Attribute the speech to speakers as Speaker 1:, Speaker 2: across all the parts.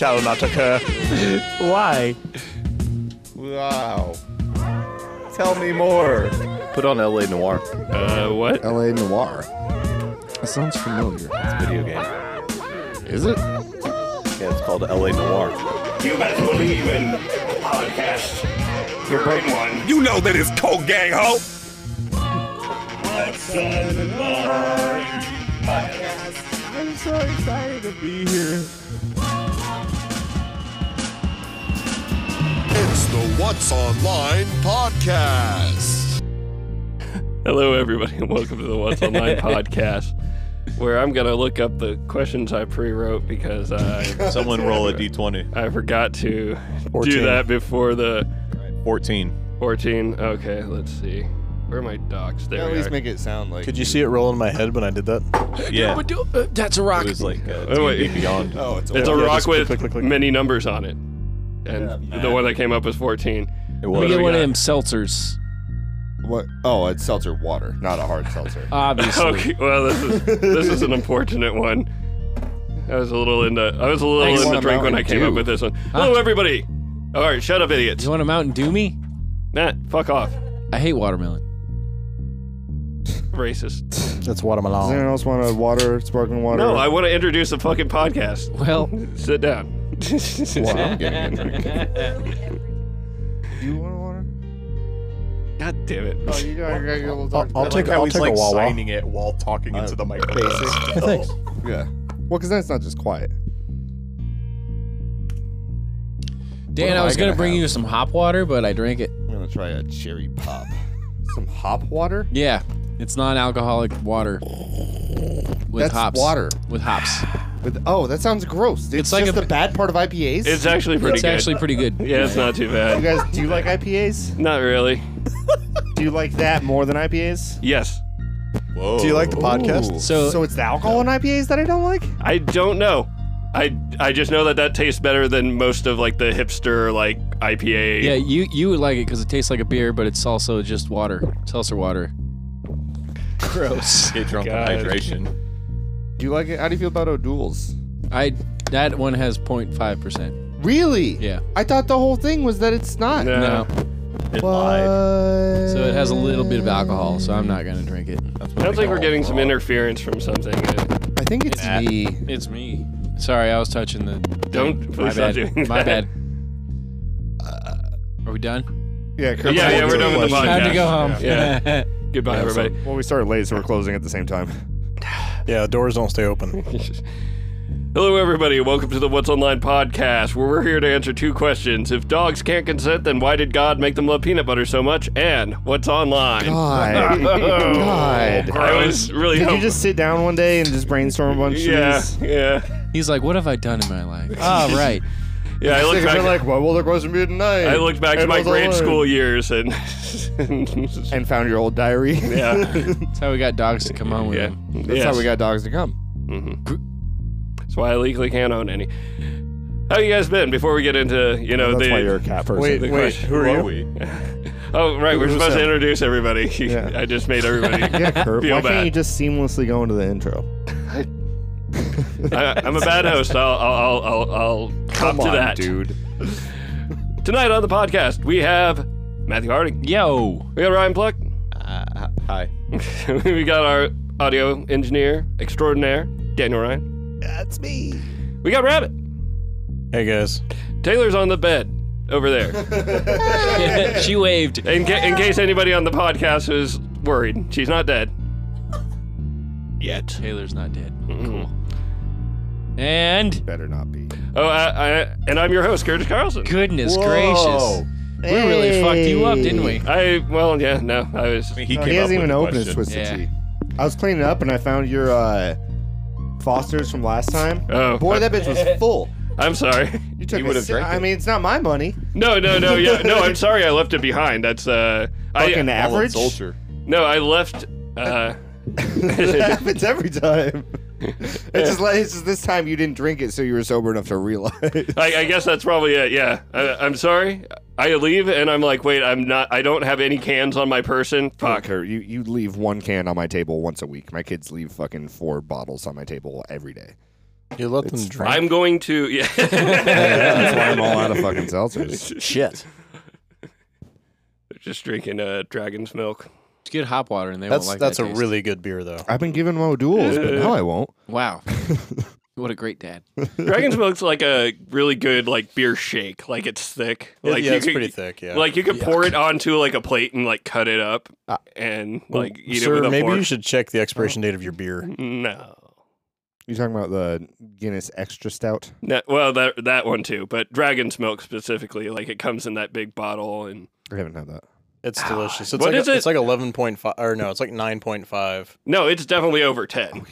Speaker 1: shall not occur.
Speaker 2: Why?
Speaker 3: Wow. Tell me more. Put on LA Noir.
Speaker 4: Uh, what?
Speaker 5: LA Noir. That sounds familiar.
Speaker 3: Video game.
Speaker 5: Is it?
Speaker 3: Yeah, it's called LA Noir.
Speaker 6: You best believe in podcasts. You're in one.
Speaker 7: You know that it's cold gang ho.
Speaker 2: I'm so excited to be here.
Speaker 8: It's the What's Online Podcast.
Speaker 4: Hello, everybody, and welcome to the What's Online podcast, where I'm gonna look up the questions I pre-wrote because I
Speaker 3: Someone roll a d20.
Speaker 4: I forgot to do
Speaker 1: 14.
Speaker 4: that before the
Speaker 3: 14.
Speaker 4: 14. Okay, let's see. Where are my docs? There
Speaker 3: At
Speaker 4: we
Speaker 3: least
Speaker 4: are.
Speaker 3: make it sound like.
Speaker 1: Did you see it roll in my head when I did that?
Speaker 3: Yeah. It
Speaker 2: Uh, That's a rock.
Speaker 3: was like uh,
Speaker 4: Oh, wait.
Speaker 3: D&D Beyond.
Speaker 5: Oh, it's
Speaker 4: it's a
Speaker 1: Yeah,
Speaker 4: rock
Speaker 1: just click,
Speaker 4: with
Speaker 1: click, click, click.
Speaker 4: many numbers on it, and the one that came up was
Speaker 3: It
Speaker 4: 14.
Speaker 2: Let me
Speaker 3: was.
Speaker 2: get
Speaker 4: we
Speaker 2: one
Speaker 4: got?
Speaker 2: of them seltzers.
Speaker 5: What?
Speaker 3: Oh, it's seltzer water, not a hard seltzer.
Speaker 2: Obviously.
Speaker 4: Okay, well, this is this is an unfortunate one. I was a little into I was a little
Speaker 2: Thanks.
Speaker 4: into
Speaker 2: Wanna
Speaker 4: drink when I
Speaker 5: Mountain
Speaker 4: came up
Speaker 5: Dew.
Speaker 4: with this one. Hello, everybody. All right, shut up, idiots.
Speaker 2: You want a Mountain Dew me?
Speaker 4: Matt, fuck off,
Speaker 2: I hate watermelon.
Speaker 4: racist.
Speaker 1: That's
Speaker 5: Does
Speaker 1: watermelon.
Speaker 5: anyone else want a water, sparkling water?
Speaker 4: No, I want to introduce the fucking podcast.
Speaker 2: Well,
Speaker 4: Sit down.
Speaker 3: Well, I'm getting a drink.
Speaker 5: You want a water?
Speaker 4: God damn it.
Speaker 5: Oh, you gotta, gotta get a little
Speaker 1: I'll,
Speaker 5: talk.
Speaker 1: I'll take, I'll take a Wawa.
Speaker 7: signing it while talking into the microphone.
Speaker 1: Yeah, thanks.
Speaker 3: oh,
Speaker 5: Yeah. Well, because then it's not just quiet.
Speaker 2: Dan,
Speaker 3: am
Speaker 2: I was
Speaker 3: I
Speaker 2: gonna,
Speaker 3: gonna
Speaker 2: bring
Speaker 3: have?
Speaker 2: you some hop water, but I drank it.
Speaker 3: I'm gonna try a cherry pop.
Speaker 5: Some hop water?
Speaker 2: Yeah, it's non-alcoholic water with
Speaker 5: That's
Speaker 2: hops.
Speaker 5: water.
Speaker 2: with hops.
Speaker 5: With, oh, that sounds gross. It's,
Speaker 2: like
Speaker 5: like
Speaker 2: a-
Speaker 5: the bad part of IPAs.
Speaker 4: It's actually pretty
Speaker 2: it's
Speaker 4: good.
Speaker 2: actually pretty good.
Speaker 4: yeah, it's not too
Speaker 5: you
Speaker 4: bad.
Speaker 5: guys, do you like IPAs?
Speaker 4: Not really.
Speaker 5: Do you like that more than IPAs?
Speaker 4: Yes.
Speaker 3: Whoa.
Speaker 1: Do you like the podcast?
Speaker 2: So,
Speaker 5: So it's the alcohol in IPAs that I don't like?
Speaker 4: I don't know. I I just know that that tastes better than most of like the hipster like IPA.
Speaker 2: yeah, you you would like it because it tastes like a beer, but it's also just water, seltzer water. Gross.
Speaker 3: Get drunk
Speaker 4: God.
Speaker 3: on hydration.
Speaker 5: Do you like it? How do you feel about O'Doul's?
Speaker 2: I that one has 0.5 percent.
Speaker 5: Really?
Speaker 2: Yeah.
Speaker 5: I thought the whole thing was that it's not.
Speaker 4: No.
Speaker 2: No,
Speaker 3: It lied.
Speaker 2: so it has a little bit of alcohol, so I'm not gonna drink it.
Speaker 4: Sounds like we're getting some interference from something.
Speaker 5: I think it's me.
Speaker 2: It's me. Sorry, I was touching the.
Speaker 4: Don't please
Speaker 2: My
Speaker 4: stop
Speaker 2: bad.
Speaker 4: doing
Speaker 2: My
Speaker 4: that.
Speaker 2: bad. Are we done?
Speaker 5: Yeah,
Speaker 4: Yeah,
Speaker 5: Kirk's
Speaker 4: yeah, we're done with the podcast.
Speaker 2: Time to go home.
Speaker 4: Yeah. Goodbye, everybody.
Speaker 5: Well, we started late, so we're closing at the same time.
Speaker 1: Yeah, doors don't stay open.
Speaker 4: Hello, everybody. Welcome to the What's Online podcast, where we're here to answer two questions. If dogs can't consent, then why did God make them love peanut butter so much? And what's online?
Speaker 5: God. God.
Speaker 4: I was really
Speaker 5: Did
Speaker 4: hoping.
Speaker 5: you just sit down one day and just brainstorm a bunch of
Speaker 4: yeah,
Speaker 5: these?
Speaker 4: yeah,
Speaker 2: He's like, "What have I done in my life?" Ah, right.
Speaker 4: yeah. I looked
Speaker 5: Niggas are
Speaker 4: back.
Speaker 5: like, what will the question be tonight?
Speaker 4: I looked back to
Speaker 5: And
Speaker 4: my
Speaker 5: was
Speaker 4: grade
Speaker 5: alone.
Speaker 4: school years, and,
Speaker 5: And found your old diary.
Speaker 4: yeah,
Speaker 2: That's how we got dogs to come home with
Speaker 4: yeah.
Speaker 2: him.
Speaker 5: That's how we got dogs to come.
Speaker 4: That's why I legally can't own any. How you guys been? Before we get into you know
Speaker 3: That's
Speaker 4: the
Speaker 3: why you're a cat person.
Speaker 1: Wait, wait,
Speaker 4: question.
Speaker 1: who are you?
Speaker 3: we?
Speaker 4: oh right, we're
Speaker 5: Who's
Speaker 4: supposed to
Speaker 5: that?
Speaker 4: introduce everybody.
Speaker 5: Yeah.
Speaker 4: I just made everybody.
Speaker 5: Yeah, Kurt,
Speaker 4: Feel
Speaker 5: why
Speaker 4: bad.
Speaker 5: can't you just seamlessly go into the intro?
Speaker 4: I, I'm a bad host. I'll I'll I'll, I'll, I'll cop
Speaker 5: Come
Speaker 4: to
Speaker 5: on,
Speaker 4: that.
Speaker 5: dude.
Speaker 4: Tonight on the podcast we have Matthew Harding.
Speaker 2: Yo,
Speaker 4: We got Ryan Pluck.
Speaker 3: Hi.
Speaker 4: we got our audio engineer extraordinaire Daniel Ryan.
Speaker 5: That's me.
Speaker 4: We got Rabbit.
Speaker 1: Hey guys.
Speaker 4: Taylor's on the bed over there.
Speaker 2: she waved.
Speaker 4: In, ca- in case anybody on the podcast is worried, she's not dead yet.
Speaker 2: Taylor's not dead.
Speaker 4: Mm.
Speaker 2: And
Speaker 5: Better not be.
Speaker 4: Oh, I, I, and I'm your host, Curtis Carlson.
Speaker 2: goodness gracious, we really fucked you up, didn't we?
Speaker 4: I well, yeah, no, I was.
Speaker 3: I mean, he
Speaker 5: No,
Speaker 3: came
Speaker 5: he
Speaker 3: up
Speaker 5: hasn't
Speaker 3: with
Speaker 5: even
Speaker 3: the
Speaker 5: opened his
Speaker 3: question.
Speaker 5: twisted
Speaker 2: Yeah.
Speaker 5: tea. I was cleaning up and I found your uh, Foster's from last time.
Speaker 4: Oh.
Speaker 5: boy, that bitch was full.
Speaker 4: I'm sorry.
Speaker 5: You took.
Speaker 3: You
Speaker 5: a
Speaker 3: would've
Speaker 5: si-
Speaker 3: drank
Speaker 5: I
Speaker 3: it.
Speaker 5: mean, it's not my money.
Speaker 4: No, no, no, yeah, no. I'm sorry. I left it behind. That's uh,
Speaker 5: Fucking
Speaker 4: I
Speaker 3: All in
Speaker 5: average.
Speaker 3: Soldier.
Speaker 4: no, I left. Uh,
Speaker 5: that happens every time. It's just like it's just this time you didn't drink it, so you were sober enough to realize.
Speaker 4: I, I guess that's probably it. Yeah, I, I'm sorry. I leave and I'm like, wait, I'm not. I don't have any cans on my person. Fuck.
Speaker 5: Kurt, you you leave one can on my table once a week. My kids leave fucking four bottles on my table every day.
Speaker 1: You let them drink.
Speaker 4: I'm going to. Yeah.
Speaker 5: That's why I'm all out of fucking seltzers.
Speaker 3: Shit.
Speaker 4: Just drinking uh, dragon's milk.
Speaker 2: Just get hop water and they
Speaker 1: that's
Speaker 2: won't like
Speaker 1: that's
Speaker 2: that
Speaker 1: a
Speaker 2: taste.
Speaker 1: really good beer though.
Speaker 5: I've been giving Mo duels, but now I won't.
Speaker 2: wow. what a great dad.
Speaker 4: Dragon's milk's like a really good like beer shake. Like it's thick.
Speaker 1: Yeah,
Speaker 4: Like
Speaker 1: yeah,
Speaker 4: you
Speaker 1: it's
Speaker 4: could-
Speaker 1: pretty thick. Yeah.
Speaker 4: Like you could pour it onto like a plate and like cut it up
Speaker 5: Uh,
Speaker 4: and like eat
Speaker 1: Sir,
Speaker 4: it with a
Speaker 1: maybe
Speaker 4: fork.
Speaker 1: you should check the expiration date of your beer.
Speaker 4: No.
Speaker 5: You talking about the Guinness Extra Stout?
Speaker 4: No, well, that that one too, but dragon's milk specifically, like it comes in that big bottle, and
Speaker 5: I haven't had that.
Speaker 1: It's delicious. It's
Speaker 4: What
Speaker 1: like
Speaker 4: is
Speaker 1: a,
Speaker 4: it?
Speaker 1: it's like eleven point five or no, it's like nine point five.
Speaker 4: no, it's definitely over ten.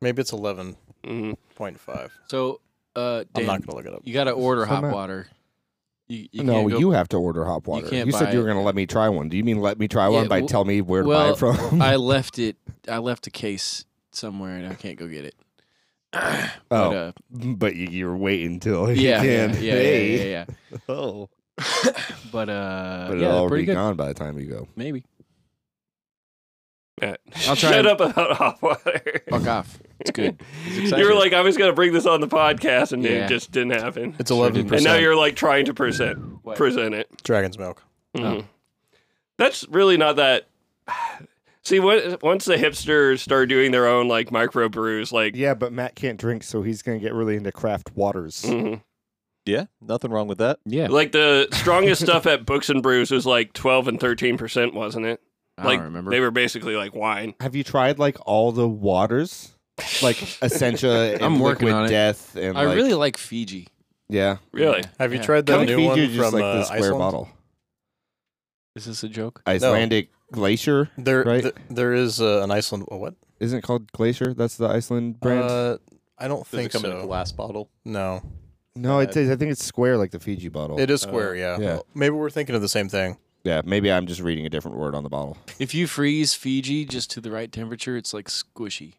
Speaker 1: Maybe it's eleven
Speaker 4: Mhm.
Speaker 1: point five.
Speaker 2: So, uh,
Speaker 1: I'm
Speaker 2: Dan,
Speaker 1: not gonna look it up.
Speaker 2: you got to order
Speaker 5: So
Speaker 2: hop
Speaker 5: Matt-
Speaker 2: water. You, you
Speaker 5: no,
Speaker 2: can't go-
Speaker 5: you have to order hop water. You,
Speaker 2: can't
Speaker 5: said
Speaker 2: buy
Speaker 5: you were
Speaker 2: it.
Speaker 5: going to let me try one. Do you mean let me try
Speaker 2: Yeah,
Speaker 5: one by
Speaker 2: w-
Speaker 5: tell me where
Speaker 2: well,
Speaker 5: to buy it from?
Speaker 2: I left it. I left a case somewhere and I can't go get it.
Speaker 5: oh,
Speaker 2: But, uh,
Speaker 5: but you, you're waiting till you
Speaker 2: yeah, yeah,
Speaker 5: can.
Speaker 2: yeah, yeah,
Speaker 5: hey.
Speaker 2: yeah, yeah,
Speaker 5: Oh.
Speaker 2: yeah. But uh,
Speaker 5: But
Speaker 2: yeah,
Speaker 5: it'll already
Speaker 2: pretty
Speaker 5: be
Speaker 2: good.
Speaker 5: gone by the time you go.
Speaker 2: Maybe.
Speaker 4: Yeah.
Speaker 2: I'll try
Speaker 4: Shut
Speaker 2: and-
Speaker 4: up about hot water.
Speaker 2: Fuck off. It's good.
Speaker 4: You were like, I was gonna bring this on the podcast, and
Speaker 2: Yeah.
Speaker 4: it just didn't happen.
Speaker 1: It's eleven
Speaker 4: And now
Speaker 1: percent
Speaker 4: you're like trying to present
Speaker 2: What?
Speaker 4: present it.
Speaker 1: dragon's milk.
Speaker 2: Oh.
Speaker 4: Mhm. That's really not that. See, when, once the hipsters start doing their own like micro brews, like
Speaker 5: Yeah, but Matt can't drink, so he's going to get really into craft waters.
Speaker 2: Mm.
Speaker 4: mhm.
Speaker 3: Yeah, nothing wrong with that.
Speaker 2: yeah.
Speaker 4: like the strongest stuff at Books and Brews was like twelve and thirteen percent, wasn't it?
Speaker 2: I
Speaker 4: Like
Speaker 2: don't remember.
Speaker 4: they were basically like wine.
Speaker 5: Have you tried like all the waters? Like Essentia and
Speaker 2: I'm working
Speaker 5: Liquid
Speaker 2: on it.
Speaker 5: Death and
Speaker 2: I
Speaker 5: like,
Speaker 2: really like Fiji.
Speaker 5: Yeah.
Speaker 4: Really?
Speaker 1: Have you
Speaker 2: Yeah.
Speaker 1: tried that
Speaker 5: Kinda
Speaker 1: new
Speaker 5: feed
Speaker 1: one
Speaker 5: you just
Speaker 1: from
Speaker 5: like
Speaker 1: uh,
Speaker 5: the square
Speaker 1: Iceland?
Speaker 5: bottle.
Speaker 2: Is this a joke?
Speaker 5: Icelandic glacier.
Speaker 1: There,
Speaker 5: Right.
Speaker 1: th- there is uh, an Iceland. a What
Speaker 5: Isn't it called Glacier? That's the Iceland brand.
Speaker 1: Uh, I don't think
Speaker 7: come in a
Speaker 1: so.
Speaker 7: glass bottle?
Speaker 1: No,
Speaker 5: no, it is. I think it's square like the Fiji
Speaker 7: Oh.
Speaker 5: bottle.
Speaker 7: Uh,
Speaker 1: it is square. yeah.
Speaker 5: yeah.
Speaker 1: Maybe we're thinking of the same thing.
Speaker 5: yeah, maybe I'm just reading a different word on the bottle.
Speaker 2: If you freeze Fiji just to the right temperature, it's like squishy.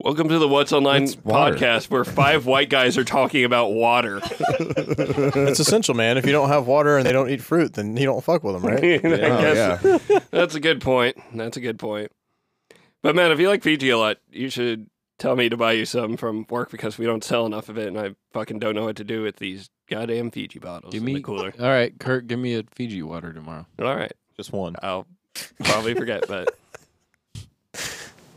Speaker 4: Welcome to the What's Online
Speaker 5: It's water.
Speaker 4: podcast, where five white guys are talking about water.
Speaker 1: It's essential, man. If you don't have water and they don't eat fruit, then you don't fuck with them, right?
Speaker 4: I
Speaker 5: Oh,
Speaker 4: guess
Speaker 5: yeah.
Speaker 4: That's a good point. That's a good point. But man, if you like Fiji a lot, you should tell me to buy you some from work because we don't sell enough of it, and I fucking don't know what to do with these goddamn Fiji bottles
Speaker 2: Give
Speaker 4: in
Speaker 2: me
Speaker 4: the cooler.
Speaker 2: All right, Kurt, give me a Fiji water tomorrow.
Speaker 4: All right,
Speaker 7: Just one.
Speaker 4: I'll probably forget, but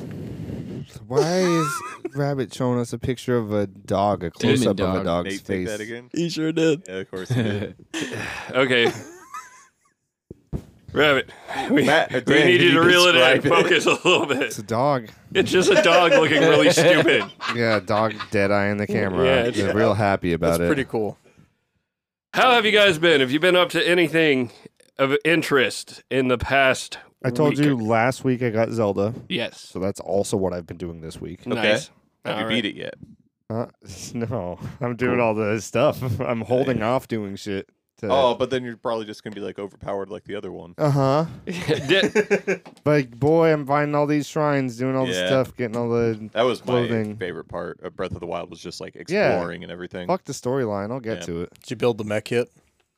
Speaker 5: Why is Rabbit showing us a picture of a dog, a
Speaker 2: Demon
Speaker 5: close up of
Speaker 2: dog.
Speaker 5: a dog's
Speaker 7: Nate, take
Speaker 5: face?
Speaker 7: that again.
Speaker 1: He sure did.
Speaker 7: Yeah, of course. he did.
Speaker 4: okay. Rabbit, we,
Speaker 7: Matt,
Speaker 4: we
Speaker 7: Dan, can
Speaker 4: need you to
Speaker 7: you
Speaker 4: reel it in.
Speaker 7: describe it?
Speaker 4: Focus a little
Speaker 5: It's
Speaker 4: bit.
Speaker 5: a dog.
Speaker 4: It's just a dog looking really stupid.
Speaker 5: Yeah, a dog dead eyeing the camera.
Speaker 4: Yeah,
Speaker 5: He's
Speaker 4: it's-
Speaker 5: real happy about
Speaker 1: That's
Speaker 5: it.
Speaker 1: pretty cool.
Speaker 4: How have you guys been? Have you been up to anything of interest in the past?
Speaker 5: I told
Speaker 4: week?
Speaker 5: you last week I got Zelda,
Speaker 4: Yes.
Speaker 5: so that's also what I've been doing this week.
Speaker 4: Nice.
Speaker 7: Have you
Speaker 4: All
Speaker 7: beat
Speaker 4: right.
Speaker 7: it yet?
Speaker 5: Uh, no, I'm doing all the stuff. I'm holding off doing shit. To,
Speaker 7: Oh, but then you're probably just gonna be like overpowered like the other one.
Speaker 5: Uh huh.
Speaker 4: Did-
Speaker 5: But boy, I'm finding all these shrines, doing all the
Speaker 7: Yeah.
Speaker 5: stuff, getting all the.
Speaker 7: That was my
Speaker 5: Clothing.
Speaker 7: favorite part of Breath of the Wild was just like exploring and everything.
Speaker 5: Fuck the storyline. I'll get
Speaker 7: Yeah.
Speaker 5: to it.
Speaker 1: Did you build the mech yet?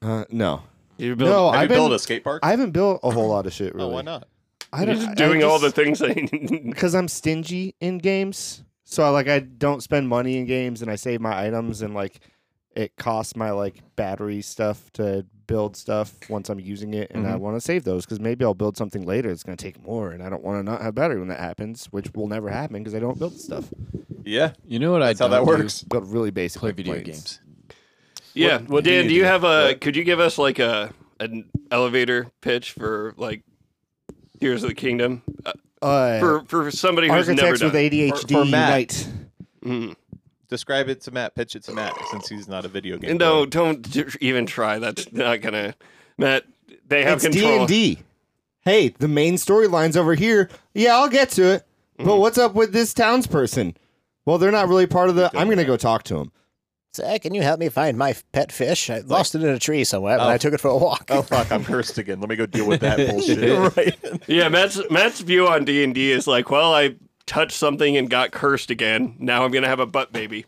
Speaker 5: Uh, no.
Speaker 4: you build-
Speaker 5: No,
Speaker 7: Have
Speaker 5: I've
Speaker 7: you built
Speaker 5: been.
Speaker 7: a skate park?
Speaker 5: I haven't built a whole lot of shit. Really.
Speaker 7: Oh, why not?
Speaker 5: I
Speaker 4: You're
Speaker 5: don't.
Speaker 4: just doing all the
Speaker 5: things
Speaker 4: things that you
Speaker 5: because I'm stingy in games. So I like I don't spend money in games, and I save my items, and like it costs my like battery stuff to build stuff once I'm using it, and I want to save those because maybe I'll build something later. that's gonna take more, and I don't want to not have battery when that happens, which will never happen because I don't build stuff.
Speaker 7: Yeah,
Speaker 2: You know what
Speaker 7: that's
Speaker 2: I
Speaker 7: how
Speaker 2: do?
Speaker 7: that works.
Speaker 5: Build really basic
Speaker 2: Play
Speaker 5: like,
Speaker 2: video
Speaker 5: planes.
Speaker 2: games.
Speaker 4: Yeah.
Speaker 7: What-
Speaker 4: well,
Speaker 7: what do
Speaker 4: Dan,
Speaker 7: you
Speaker 4: do you
Speaker 7: do?
Speaker 4: have a?
Speaker 7: What?
Speaker 4: Could you give us like a an elevator pitch for like Tears of the Kingdom uh,
Speaker 5: Uh,
Speaker 4: for for somebody who's never
Speaker 5: architects
Speaker 4: done?
Speaker 5: with
Speaker 4: it?
Speaker 5: ADHD
Speaker 7: For- for Matt.
Speaker 5: unite.
Speaker 4: Mm.
Speaker 7: Describe it to Matt. Pitch it to Matt since he's not a video game.
Speaker 4: No,
Speaker 7: player.
Speaker 4: don't d- even try. That's not gonna. Matt, they have
Speaker 5: It's D
Speaker 4: control.
Speaker 5: and D. Hey, the main storyline's over here. Yeah, I'll get to it. But what's up with this townsperson? Well, they're not really part of the. I'm gonna go talk to him.
Speaker 9: Sir, can you help me find my pet fish? I lost it in a tree somewhere, but I took it for a walk.
Speaker 7: Oh fuck, I'm cursed again. Let me go deal with that bullshit.
Speaker 4: Yeah, Matt's Matt's view on D and D is like, well, I touched something and got cursed again. Now I'm gonna have a butt baby.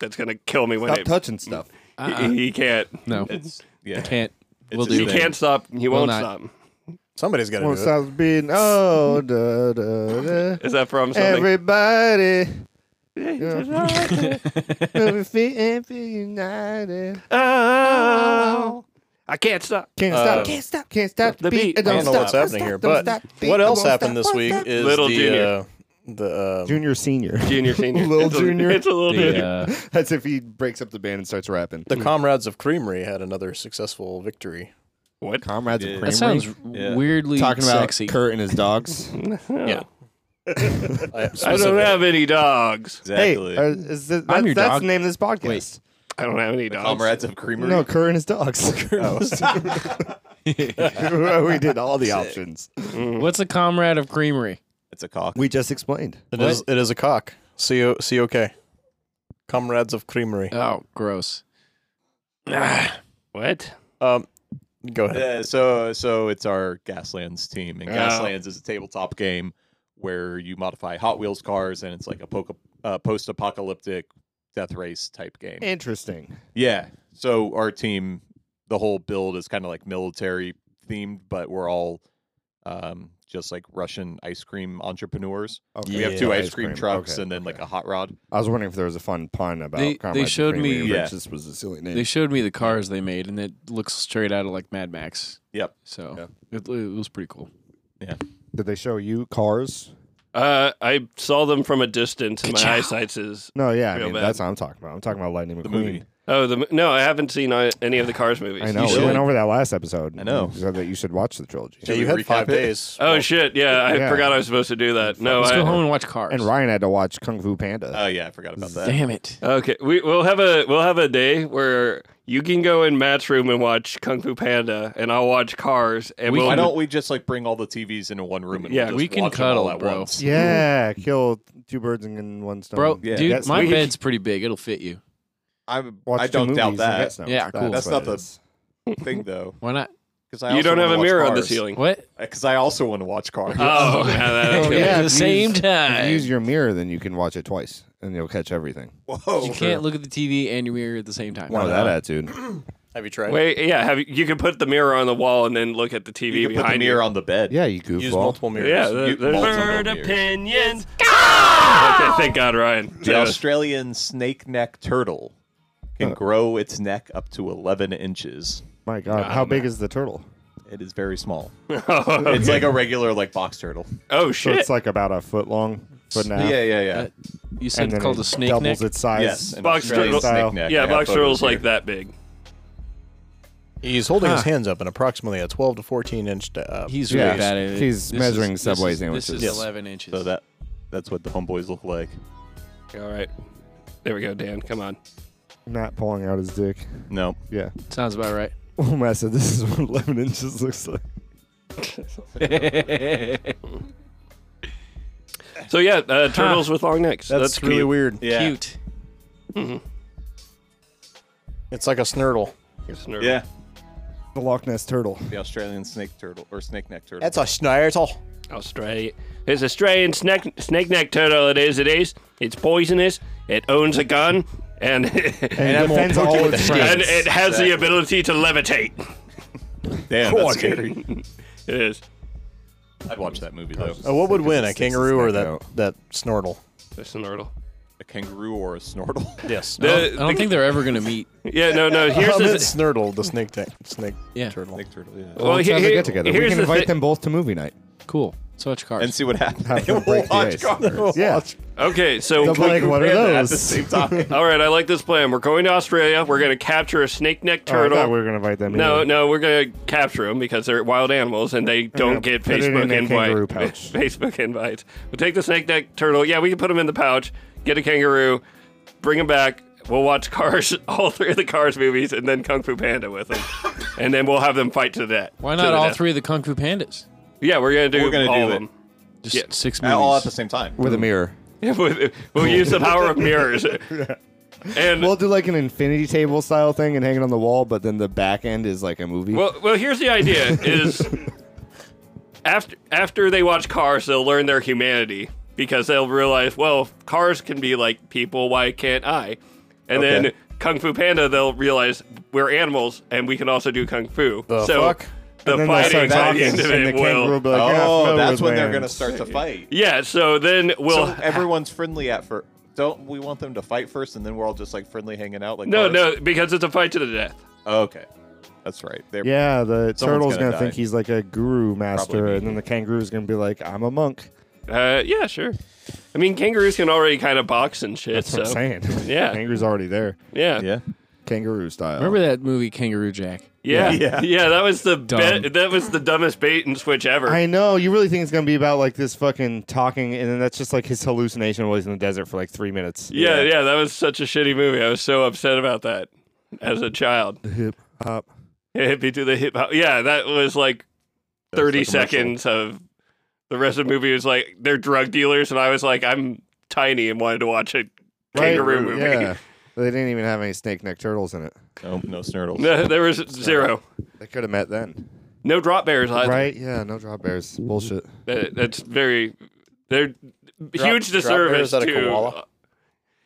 Speaker 4: That's gonna kill me when
Speaker 5: Stop
Speaker 4: it-
Speaker 5: touching stuff.
Speaker 4: he, he can't.
Speaker 2: No,
Speaker 7: It's yeah.
Speaker 2: can't. We'll
Speaker 7: a
Speaker 2: do
Speaker 4: He
Speaker 7: thing.
Speaker 2: that.
Speaker 4: can't stop. He
Speaker 2: Will
Speaker 4: won't
Speaker 2: not.
Speaker 4: stop.
Speaker 1: Somebody's got to
Speaker 5: Won't
Speaker 1: do it.
Speaker 5: stop being oh da da da.
Speaker 4: Is that from something?
Speaker 5: Everybody, United.
Speaker 4: Oh, I can't stop.
Speaker 5: Can't
Speaker 1: Uh,
Speaker 5: stop, can't stop, can't stop
Speaker 4: the beat.
Speaker 5: I
Speaker 1: I don't know
Speaker 5: stop,
Speaker 1: what's happening
Speaker 5: stop,
Speaker 1: here,
Speaker 5: don't
Speaker 1: but
Speaker 5: stop, beat,
Speaker 1: what
Speaker 5: I
Speaker 1: else
Speaker 5: won't
Speaker 1: happened
Speaker 5: stop,
Speaker 1: this
Speaker 5: won't
Speaker 1: week
Speaker 5: stop.
Speaker 1: is
Speaker 4: Little
Speaker 1: the
Speaker 4: Junior.
Speaker 1: Uh, the um,
Speaker 5: Junior, senior.
Speaker 4: Junior, senior,
Speaker 5: Lil
Speaker 4: It's a-
Speaker 5: Junior.
Speaker 4: It's a little junior.
Speaker 2: The, uh,
Speaker 5: That's if he breaks up the band and starts rapping.
Speaker 1: the Comrades of Creamery had another successful victory.
Speaker 4: What?
Speaker 5: Comrades
Speaker 7: Yeah.
Speaker 5: of
Speaker 7: That
Speaker 5: Creamery.
Speaker 2: that sounds
Speaker 7: Yeah.
Speaker 2: weirdly
Speaker 5: talking about
Speaker 2: sexy.
Speaker 5: Kurt and his dogs.
Speaker 4: Yeah.
Speaker 1: I,
Speaker 4: I don't have any dogs.
Speaker 5: hey,
Speaker 7: Exactly.
Speaker 5: are- is the,
Speaker 2: I'm your
Speaker 5: that's, that's
Speaker 2: dog.
Speaker 5: the name of this podcast.
Speaker 4: I don't have any dogs.
Speaker 7: Comrades of Creamery.
Speaker 5: No, Kurt and his dogs. Oh. we did all the options.
Speaker 2: What's a comrade of creamery?
Speaker 7: It's a cock.
Speaker 5: We just explained.
Speaker 1: It is. It is a cock. C O C O K. Comrades of Creamery.
Speaker 2: Oh, gross.
Speaker 4: What?
Speaker 1: Um, go ahead.
Speaker 7: Yeah, Uh, so so it's our Gaslands team, and Gaslands is a tabletop game where you modify Hot Wheels cars, and it's like a poca- uh, post-apocalyptic death race type game.
Speaker 5: Interesting.
Speaker 7: yeah. So our team, the whole build is kind of like military themed, but we're all um, just like Russian ice cream entrepreneurs.
Speaker 5: Okay.
Speaker 7: we have two ice cream, trucks, and then like a hot rod.
Speaker 5: I was wondering if there was a fun pun about.
Speaker 2: They- they
Speaker 5: Comrades of
Speaker 2: showed me-
Speaker 5: Creamery, but
Speaker 7: Yeah.
Speaker 5: This was a silly
Speaker 2: They
Speaker 5: name.
Speaker 2: showed me the cars they made, and it looks straight out of like Mad Max.
Speaker 7: Yep.
Speaker 2: So it, it was pretty cool.
Speaker 5: Did they show you cars?
Speaker 4: Uh, I saw them from a distance, and my eyesight is.
Speaker 5: No, yeah, I
Speaker 4: Real
Speaker 5: mean
Speaker 4: bad.
Speaker 5: that's what I'm talking about. I'm talking about Lightning
Speaker 7: The
Speaker 5: McQueen.
Speaker 7: movie.
Speaker 4: Oh, the no, I haven't seen uh, any of the Cars movies.
Speaker 5: I know
Speaker 4: You
Speaker 5: we
Speaker 4: should.
Speaker 5: went over that last episode.
Speaker 7: I know.
Speaker 5: so that you should watch the trilogy.
Speaker 1: Yeah,
Speaker 7: Should
Speaker 1: you
Speaker 7: we
Speaker 1: had
Speaker 7: recap
Speaker 1: five
Speaker 7: it?
Speaker 1: days.
Speaker 4: Oh shit! Yeah, I
Speaker 5: Yeah.
Speaker 4: forgot I was supposed to do that. No,
Speaker 2: Let's
Speaker 4: I,
Speaker 2: go home and watch cars.
Speaker 5: And Ryan had to watch Kung Fu Panda.
Speaker 7: Oh yeah, I forgot about that.
Speaker 2: Damn it.
Speaker 4: Okay, we we'll have a we'll have a day where you can go in Matt's room and watch Kung Fu Panda, and I'll watch Cars, and we, will
Speaker 7: Why don't we just like bring all the TVs into one room and
Speaker 4: Yeah,
Speaker 7: we'll just
Speaker 2: we can
Speaker 7: watch them all
Speaker 2: cuddle,
Speaker 7: at
Speaker 2: bro.
Speaker 7: once?
Speaker 5: yeah, kill two birds in one stone.
Speaker 2: Bro,
Speaker 7: Yeah,
Speaker 2: dude,
Speaker 5: that's
Speaker 2: my
Speaker 5: sweet.
Speaker 2: bed's pretty big. It'll fit you.
Speaker 7: I'm,
Speaker 5: Watch
Speaker 7: I
Speaker 5: two
Speaker 7: don't doubt
Speaker 5: movies and
Speaker 7: that
Speaker 5: get stoned.
Speaker 2: Yeah, cool.
Speaker 7: That's
Speaker 5: what
Speaker 7: not
Speaker 5: it
Speaker 7: the-
Speaker 5: is.
Speaker 7: thing though.
Speaker 2: Why not?
Speaker 7: Because I
Speaker 4: you
Speaker 7: also
Speaker 4: don't have
Speaker 7: wanna
Speaker 4: a
Speaker 7: watch
Speaker 4: mirror
Speaker 7: cars.
Speaker 4: on the ceiling.
Speaker 2: What?
Speaker 7: Because I also want to watch cars.
Speaker 4: Oh, yeah, that-
Speaker 5: Oh,
Speaker 4: okay.
Speaker 5: yeah,
Speaker 2: At
Speaker 5: if
Speaker 2: the
Speaker 5: you
Speaker 2: same
Speaker 5: use- If
Speaker 2: time.
Speaker 5: you use your mirror, then you can watch it twice, and you'll catch everything.
Speaker 7: Whoa.
Speaker 2: You can't look at the TV and your mirror at the same time.
Speaker 5: Oh, that attitude.
Speaker 1: Have you tried?
Speaker 4: Wait, yeah, have you, you can put the mirror on the wall and then look at the TV
Speaker 7: You can put the
Speaker 4: behind you.
Speaker 7: mirror on the bed.
Speaker 5: Yeah, you
Speaker 1: Use
Speaker 5: goofball.
Speaker 1: multiple mirrors.
Speaker 4: Yeah, there-
Speaker 7: You-
Speaker 4: there's
Speaker 7: multiple
Speaker 4: bird
Speaker 7: mirrors.
Speaker 4: opinions. Ah! Okay, thank God, Ryan.
Speaker 7: The
Speaker 4: Yeah.
Speaker 7: Australian snake neck turtle can grow its neck up to 11 inches.
Speaker 5: My God, how big is the turtle?
Speaker 7: It is very small. It's like a regular like box turtle.
Speaker 4: oh
Speaker 5: So
Speaker 4: shit!
Speaker 5: it's like about a foot long, foot and a half.
Speaker 7: Yeah, yeah, yeah.
Speaker 2: Uh, You said
Speaker 5: And
Speaker 2: it's
Speaker 5: then
Speaker 2: called
Speaker 5: it
Speaker 2: a snake neck?
Speaker 5: doubles its size.
Speaker 7: yes, an
Speaker 4: box
Speaker 7: Australian
Speaker 4: turtle
Speaker 5: style.
Speaker 7: snake neck. I
Speaker 4: yeah,
Speaker 7: have
Speaker 4: box turtle's
Speaker 7: photos
Speaker 4: like that big.
Speaker 1: He's holding his hands up in approximately a 12 to 14 inch. Uh,
Speaker 2: He's
Speaker 5: Yeah.
Speaker 2: really bad at it.
Speaker 5: He's
Speaker 2: This
Speaker 5: measuring
Speaker 2: is,
Speaker 5: Subway
Speaker 2: this is,
Speaker 5: sandwiches.
Speaker 2: This is
Speaker 5: Yes.
Speaker 2: 11
Speaker 7: here.
Speaker 2: inches.
Speaker 7: So that that's what the homeboys look like.
Speaker 4: All right, there we go, Dan. Come on.
Speaker 5: Not pulling out his dick.
Speaker 7: No.
Speaker 5: Yeah.
Speaker 2: Sounds about right.
Speaker 5: Oh, man, so this is what 11 inches looks like.
Speaker 4: So yeah, uh, turtles with long necks. That's,
Speaker 1: that's really
Speaker 4: cute.
Speaker 1: weird.
Speaker 7: Yeah.
Speaker 2: Cute.
Speaker 1: It's like a snurtle.
Speaker 4: Yes, nerd.
Speaker 7: Yeah.
Speaker 5: The Loch Ness turtle.
Speaker 7: The Australian snake turtle or snake neck turtle.
Speaker 9: That's a snurtle.
Speaker 4: Australia. It's Australian snake snake neck turtle. It is. It is. It's poisonous. It owns a gun, and and,
Speaker 5: And, it defends all its friends.
Speaker 4: it has the ability to levitate.
Speaker 7: Damn, that's scary.
Speaker 4: It is.
Speaker 7: I'd watch that movie though.
Speaker 1: Uh, what would win, a
Speaker 5: sticks his
Speaker 1: kangaroo or
Speaker 5: neck
Speaker 1: that
Speaker 5: out.
Speaker 1: that snortle?
Speaker 4: That's a nerdle.
Speaker 7: A kangaroo or a snortle?
Speaker 1: Yes.
Speaker 4: The-
Speaker 2: I don't think they're ever going to meet.
Speaker 4: yeah, no, no. Here's
Speaker 1: I meant
Speaker 4: the.
Speaker 1: snurtle, the snake tank, snake
Speaker 2: Yeah.
Speaker 1: turtle.
Speaker 7: Snake turtle, yeah.
Speaker 4: Well,
Speaker 5: Let's
Speaker 4: he-
Speaker 5: have a
Speaker 4: he-
Speaker 5: get together. We
Speaker 4: here's
Speaker 5: can
Speaker 4: the
Speaker 5: invite
Speaker 4: thi-
Speaker 5: them both to movie night.
Speaker 2: Cool. So much cars.
Speaker 7: and see what happens.
Speaker 5: Have them break the ice. Yeah.
Speaker 4: Okay, so
Speaker 5: They'll be like, what are
Speaker 7: At
Speaker 5: those?
Speaker 7: the same time.
Speaker 4: all right, I like this plan. We're going to Australia. We're gonna capture a snake neck
Speaker 5: Oh, I
Speaker 4: turtle.
Speaker 5: thought we were going to invite them.
Speaker 4: No,
Speaker 5: anyway.
Speaker 4: no, we're gonna capture them because they're wild animals and they don't
Speaker 5: gonna
Speaker 4: get
Speaker 5: put it in
Speaker 4: Facebook
Speaker 5: a
Speaker 4: invite-
Speaker 5: kangaroo pouch.
Speaker 4: Facebook invites. We'll take the snake neck turtle. Yeah, we can put him in the pouch. Get a kangaroo. Bring him back. We'll watch Cars, all three of the Cars movies, and then Kung Fu Panda with them, and then we'll have them fight to that. to
Speaker 2: Why not
Speaker 4: the
Speaker 2: all
Speaker 4: death.
Speaker 2: three of the Kung Fu Pandas?
Speaker 4: Yeah, we're gonna do
Speaker 7: We're gonna
Speaker 4: all
Speaker 7: do
Speaker 4: of
Speaker 7: it.
Speaker 4: them.
Speaker 2: Just
Speaker 4: Yeah.
Speaker 2: six movies.
Speaker 7: All at the same time.
Speaker 5: With a mirror.
Speaker 4: Yeah, we- we'll use the power of mirrors. And
Speaker 5: We'll do like an infinity table style thing and hang it on the wall, but then the back end is like a movie.
Speaker 4: Well, well, here's the idea: is after after they watch Cars, they'll learn their humanity because they'll realize, well, if Cars can be like people. Why can't I? And then
Speaker 7: Okay.
Speaker 4: Kung Fu Panda, they'll realize we're animals and we can also do kung fu.
Speaker 1: The
Speaker 4: so
Speaker 1: fuck?
Speaker 4: the
Speaker 5: and then they'll start
Speaker 4: fighting by
Speaker 5: talking,
Speaker 4: the end of
Speaker 5: and the
Speaker 4: it
Speaker 5: kangaroo will
Speaker 4: will.
Speaker 5: be like,
Speaker 7: oh,
Speaker 5: "Yeah, I smell
Speaker 7: that's
Speaker 5: with
Speaker 7: when they're
Speaker 5: man."
Speaker 7: going to start to fight.
Speaker 4: Yeah, so then we'll
Speaker 7: so everyone's friendly at first. Don't we want them to fight first, and then we're all just like friendly hanging out? Like
Speaker 4: No,
Speaker 7: cars?
Speaker 4: no, because it's a fight to the death.
Speaker 7: Oh, okay, that's right. They're,
Speaker 5: Yeah, the turtle's
Speaker 7: gonna
Speaker 5: gonna, think
Speaker 7: die.
Speaker 5: he's like a guru
Speaker 7: Probably
Speaker 5: master,
Speaker 7: me.
Speaker 5: and then the kangaroo's gonna be like, "I'm a monk."
Speaker 4: Uh, yeah, sure. I mean, kangaroos can already kind of box and shit.
Speaker 5: That's
Speaker 4: so
Speaker 5: what I'm saying.
Speaker 4: Yeah.
Speaker 5: kangaroo's already there,
Speaker 4: yeah, yeah,
Speaker 7: yeah.
Speaker 5: kangaroo style.
Speaker 2: Remember that movie Kangaroo Jack?
Speaker 4: yeah,
Speaker 7: Yeah.
Speaker 4: That was the
Speaker 2: Dumb.
Speaker 4: be- that was the dumbest bait and switch ever.
Speaker 5: I know you really think it's gonna be about like this fucking talking, and then that's just like his hallucination while he's in the desert for like three minutes.
Speaker 4: yeah, yeah, that was such a shitty movie. I was so upset about that as a child.
Speaker 5: hip hop.
Speaker 4: It hit me to the hip hop. Yeah, that was like
Speaker 7: That was the
Speaker 4: thirty
Speaker 7: commercial.
Speaker 4: seconds of the rest of the movie was like they're drug dealers, and I was like, I'm tiny and wanted to watch a kangaroo movie.
Speaker 5: Yeah, they didn't even have any snake neck turtles in it.
Speaker 7: No, no snurtles.
Speaker 4: No, there was zero.
Speaker 5: They could have met then,
Speaker 4: No drop bears either.
Speaker 5: right? Yeah, no drop bears. Bullshit.
Speaker 4: That, that's very they're huge
Speaker 1: drop bear,
Speaker 4: disservice
Speaker 1: is that a
Speaker 4: to. uh,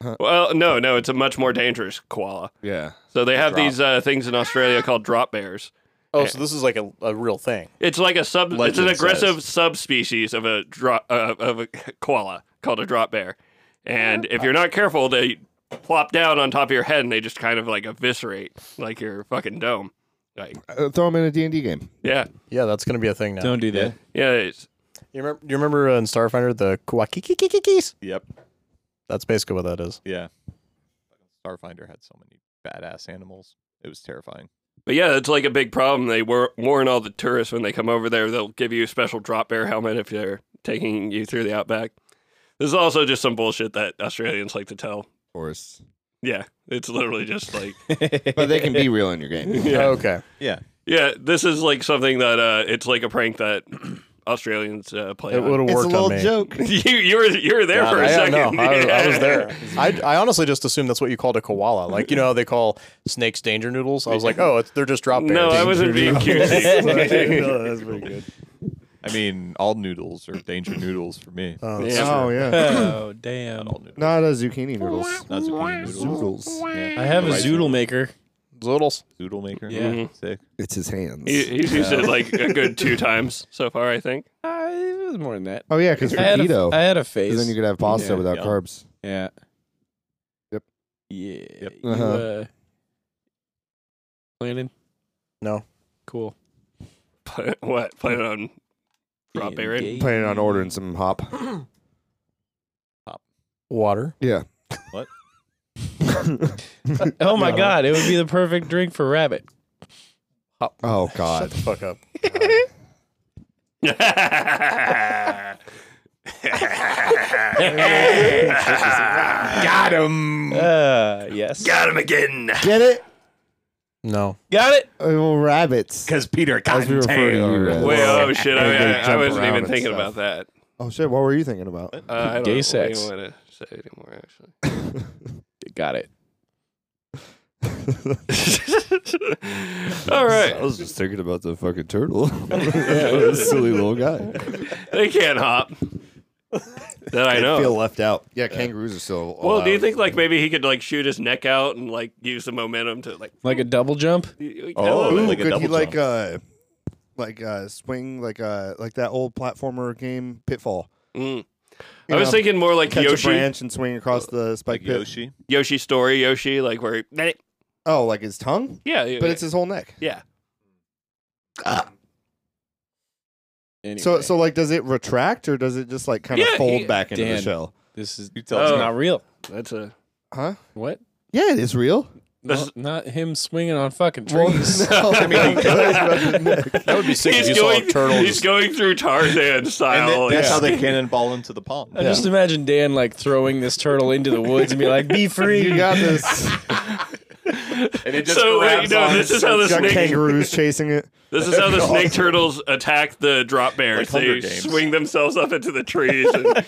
Speaker 1: koala?
Speaker 4: Well, no, no, it's a much more dangerous koala.
Speaker 5: Yeah,
Speaker 4: So they have these uh, things in Australia called drop bears.
Speaker 1: Oh, so this is like a, a real thing.
Speaker 4: It's like a sub. it's an
Speaker 7: Legend
Speaker 4: aggressive subspecies of a drop uh, of a koala called a drop bear. And if you're not careful, they plop down on top of your head and they just kind of like eviscerate like your fucking dome. Like
Speaker 5: uh, throw them in a D and D game.
Speaker 4: yeah,
Speaker 1: Yeah, that's going to be a thing now.
Speaker 2: Don't do that.
Speaker 4: yeah. It's,
Speaker 1: You remember? You remember uh, in Starfinder the Kuakikikikikis?
Speaker 7: Yep.
Speaker 1: That's basically what that is.
Speaker 7: Yeah. Starfinder had so many badass animals. It was terrifying.
Speaker 4: But yeah, it's like a big problem. They wor- warn all the tourists when they come over there. They'll give you a special drop bear helmet if they're taking you through the outback. This is also just some bullshit that Australians like to tell.
Speaker 5: Of course,
Speaker 4: Yeah, it's literally just like
Speaker 5: but they can be real in your game.
Speaker 4: yeah,
Speaker 1: Oh, Okay.
Speaker 7: Yeah.
Speaker 4: yeah. This is like something that uh, it's like a prank that Australians uh, play.
Speaker 1: It would
Speaker 4: on.
Speaker 1: have worked on me.
Speaker 5: joke.
Speaker 4: you you were you were there
Speaker 1: God,
Speaker 4: for a
Speaker 1: I don't
Speaker 4: second.
Speaker 1: know. I, was- I was
Speaker 4: Yeah.
Speaker 1: there. I, I honestly just assumed that's what you called a koala. Like you know how they call snakes danger noodles. I was like, oh, it's, they're just drop bears.
Speaker 4: No, I wasn't being cute.
Speaker 5: that's pretty good.
Speaker 7: I mean, all noodles are danger noodles for me.
Speaker 1: Oh,
Speaker 4: Yeah.
Speaker 5: Oh yeah,
Speaker 2: Oh damn!
Speaker 7: All noodles.
Speaker 5: not a zucchini noodles.
Speaker 7: Not zucchini noodles.
Speaker 5: Noodles.
Speaker 7: Yeah.
Speaker 2: I have a
Speaker 7: Rice
Speaker 2: zoodle maker.
Speaker 1: Zoodles.
Speaker 7: Noodle maker.
Speaker 2: Yeah.
Speaker 7: Sick.
Speaker 5: It's his hands.
Speaker 4: He, he's used it like a good two times so far, I think.
Speaker 2: Uh, it was more than that.
Speaker 5: oh yeah, because
Speaker 2: I had,
Speaker 5: keto,
Speaker 2: a, I had a phase.
Speaker 5: then you could have pasta
Speaker 2: Yeah.
Speaker 5: without
Speaker 7: Yeah.
Speaker 5: carbs.
Speaker 2: yeah.
Speaker 5: Yep.
Speaker 2: Yeah.
Speaker 7: Yep.
Speaker 2: You,
Speaker 5: Uh-huh.
Speaker 2: uh, planning?
Speaker 1: No.
Speaker 2: Cool.
Speaker 4: what playing on drop bear? in?
Speaker 2: Engage.
Speaker 5: Planning on ordering some hop.
Speaker 1: Water.
Speaker 5: Yeah.
Speaker 7: What?
Speaker 2: Oh my
Speaker 5: No.
Speaker 2: god! It would be the perfect drink for rabbit.
Speaker 5: Oh God.
Speaker 1: Shut the fuck up.
Speaker 7: Got him.
Speaker 2: Uh, yes.
Speaker 4: Got him again.
Speaker 5: Get it?
Speaker 1: No.
Speaker 2: Got it.
Speaker 5: Well, Oh, rabbits.
Speaker 7: Because Peter Cottontail.
Speaker 5: rabbits.
Speaker 4: Wait, oh shit! I,
Speaker 5: They
Speaker 4: I, I
Speaker 5: jump
Speaker 4: wasn't
Speaker 5: around
Speaker 4: even
Speaker 5: and
Speaker 4: thinking
Speaker 5: stuff.
Speaker 4: about that.
Speaker 5: Oh shit! What were you thinking about?
Speaker 4: Uh, I don't
Speaker 2: Gay
Speaker 4: know
Speaker 2: sex.
Speaker 4: what I want to say anymore. Actually,
Speaker 2: Got it.
Speaker 4: all right,
Speaker 5: was just thinking about the fucking turtle. yeah, silly little guy.
Speaker 4: they can't hop. That I know.
Speaker 5: Feel left out. Yeah, kangaroos are still.
Speaker 4: well, do you think like maybe he could like shoot his neck out and like use the momentum to like?
Speaker 2: Like a double jump.
Speaker 7: Oh,
Speaker 5: Ooh,
Speaker 7: like a
Speaker 5: could he
Speaker 7: double
Speaker 5: like
Speaker 7: jump.
Speaker 5: uh, like uh, swing like uh, like that old platformer game Pitfall?
Speaker 4: Mm. I
Speaker 5: You
Speaker 4: was
Speaker 5: know,
Speaker 4: thinking more like
Speaker 5: Catch a
Speaker 4: Yoshi,
Speaker 5: branch and swing across the
Speaker 7: Like
Speaker 5: spike pit.
Speaker 7: Yoshi.
Speaker 4: Yoshi story, Yoshi, like where, yeah,
Speaker 5: Oh, like his tongue,
Speaker 4: yeah,
Speaker 5: but it's his whole neck.
Speaker 4: yeah.
Speaker 5: So, so like, does it retract or does it just like kind of
Speaker 4: Yeah,
Speaker 5: fold
Speaker 4: he-
Speaker 5: back into the
Speaker 2: Dan.
Speaker 5: shell?
Speaker 2: this is
Speaker 7: You tell
Speaker 2: that's
Speaker 4: Oh.
Speaker 7: me.
Speaker 2: not real.
Speaker 4: That's a
Speaker 5: Huh?
Speaker 2: What?
Speaker 5: Yeah, it is real.
Speaker 2: No,
Speaker 4: This-
Speaker 2: not him swinging on fucking trees.
Speaker 5: no, I mean,
Speaker 1: That would be sick if you saw a turtle.
Speaker 4: he's
Speaker 1: just-
Speaker 4: going through Tarzan
Speaker 7: And
Speaker 4: style.
Speaker 7: that- that's
Speaker 4: yeah.
Speaker 7: how they cannonball into the pond.
Speaker 2: I just imagine Dan like throwing this turtle into the woods and be like, "Be free."
Speaker 5: you got this.
Speaker 7: And it
Speaker 4: So wait,
Speaker 7: grabs on
Speaker 4: no,
Speaker 7: and
Speaker 4: this is how the
Speaker 5: Got
Speaker 4: snake
Speaker 5: kangaroos chasing it.
Speaker 4: This is how the snake turtles attack the drop bears.
Speaker 7: Like Hunger
Speaker 4: they
Speaker 7: Games.
Speaker 4: swing themselves up into the trees and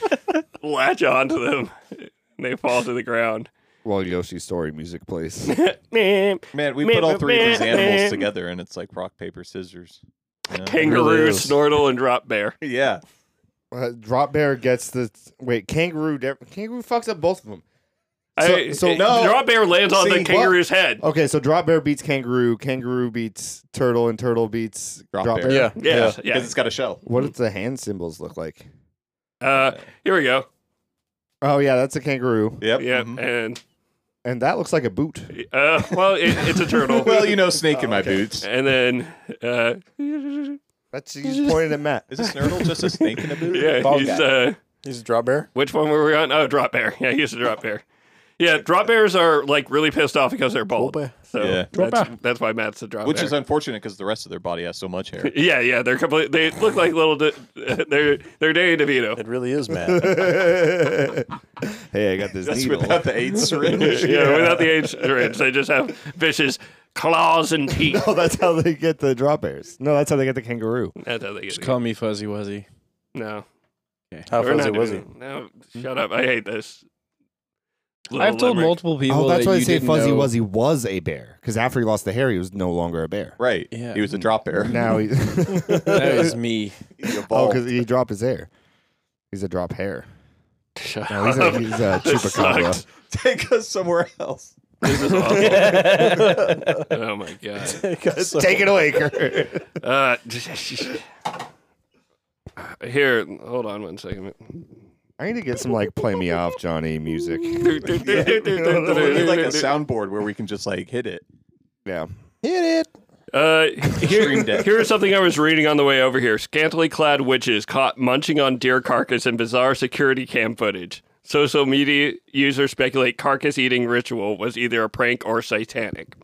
Speaker 4: latch onto them. And they fall to the ground.
Speaker 5: Well, Yoshi's story music plays.
Speaker 7: Man, we
Speaker 4: Meh,
Speaker 7: put all
Speaker 4: meh,
Speaker 7: three of these
Speaker 4: meh, meh.
Speaker 7: animals together, and it's like rock, paper, scissors. You know?
Speaker 4: Kangaroo,
Speaker 5: is.
Speaker 4: snortle, and drop bear.
Speaker 7: Yeah.
Speaker 5: Uh, drop bear gets the wait. Kangaroo, de- kangaroo fucks up both of them. So-
Speaker 4: I,
Speaker 5: so-
Speaker 4: it-
Speaker 5: no.
Speaker 4: drop bear lands on
Speaker 5: See,
Speaker 4: the kangaroo's
Speaker 7: Oh,
Speaker 4: head.
Speaker 5: Okay, so drop bear beats kangaroo. Kangaroo beats turtle, and turtle beats drop,
Speaker 7: Drop
Speaker 5: bear.
Speaker 7: bear.
Speaker 1: yeah.
Speaker 4: Yeah,
Speaker 7: Because
Speaker 4: yeah.
Speaker 7: it's got a shell.
Speaker 5: What does the hand symbols look like?
Speaker 4: Uh, here we go.
Speaker 5: Oh yeah, that's a kangaroo,
Speaker 7: Yep.
Speaker 4: Yeah,
Speaker 7: mhm.
Speaker 4: and
Speaker 5: and that looks like a boot.
Speaker 4: uh, well, it, it's a turtle.
Speaker 7: Well, you know, snake
Speaker 4: Oh,
Speaker 7: in my boots.
Speaker 4: and then uh,
Speaker 5: That's you just pointed at Matt.
Speaker 7: Is a snurtle just a snake in a boot?
Speaker 4: yeah, he's uh,
Speaker 1: He's a drop bear.
Speaker 4: which one were we on? Oh, drop bear. Yeah, he's a drop bear. Yeah, drop bears are like really pissed off because they're bald. So
Speaker 7: Yeah.
Speaker 4: that's, that's why Matt's a drop
Speaker 7: Which
Speaker 4: bear.
Speaker 7: is unfortunate because the rest of their body has so much hair.
Speaker 4: yeah, yeah, they're complete. They look like little. De- they're they're Danny DeVito.
Speaker 1: It really is mad.
Speaker 5: Hey, I got this
Speaker 7: That's
Speaker 5: needle.
Speaker 7: without the AIDS syringe.
Speaker 4: Yeah, without the age range, they just have vicious claws and teeth.
Speaker 5: Oh, that's how they get the drop bears. No, that's how they get the kangaroo.
Speaker 4: That's how they get.
Speaker 2: Just
Speaker 4: it.
Speaker 2: call me Fuzzy Wuzzy.
Speaker 4: No,
Speaker 1: How
Speaker 4: we're
Speaker 1: fuzzy
Speaker 4: not
Speaker 1: was he?
Speaker 4: doing it. No, shut up. I hate this.
Speaker 2: I've
Speaker 4: Little
Speaker 2: told
Speaker 4: limerick.
Speaker 2: multiple people
Speaker 5: oh, that's
Speaker 2: that
Speaker 5: why
Speaker 2: you
Speaker 5: they say
Speaker 2: didn't
Speaker 5: Fuzzy
Speaker 2: know-
Speaker 5: Wuzzy was a bear because after he lost the hair, he was no longer a bear.
Speaker 7: Right.
Speaker 2: Yeah.
Speaker 7: He was a drop bear.
Speaker 5: Now he,
Speaker 2: That is me.
Speaker 7: He
Speaker 5: oh,
Speaker 7: evolved.
Speaker 5: because he dropped his hair. He's a drop hair.
Speaker 4: Shut
Speaker 5: No, he's a,
Speaker 4: up.
Speaker 5: he's a
Speaker 4: This
Speaker 5: chupacabra.
Speaker 4: sucked.
Speaker 7: Take us somewhere else.
Speaker 4: This is awful. oh my god.
Speaker 5: Take it away, Kurt.
Speaker 4: Uh, here, hold on one second.
Speaker 5: I need to get some like play me off Johnny music.
Speaker 7: We need like a
Speaker 4: uh,
Speaker 7: soundboard where we can just like hit it.
Speaker 5: Yeah.
Speaker 7: Extreme
Speaker 4: Uh, here,
Speaker 7: deck.
Speaker 4: here's something I was reading on the way over here. Scantily clad witches caught munching on deer carcass in bizarre security cam footage. Social media users speculate carcass eating ritual was either a prank or satanic.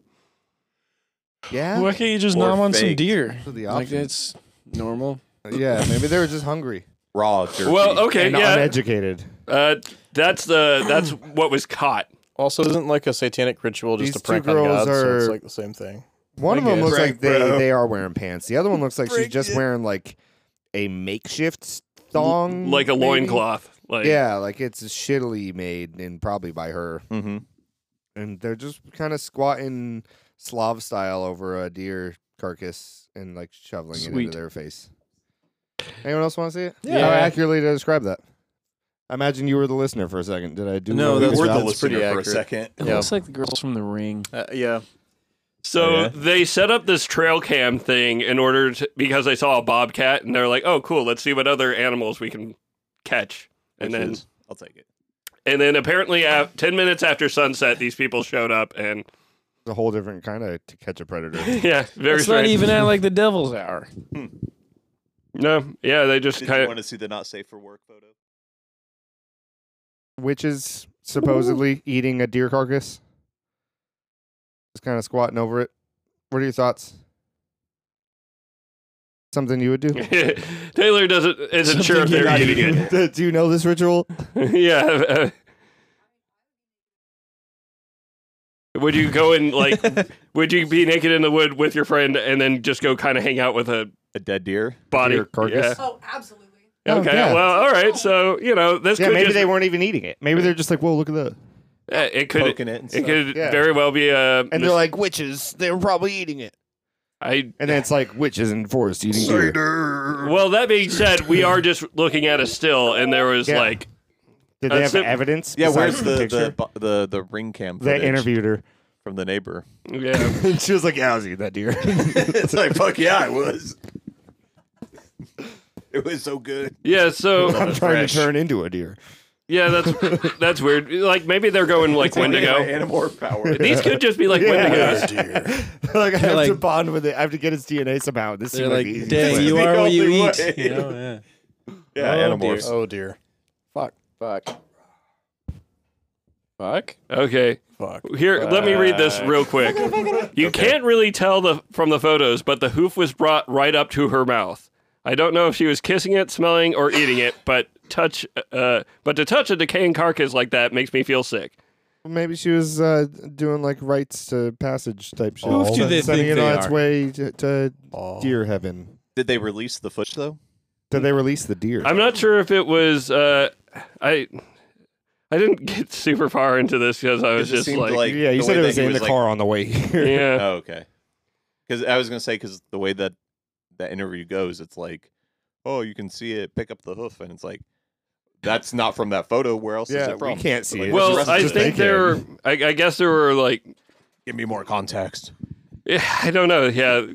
Speaker 5: Yeah.
Speaker 2: Why can't you just
Speaker 7: Or
Speaker 2: nom on some
Speaker 7: faked.
Speaker 2: deer?
Speaker 5: Those are the
Speaker 2: Like
Speaker 5: options.
Speaker 2: that's normal.
Speaker 5: Yeah. Maybe they were just hungry
Speaker 7: Raw jerky.
Speaker 4: Well, okay,
Speaker 5: and
Speaker 4: yeah,
Speaker 5: uneducated.
Speaker 4: uh, that's the that's what was caught.
Speaker 1: Also, isn't like a satanic ritual just
Speaker 5: These
Speaker 1: a prank
Speaker 5: two
Speaker 1: on
Speaker 5: girls
Speaker 1: God? So it's
Speaker 5: are-
Speaker 1: like the same thing.
Speaker 5: One of them
Speaker 2: guess.
Speaker 5: looks
Speaker 7: Break,
Speaker 5: like they,
Speaker 7: bro.
Speaker 5: they are wearing pants. The other one looks like she's
Speaker 7: Break
Speaker 5: just
Speaker 7: it.
Speaker 5: wearing like a makeshift thong,
Speaker 4: like a
Speaker 5: maybe?
Speaker 4: loincloth. Like
Speaker 5: Yeah, like it's shittily made and probably by her.
Speaker 7: Mm-hmm.
Speaker 5: And they're just kind of squatting Slav style over a deer carcass and like shoveling it
Speaker 2: Sweet.
Speaker 5: into their face. Anyone else want to see it?
Speaker 2: Yeah.
Speaker 5: How accurately to describe that? I imagine you were the listener for a second. Did I do?
Speaker 2: No,
Speaker 5: a
Speaker 2: that's-
Speaker 5: good
Speaker 7: We're
Speaker 5: job?
Speaker 7: the
Speaker 1: That's pretty
Speaker 7: listener for a
Speaker 1: accurate.
Speaker 7: second.
Speaker 2: It
Speaker 1: Yeah.
Speaker 2: looks like the girls from the ring.
Speaker 1: Uh, yeah.
Speaker 4: So
Speaker 7: Yeah.
Speaker 4: they set up this trail cam thing in order to, because they saw a bobcat and they're like, "Oh, cool, let's see what other animals we can catch." And
Speaker 7: Which
Speaker 4: then
Speaker 7: is- I'll take it.
Speaker 4: and then apparently af 10 minutes after sunset these people showed up and
Speaker 5: It's a whole different kind of to catch a predator.
Speaker 4: yeah, very
Speaker 2: It's not
Speaker 4: strange.
Speaker 2: even at like the devil's hour.
Speaker 4: No, yeah, they just
Speaker 7: Did you
Speaker 4: kind
Speaker 7: want
Speaker 4: of
Speaker 7: to see the not safe for work photo?
Speaker 5: which is supposedly eating a deer carcass. Just kind of squatting over it. What are your thoughts? Something you would do?
Speaker 4: Taylor doesn't isn't sure if
Speaker 2: Something
Speaker 4: they're
Speaker 2: you're not
Speaker 4: eating it.
Speaker 5: do you know this ritual?
Speaker 4: yeah. uh, would you go and like would you be naked in the wood with your friend and then just go kind of hang out with a
Speaker 7: A dead deer.
Speaker 4: body
Speaker 5: Deer carcass?
Speaker 4: Yeah.
Speaker 10: Oh, absolutely.
Speaker 5: Oh,
Speaker 4: Okay.
Speaker 5: yeah.
Speaker 4: Well, all right. So you know, this
Speaker 5: Yeah,
Speaker 4: could
Speaker 5: maybe
Speaker 4: just,
Speaker 5: they weren't even eating it. Maybe they're just like, "Whoa, look at that!"
Speaker 4: eh, it could
Speaker 7: Poking it. And
Speaker 4: it
Speaker 7: stuff.
Speaker 4: could
Speaker 5: Yeah.
Speaker 4: very well be uh, a.
Speaker 5: And they're like, "Witches, they were probably eating it."
Speaker 4: I
Speaker 5: And then it's like, "Witches in forest eating deer."
Speaker 4: well, that being said, we are just looking at a still, and there was
Speaker 5: Yeah.
Speaker 4: like
Speaker 5: Did they
Speaker 4: Uh,
Speaker 5: have
Speaker 4: so-
Speaker 5: evidence?
Speaker 7: Yeah,
Speaker 5: besides
Speaker 7: where's the the,
Speaker 5: picture?
Speaker 7: bo- the the ring cam?
Speaker 5: They
Speaker 7: footage
Speaker 5: interviewed her.
Speaker 7: from the neighbor.
Speaker 4: yeah.
Speaker 5: she was like, "Yeah, I was eating that deer."
Speaker 7: it's like fuck yeah, I was. It was so good.
Speaker 4: Yeah, so
Speaker 5: I'm trying
Speaker 7: Fresh.
Speaker 5: to turn into a deer.
Speaker 4: yeah, that's that's weird. Like maybe they're going like Wendigo.
Speaker 7: Animorph power.
Speaker 4: These could just be like Wendigos.
Speaker 5: like I have to
Speaker 2: like-
Speaker 5: bond with it. I have to get its DNA somehow. This
Speaker 2: They're
Speaker 5: seemed
Speaker 2: like,
Speaker 5: the easiest
Speaker 2: dang,
Speaker 5: way.
Speaker 2: you
Speaker 7: the
Speaker 2: are what you
Speaker 7: only
Speaker 2: eat.
Speaker 7: way.
Speaker 2: You know, yeah.
Speaker 7: Yeah, animorphs.
Speaker 1: Oh dear. Fuck. Fuck.
Speaker 2: Fuck.
Speaker 4: Okay,
Speaker 1: Fuck.
Speaker 4: here, let me read this real quick. You can't really tell the from the photos, but the hoof was brought right up to her mouth. I don't know if she was kissing it, smelling, or eating it, but touch, uh, but to touch a decaying carcass like that makes me feel sick.
Speaker 5: Maybe she was uh, doing like rites to passage type shit.
Speaker 2: Who do they
Speaker 5: sending
Speaker 2: think
Speaker 5: it
Speaker 2: they
Speaker 5: on its
Speaker 2: are?
Speaker 5: way to, to
Speaker 1: Oh.
Speaker 5: deer heaven.
Speaker 7: Did they release the footage though?
Speaker 5: Did they release the deer?
Speaker 4: I'm not sure if it was. Uh, I I didn't get super far into this because I was
Speaker 7: Because it
Speaker 4: just
Speaker 7: seemed
Speaker 4: like,
Speaker 7: like-
Speaker 5: yeah, you
Speaker 7: the
Speaker 5: said
Speaker 7: way
Speaker 5: it
Speaker 7: that
Speaker 5: was
Speaker 7: he
Speaker 5: in
Speaker 7: was,
Speaker 5: the
Speaker 7: like-
Speaker 5: car on the way here.
Speaker 4: yeah,
Speaker 7: Oh, okay. Because I was gonna say because the way that that interview goes, it's like, oh, you can see it pick up the hoof, and it's like, that's not from that photo. Where else is
Speaker 5: yeah,
Speaker 7: it from?
Speaker 5: we can't see
Speaker 7: Like,
Speaker 5: it.
Speaker 7: the
Speaker 4: well,
Speaker 7: rest
Speaker 4: I
Speaker 7: of the
Speaker 4: think
Speaker 5: naked.
Speaker 4: there. Were, I, I guess there were like.
Speaker 7: Give me more context.
Speaker 4: Yeah, I don't know. Yeah,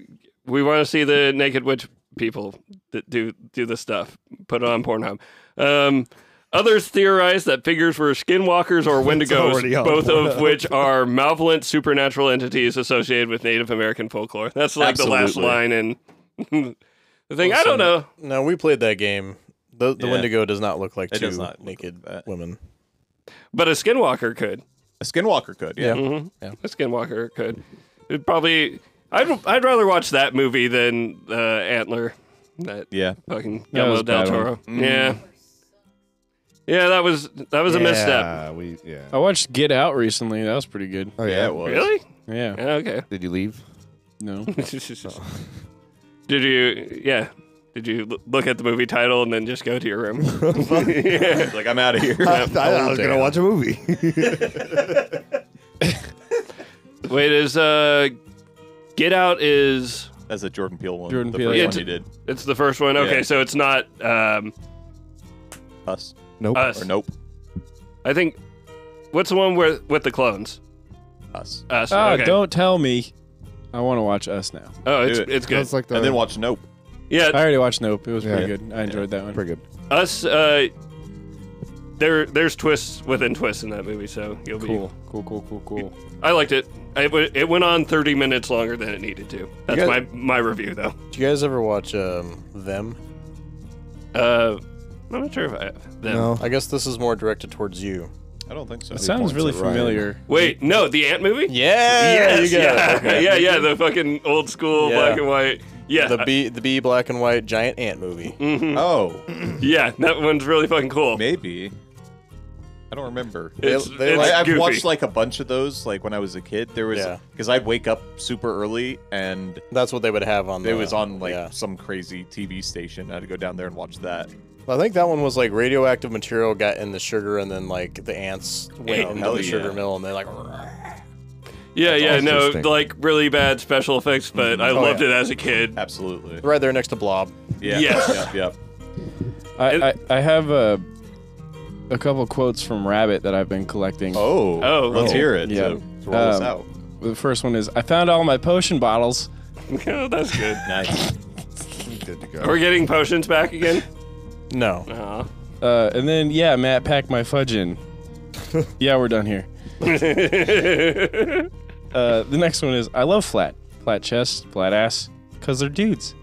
Speaker 4: we want to see the naked witch people that do do this stuff. Put it on Pornhub. Um, Others theorize that figures were skinwalkers or
Speaker 5: already
Speaker 4: wendigos,
Speaker 5: up.
Speaker 4: both of which are malevolent supernatural entities associated with Native American folklore. That's like the last
Speaker 7: Absolutely.
Speaker 4: line in the thing. I don't know.
Speaker 1: No, we played that game. The, the
Speaker 7: Yeah.
Speaker 1: Wendigo does not look like
Speaker 7: It
Speaker 1: two
Speaker 7: does not look
Speaker 1: naked
Speaker 7: like that.
Speaker 1: women.
Speaker 4: But a skinwalker could.
Speaker 7: A skinwalker could, yeah.
Speaker 2: Mm-hmm.
Speaker 4: A skinwalker could. It'd probably. I'd, I'd rather watch that movie than uh, Antler. That
Speaker 7: Yeah.
Speaker 4: fucking
Speaker 2: That
Speaker 4: Guillermo
Speaker 2: was
Speaker 4: del
Speaker 2: a bad one.
Speaker 4: Toro. Yeah. Yeah, that was that was a misstep.
Speaker 5: Yeah, we yeah.
Speaker 2: I watched Get Out recently. That was pretty good.
Speaker 5: Oh
Speaker 7: Yeah, it was.
Speaker 4: Really?
Speaker 2: Yeah.
Speaker 4: Yeah, okay.
Speaker 5: Did you leave?
Speaker 2: No.
Speaker 4: Did you? Yeah. Did you l- look at the movie title and then just go to your room?
Speaker 7: It's like, I'm out of here.
Speaker 5: I, thought I was
Speaker 1: Oh,
Speaker 5: gonna watch a movie.
Speaker 4: Wait, is uh, Get Out is
Speaker 7: That's a Jordan Peele one.
Speaker 2: Jordan
Speaker 7: the
Speaker 2: Peele,
Speaker 7: first
Speaker 4: yeah.
Speaker 7: one he did.
Speaker 4: it's the first one? Okay,
Speaker 7: Yeah.
Speaker 4: so it's not um
Speaker 7: Us.
Speaker 5: nope.
Speaker 4: us.
Speaker 7: Or nope.
Speaker 4: I think what's the one where with the clones?
Speaker 7: Us.
Speaker 4: Us.
Speaker 2: Ah,
Speaker 4: Uh, okay.
Speaker 2: don't tell me. I want to watch Us now.
Speaker 4: Oh, it's
Speaker 7: do it.
Speaker 4: it's good.
Speaker 5: That's like the
Speaker 7: and then watch Nope.
Speaker 2: I
Speaker 4: Yeah,
Speaker 2: already watched Nope. It was pretty
Speaker 5: Yeah.
Speaker 2: good. I enjoyed that one.
Speaker 5: pretty good.
Speaker 4: us. Uh, there there's twists within twists in that movie, so you'll be
Speaker 2: Cool. Cool. Cool. Cool. Cool.
Speaker 4: I liked it. It, w- it went on 30 minutes longer than it needed to. That's
Speaker 1: guys-
Speaker 4: my, my review, though.
Speaker 1: Do you guys ever watch um, Them?
Speaker 4: Uh, I'm not sure if I have them.
Speaker 5: No.
Speaker 1: I guess this is more directed towards you.
Speaker 7: I don't think so.
Speaker 2: It sounds really
Speaker 5: at Ryan.
Speaker 2: familiar.
Speaker 4: Wait, no, the Ant movie?
Speaker 1: Yeah,
Speaker 4: Yes,
Speaker 1: you got
Speaker 4: yeah,
Speaker 1: it. Okay.
Speaker 4: yeah, yeah, the fucking old school
Speaker 1: Yeah.
Speaker 4: black and white. Yeah, uh,
Speaker 1: The B, the B black and white giant ant movie.
Speaker 7: Oh,
Speaker 4: yeah, that one's really fucking cool.
Speaker 7: maybe. I don't remember.
Speaker 4: It's,
Speaker 1: They- they
Speaker 4: it's
Speaker 1: like-
Speaker 7: I, I've
Speaker 4: goofy.
Speaker 7: watched like a bunch of those, like when I was a kid. There was
Speaker 1: Yeah.
Speaker 7: because I'd wake up super early and
Speaker 1: That's what they would have on.
Speaker 7: it
Speaker 1: the-
Speaker 7: was on like
Speaker 1: yeah.
Speaker 7: some crazy TV station. I had to go down there and watch that.
Speaker 1: I think that one was like radioactive material got in the sugar, and then like the ants went
Speaker 4: Oh,
Speaker 1: into
Speaker 7: hell
Speaker 1: the sugar
Speaker 7: yeah.
Speaker 1: mill, and they like.
Speaker 4: yeah, yeah, no,
Speaker 5: interesting.
Speaker 4: like really bad special effects, but
Speaker 1: Oh,
Speaker 4: I loved it as a kid.
Speaker 7: Absolutely.
Speaker 1: Right there next to Blob.
Speaker 7: Yeah.
Speaker 4: Yes.
Speaker 7: Yep. Yep.
Speaker 2: I, I, I have a, a couple quotes from Rabbit that I've been collecting.
Speaker 7: Oh.
Speaker 4: Oh,
Speaker 7: Let's
Speaker 4: cool.
Speaker 7: hear it.
Speaker 2: Yeah.
Speaker 7: To, to roll this
Speaker 2: Um,
Speaker 7: out.
Speaker 2: The first one is I found all my potion bottles.
Speaker 4: oh, that's good.
Speaker 7: Nice.
Speaker 5: Good to go.
Speaker 4: We're getting potions back again?
Speaker 1: No.
Speaker 4: Aw.
Speaker 2: Uh, and then, yeah, Matt packed my fudge in. yeah, we're done here. uh, the next one is I love flat. Flat chest, flat ass, because they're dudes.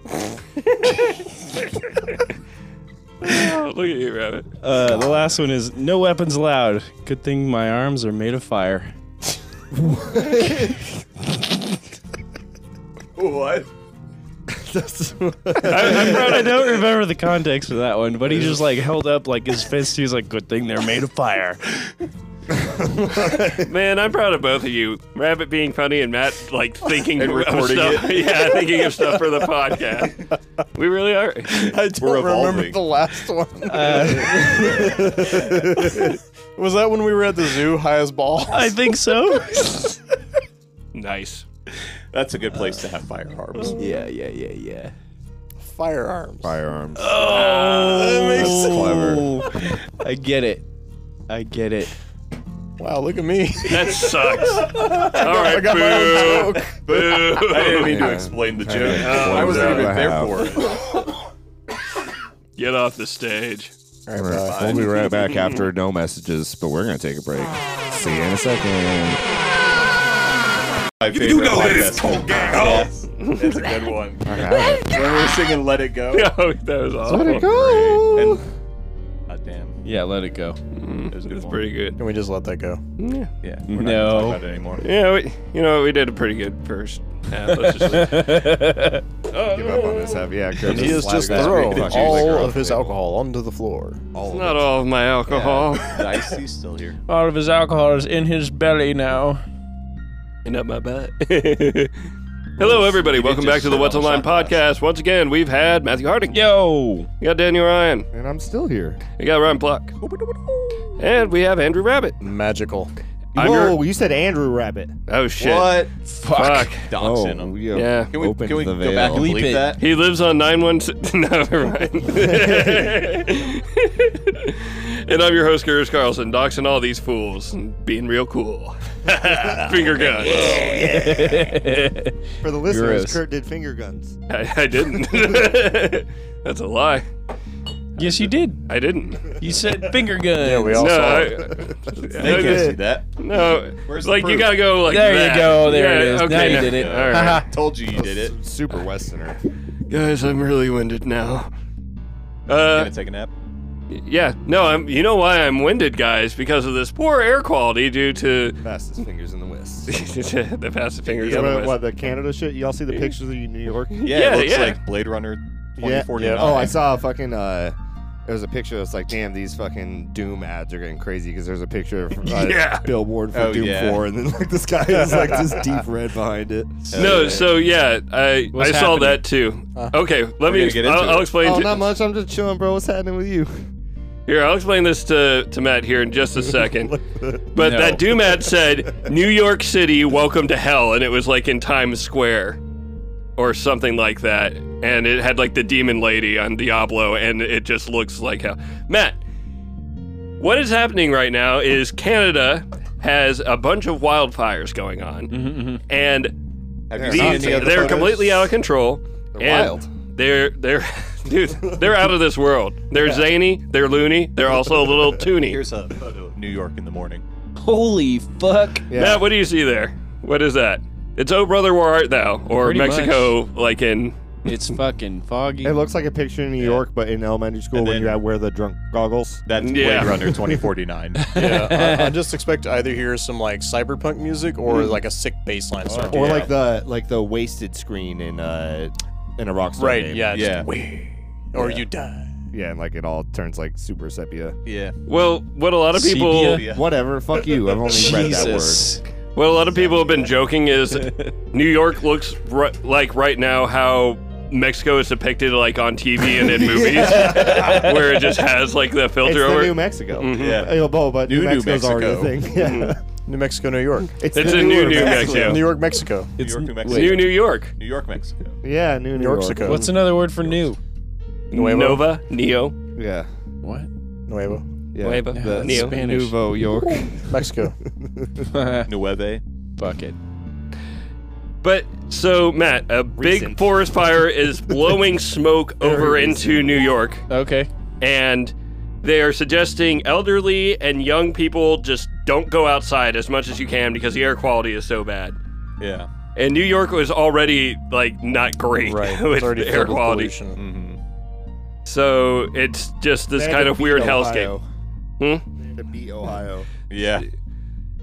Speaker 4: Oh, look at you, Rabbit.
Speaker 2: Uh, the last one is no weapons allowed. Good thing my arms are made of fire.
Speaker 7: what?
Speaker 4: I, I'm proud
Speaker 2: I
Speaker 4: of
Speaker 2: don't remember the context of that one, but he just like held up like his fist. He was like, "Good thing they're made of fire."
Speaker 4: Man, I'm proud of both of you. Rabbit being funny and Matt like thinking
Speaker 7: And
Speaker 4: of
Speaker 7: recording
Speaker 4: stuff. yeah, thinking of stuff for the podcast. We really are.
Speaker 1: I don't
Speaker 7: We're
Speaker 1: remember
Speaker 7: evolving.
Speaker 1: the last one. was that when we were at the zoo, high as ball?
Speaker 2: I think so.
Speaker 4: Nice.
Speaker 7: That's a good place to have firearms.
Speaker 2: yeah, yeah, yeah, yeah.
Speaker 1: Firearms.
Speaker 5: Firearms.
Speaker 2: Ah, Oh, I get it. I get it.
Speaker 1: Wow, look at me.
Speaker 4: That sucks. All right, boo. Boo.
Speaker 7: I didn't mean
Speaker 5: Yeah.
Speaker 7: to explain the joke. Uh,
Speaker 5: Oh,
Speaker 7: I wasn't
Speaker 5: yeah.
Speaker 7: even there for it.
Speaker 4: Get off the stage.
Speaker 5: All right, we'll be right back after no messages, but we're gonna take a break. See you in a second.
Speaker 7: My
Speaker 6: You do
Speaker 7: favorite
Speaker 6: know that it's
Speaker 7: podcast.
Speaker 6: cold gang.
Speaker 7: Yes. That's a good one. When we were singing "Let It Go,"
Speaker 4: Oh, that was awful.
Speaker 7: and God Ah, damn,
Speaker 2: Yeah, let it go.
Speaker 7: it was a good
Speaker 4: That's
Speaker 7: one.
Speaker 4: pretty good.
Speaker 1: Can we just let that go?
Speaker 7: Yeah, we're not
Speaker 2: No.
Speaker 7: gonna talk about it anymore.
Speaker 4: Yeah, we, you know we did a pretty good first half. Let's just
Speaker 5: Give up on this half. Yeah,
Speaker 1: And he has just thrown all of his alcohol onto the floor.
Speaker 4: not all of my alcohol.
Speaker 7: The iced tea's still here.
Speaker 2: All of his alcohol is in his belly now.
Speaker 4: and up my butt. Hello, everybody. Welcome back to the What's Online podcast. Once again, we've had Matthew Harding.
Speaker 2: Yo,
Speaker 4: We got Daniel Ryan.
Speaker 5: And I'm still here.
Speaker 4: We got Ryan Block. And we have Andrew Rabbit.
Speaker 1: Magical.
Speaker 4: I'm
Speaker 5: Whoa,
Speaker 4: your-
Speaker 5: you said Andrew Rabbit.
Speaker 4: Oh, shit.
Speaker 2: fuck.
Speaker 4: Fuck.
Speaker 7: Doxing him.
Speaker 5: yeah.
Speaker 4: Yeah.
Speaker 7: Can we,
Speaker 5: Oh, Opened
Speaker 7: can we
Speaker 5: the
Speaker 7: go
Speaker 5: veil.
Speaker 7: back and
Speaker 2: Bleep
Speaker 7: bleep
Speaker 2: it.
Speaker 7: that?
Speaker 4: He lives on 916. No, never mind. and I'm your host, Curious Carlson, doxing all these fools and being real cool. Finger guns.
Speaker 5: For the listeners,
Speaker 2: Gross.
Speaker 5: Kurt did finger guns.
Speaker 4: I, I didn't. That's a lie.
Speaker 2: Yes, you did.
Speaker 4: I didn't.
Speaker 2: You said finger guns.
Speaker 1: Yeah, we all
Speaker 4: no,
Speaker 1: saw
Speaker 4: I,
Speaker 1: it.
Speaker 7: They can't see that.
Speaker 4: no.
Speaker 7: Where's the
Speaker 4: like you
Speaker 7: proof?
Speaker 4: gotta go like
Speaker 2: There you
Speaker 4: that.
Speaker 2: go, there it
Speaker 4: Yeah,
Speaker 2: is.
Speaker 4: Okay,
Speaker 2: Now you did it.
Speaker 4: All right.
Speaker 7: Told you you did it.
Speaker 5: Super Westerner.
Speaker 4: guys, I'm really winded now.
Speaker 7: Gonna
Speaker 4: Uh,
Speaker 7: take a nap.
Speaker 4: yeah, no, I'm. You know why I'm winded, guys? Because of this poor air quality due to
Speaker 5: Fastest fingers in the West.
Speaker 4: the passive fingers. on the
Speaker 5: What,
Speaker 4: wrist.
Speaker 5: what, the Canada shit? Y'all see the pictures of New York?
Speaker 7: Yeah,
Speaker 4: Yeah,
Speaker 7: it looks
Speaker 4: yeah.
Speaker 7: like Blade Runner 2049.
Speaker 5: Oh, I saw a fucking. Uh, there was a picture that's like, damn, these fucking Doom ads are getting crazy because there's a picture of uh,
Speaker 4: Yeah.
Speaker 5: Billboard for
Speaker 7: Oh,
Speaker 5: Doom
Speaker 7: yeah.
Speaker 5: 4, and then like this guy is like this deep red behind it.
Speaker 4: No, so yeah, I
Speaker 2: What's
Speaker 4: I saw
Speaker 2: happening?
Speaker 4: that too. okay, let me.
Speaker 7: gonna get into
Speaker 4: I'll, I'll
Speaker 7: it.
Speaker 4: explain.
Speaker 5: Oh,
Speaker 4: to-
Speaker 5: not much. I'm just chilling, bro. What's happening with you?
Speaker 4: Here, I'll explain this to, to Matt here in just a second. But that Doom ad said, New York City, welcome to hell. And it was like in Times Square or something like that. And it had like the demon lady on Diablo, and it just looks like hell. Matt, what is happening right now is Canada has a bunch of wildfires going on. And
Speaker 7: Have
Speaker 5: They're
Speaker 7: you seen
Speaker 5: not
Speaker 7: any
Speaker 5: taking
Speaker 7: of the
Speaker 4: they're
Speaker 7: photos?
Speaker 4: completely out of control. They're
Speaker 5: wild.
Speaker 4: They're they're dude, they're out of this world. They're zany, they're loony, they're also a little toony.
Speaker 7: Here's a photo of New York in the morning.
Speaker 2: Holy fuck.
Speaker 5: Yeah.
Speaker 4: Matt, what do you see there? What is that? It's Oh Brother Where Art Thou, or
Speaker 2: Pretty
Speaker 4: Mexico, like in.
Speaker 2: It's fucking foggy.
Speaker 5: It looks like a picture in New York, but in elementary school
Speaker 7: And
Speaker 5: when
Speaker 7: then-
Speaker 5: you had wear the drunk goggles.
Speaker 7: That's
Speaker 4: Yeah.
Speaker 7: Blade Runner 2049.
Speaker 1: yeah, I, I just expect to either hear some like cyberpunk music or like a sick bass line. start.
Speaker 5: Or like the like the wasted screen in uh in a rock star
Speaker 1: right,
Speaker 5: game.
Speaker 1: yeah, just
Speaker 7: Yeah.
Speaker 1: "Wee," or you die.
Speaker 5: yeah, and like it all turns like super sepia.
Speaker 7: yeah.
Speaker 4: Well, what a lot of people,
Speaker 2: Sepia?
Speaker 7: Yeah.
Speaker 5: Whatever, fuck you. I've only read that word.
Speaker 2: Jesus.
Speaker 4: what a lot of people have been joking is, New York looks ri- like right now how Mexico is depicted like on TV and in movies, where it just has like the
Speaker 5: It's
Speaker 4: filter
Speaker 5: the
Speaker 4: over.
Speaker 5: New Mexico.
Speaker 7: Yeah.
Speaker 5: Oh, but- but New,
Speaker 7: New New
Speaker 5: Mexico's already a
Speaker 7: Mexico.
Speaker 5: thing. Yeah.
Speaker 1: New Mexico, New York,
Speaker 4: It's
Speaker 5: the
Speaker 4: a new New
Speaker 1: New
Speaker 4: Mexico.
Speaker 1: York, Mexico,
Speaker 7: New York, New Mexico.
Speaker 4: New New York.
Speaker 7: New York, Mexico.
Speaker 5: Yeah, New New
Speaker 1: New
Speaker 5: York.
Speaker 1: York, Mexico,
Speaker 2: What's another word for new?
Speaker 1: Nuevo.
Speaker 4: Nova, Neo,
Speaker 5: Yeah.
Speaker 2: What?
Speaker 1: Nuevo,
Speaker 5: Yeah.
Speaker 4: Nueva,
Speaker 2: that's
Speaker 4: Neo.
Speaker 2: Spanish.
Speaker 5: Nouveau York.
Speaker 1: Mexico.
Speaker 7: Nueve.
Speaker 2: Bucket.
Speaker 4: But so Matt, a big
Speaker 5: Recent.
Speaker 4: forest fire is blowing smoke over into New York.
Speaker 2: Okay.
Speaker 4: and they are suggesting elderly and young people just don't go outside as much as you can because the air quality is so bad.
Speaker 7: Yeah.
Speaker 4: And New York was already like not great
Speaker 1: Right,
Speaker 4: with
Speaker 1: it's already
Speaker 4: the
Speaker 1: filled
Speaker 4: air
Speaker 1: with
Speaker 4: quality,
Speaker 1: pollution.
Speaker 7: Mm-hmm.
Speaker 4: so it's just this kind of weird hellscape. Hmm?
Speaker 5: To beat Ohio.
Speaker 7: Yeah.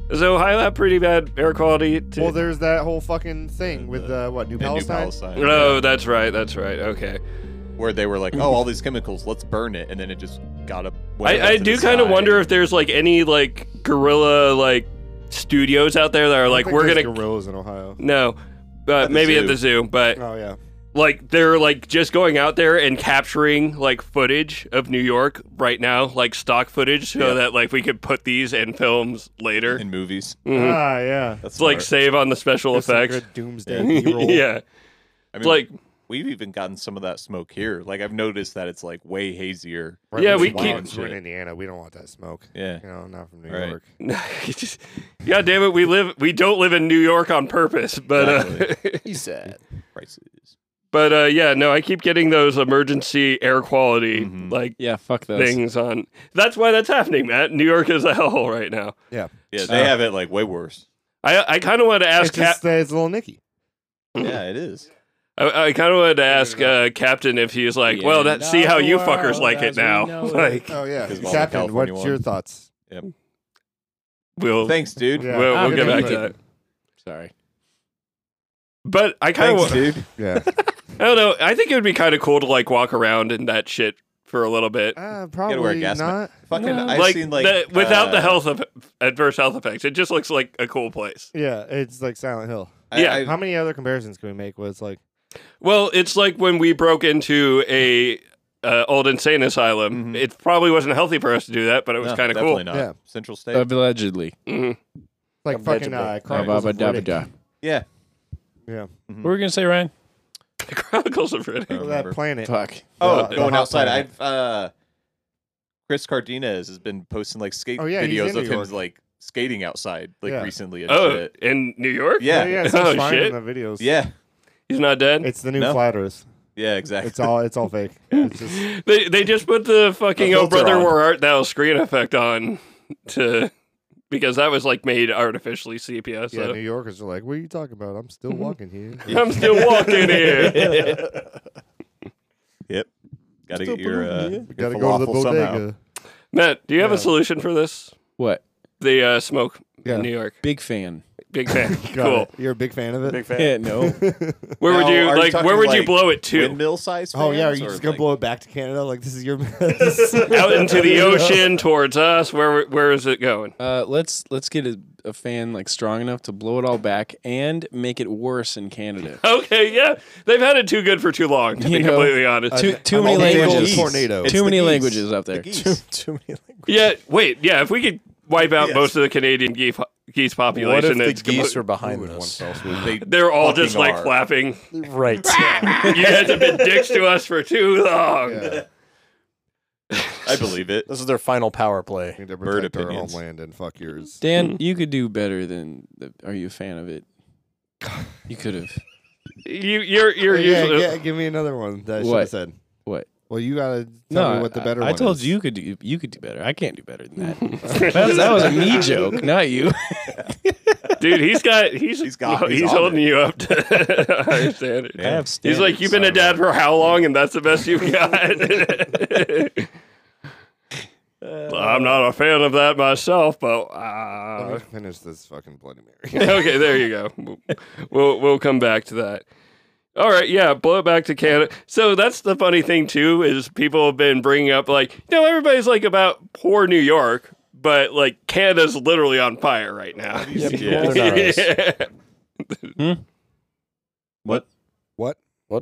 Speaker 4: Is Ohio have pretty bad air quality? Too?
Speaker 5: Well, there's that whole fucking thing with uh, what New
Speaker 7: And New
Speaker 5: Palestine.
Speaker 7: Palestine.
Speaker 4: no, Oh, that's right, that's right. Okay,
Speaker 7: Where they were like, oh, all these chemicals, let's burn it. And then it just got up.
Speaker 4: I, I do kind of wonder if there's like any like guerrilla like studios out there that are like we're gonna
Speaker 5: gorillas in Ohio.
Speaker 4: no, uh,
Speaker 7: At the
Speaker 4: maybe at
Speaker 7: zoo.
Speaker 4: the zoo, but
Speaker 5: Oh yeah.
Speaker 4: like they're like just going out there and capturing like footage of New York right now, like stock footage, so that like we could put these in films later.
Speaker 7: In movies.
Speaker 4: Mhm.
Speaker 5: Ah yeah.
Speaker 7: That's
Speaker 4: It's like
Speaker 7: smart.
Speaker 4: save on the special
Speaker 5: There's some
Speaker 4: effects.
Speaker 5: good doomsday. B-roll.
Speaker 4: yeah,
Speaker 7: I
Speaker 4: it's like
Speaker 7: we've even gotten some of that smoke here. Like I've noticed that it's like way hazier.
Speaker 5: Right,
Speaker 4: Yeah,
Speaker 5: which
Speaker 4: we
Speaker 5: is
Speaker 4: keep-
Speaker 5: wild, 'cause We're in Indiana. We don't want that smoke.
Speaker 7: Yeah.
Speaker 5: You know, not from New
Speaker 7: Right.
Speaker 5: York.
Speaker 4: God damn it, we live we don't live in New York on purpose, but uh,
Speaker 7: He said prices.
Speaker 4: but uh, yeah, no, I keep getting those emergency air quality
Speaker 7: Mhm.
Speaker 4: like
Speaker 2: Yeah, fuck those.
Speaker 4: things on. That's why that's happening, Matt. New York is a hellhole right now.
Speaker 5: Yeah.
Speaker 7: Yeah,
Speaker 4: Uh.
Speaker 7: they have it like way worse.
Speaker 4: I I kind of want to ask.
Speaker 5: It's, just,
Speaker 4: Cap-
Speaker 5: uh, it's little Nicky.
Speaker 4: Mm.
Speaker 7: yeah, it is.
Speaker 4: I, I kind of wanted to ask uh, Captain if he's like, well, that, see how you fuckers like it now. Like,
Speaker 5: Oh yeah.
Speaker 7: 'Cause of all the
Speaker 5: Captain,
Speaker 7: California
Speaker 5: what's your
Speaker 7: ones.
Speaker 5: thoughts?
Speaker 4: we'll
Speaker 7: Thanks, dude.
Speaker 5: Yeah.
Speaker 4: we'll,
Speaker 2: Ah,
Speaker 4: we'll get
Speaker 2: thank
Speaker 4: back to
Speaker 2: you.
Speaker 4: that.
Speaker 2: Sorry.
Speaker 4: But I kind
Speaker 7: Thanks,
Speaker 4: of, I
Speaker 7: dude.
Speaker 5: Yeah.
Speaker 4: don't know. I think it would be kind of cool to like walk around in that shit for a little bit,
Speaker 5: uh,
Speaker 7: Gotta wear a
Speaker 5: probably
Speaker 7: gas
Speaker 5: not.
Speaker 7: mask. Fucking, I've
Speaker 4: like,
Speaker 7: seen like
Speaker 4: the- without the
Speaker 7: uh,
Speaker 4: health of adverse health effects. It just looks like a cool place.
Speaker 5: Yeah. It's like Silent Hill.
Speaker 7: I-
Speaker 4: Yeah.
Speaker 7: I-
Speaker 5: How many other comparisons can we make? Where it's like,
Speaker 4: Well, it's like when we broke into a uh, old insane asylum.
Speaker 7: Mhm.
Speaker 4: It probably wasn't healthy for us to do that, but it was
Speaker 7: no,
Speaker 4: kind of
Speaker 7: definitely
Speaker 4: cool. Uh,
Speaker 7: Not.
Speaker 5: Yeah.
Speaker 7: Central State.
Speaker 2: Allegedly.
Speaker 4: Mhm.
Speaker 5: like fucking
Speaker 1: Allegedly.
Speaker 5: uh, Chronicles of Riddick.
Speaker 2: Ba-ba-da-ba-da.
Speaker 7: yeah.
Speaker 5: Yeah.
Speaker 2: What were we gonna say, Ryan?
Speaker 4: The Chronicles of Riddick.
Speaker 7: I don't
Speaker 5: That
Speaker 7: remember.
Speaker 5: planet.
Speaker 2: Fuck.
Speaker 7: Oh,
Speaker 5: the
Speaker 7: going
Speaker 5: hot
Speaker 7: outside.
Speaker 5: planet.
Speaker 7: I've uh Chris Cardenas has been posting like skate
Speaker 5: Oh, yeah, he's
Speaker 7: videos
Speaker 5: in
Speaker 7: of
Speaker 5: New
Speaker 7: him
Speaker 5: York.
Speaker 7: like skating outside like
Speaker 5: Yeah.
Speaker 7: recently and
Speaker 4: Oh,
Speaker 7: shit.
Speaker 4: in New York?
Speaker 7: Yeah.
Speaker 5: yeah. It's
Speaker 4: Oh,
Speaker 5: fine
Speaker 4: shit.
Speaker 5: in the videos.
Speaker 7: Yeah.
Speaker 4: He's not dead.
Speaker 5: It's the new
Speaker 7: No.
Speaker 5: flat Earth.
Speaker 7: Yeah, exactly.
Speaker 5: It's all it's all fake. It's just,
Speaker 4: They they just put the fucking
Speaker 1: The
Speaker 4: "Oh
Speaker 1: filter
Speaker 4: brother,
Speaker 1: on.
Speaker 4: where art thou" screen effect on to because that was like made artificially sepia.
Speaker 5: yeah,
Speaker 4: So
Speaker 5: New Yorkers are like, "What are you talking about? I'm still walking here."
Speaker 4: I'm still walking here.
Speaker 7: Yep. Got to get your, uh, your
Speaker 5: Gotta go to the
Speaker 7: falafel
Speaker 5: bodega.
Speaker 7: somehow.
Speaker 4: Matt, do you have a solution for this?
Speaker 2: What?
Speaker 4: The uh, smoke
Speaker 5: Yeah.
Speaker 4: in New York,
Speaker 2: Big fan.
Speaker 4: big fan.
Speaker 5: Got
Speaker 4: cool.
Speaker 5: it. You're a big fan of it.
Speaker 1: Big fan.
Speaker 2: Yeah, no.
Speaker 4: Where would
Speaker 7: Now,
Speaker 4: you
Speaker 7: are
Speaker 4: like? where
Speaker 7: talking,
Speaker 4: would you
Speaker 7: like,
Speaker 4: blow it to?
Speaker 7: Windmill size.
Speaker 5: Oh yeah, are
Speaker 7: fans
Speaker 5: you
Speaker 7: or,
Speaker 5: just gonna
Speaker 7: like-
Speaker 5: blow it back to Canada? Like this is your
Speaker 4: Out into the ocean towards us. Where where is it going?
Speaker 2: Uh, let's let's get a, a fan like strong enough to blow it all back and make it worse in Canada.
Speaker 4: Okay, yeah, they've had it too good for too long. To
Speaker 2: You
Speaker 4: be
Speaker 2: know,
Speaker 4: completely honest.
Speaker 2: Too too many
Speaker 5: thinking it's
Speaker 2: languages.
Speaker 5: tornado.
Speaker 2: Too many languages up there.
Speaker 1: Too, too many languages.
Speaker 4: yeah, wait, yeah. If we could wipe out most of the Canadian geese, geese population,
Speaker 1: What if the
Speaker 4: it's compl-
Speaker 1: geese are behind us?
Speaker 7: They
Speaker 4: they're all just
Speaker 7: fucking
Speaker 4: like
Speaker 7: are.
Speaker 4: flapping.
Speaker 1: Right.
Speaker 4: you guys have been dicks to us for too long.
Speaker 7: I believe it.
Speaker 1: this is their final power play.
Speaker 5: need to
Speaker 7: Bird
Speaker 5: protect our
Speaker 7: opinions.
Speaker 5: homeland and fuck yours.
Speaker 2: Dan, you could do better than. The, are you a fan of it? You could have.
Speaker 4: You you're you're
Speaker 5: yeah,
Speaker 4: usually
Speaker 5: yeah, give me another one that I should
Speaker 2: What?
Speaker 5: have said.
Speaker 2: What?
Speaker 5: Well, you gotta tell
Speaker 2: No,
Speaker 5: me what the better
Speaker 2: I,
Speaker 5: one
Speaker 2: I told
Speaker 5: is.
Speaker 2: you could do. You could do better. I can't do better than that. that, was, that was a me joke, not you.
Speaker 4: dude. He's got he's
Speaker 7: He's got-
Speaker 4: no, he's,
Speaker 7: he's on
Speaker 4: holding you up to our standard.
Speaker 7: Yeah.
Speaker 4: He's like, you've been a dad for how long, and that's the best you've got. Well, I'm not a fan of that myself, but
Speaker 5: Let
Speaker 4: uh,
Speaker 5: me finish this fucking Bloody Mary.
Speaker 4: okay, there you go. We'll we'll come back to that. All right, yeah, blow it back to Canada. So that's the funny thing too is people have been bringing up like, you know, everybody's like about poor New York, but like Canada's literally on fire right now.
Speaker 7: Yeah. What?
Speaker 5: What?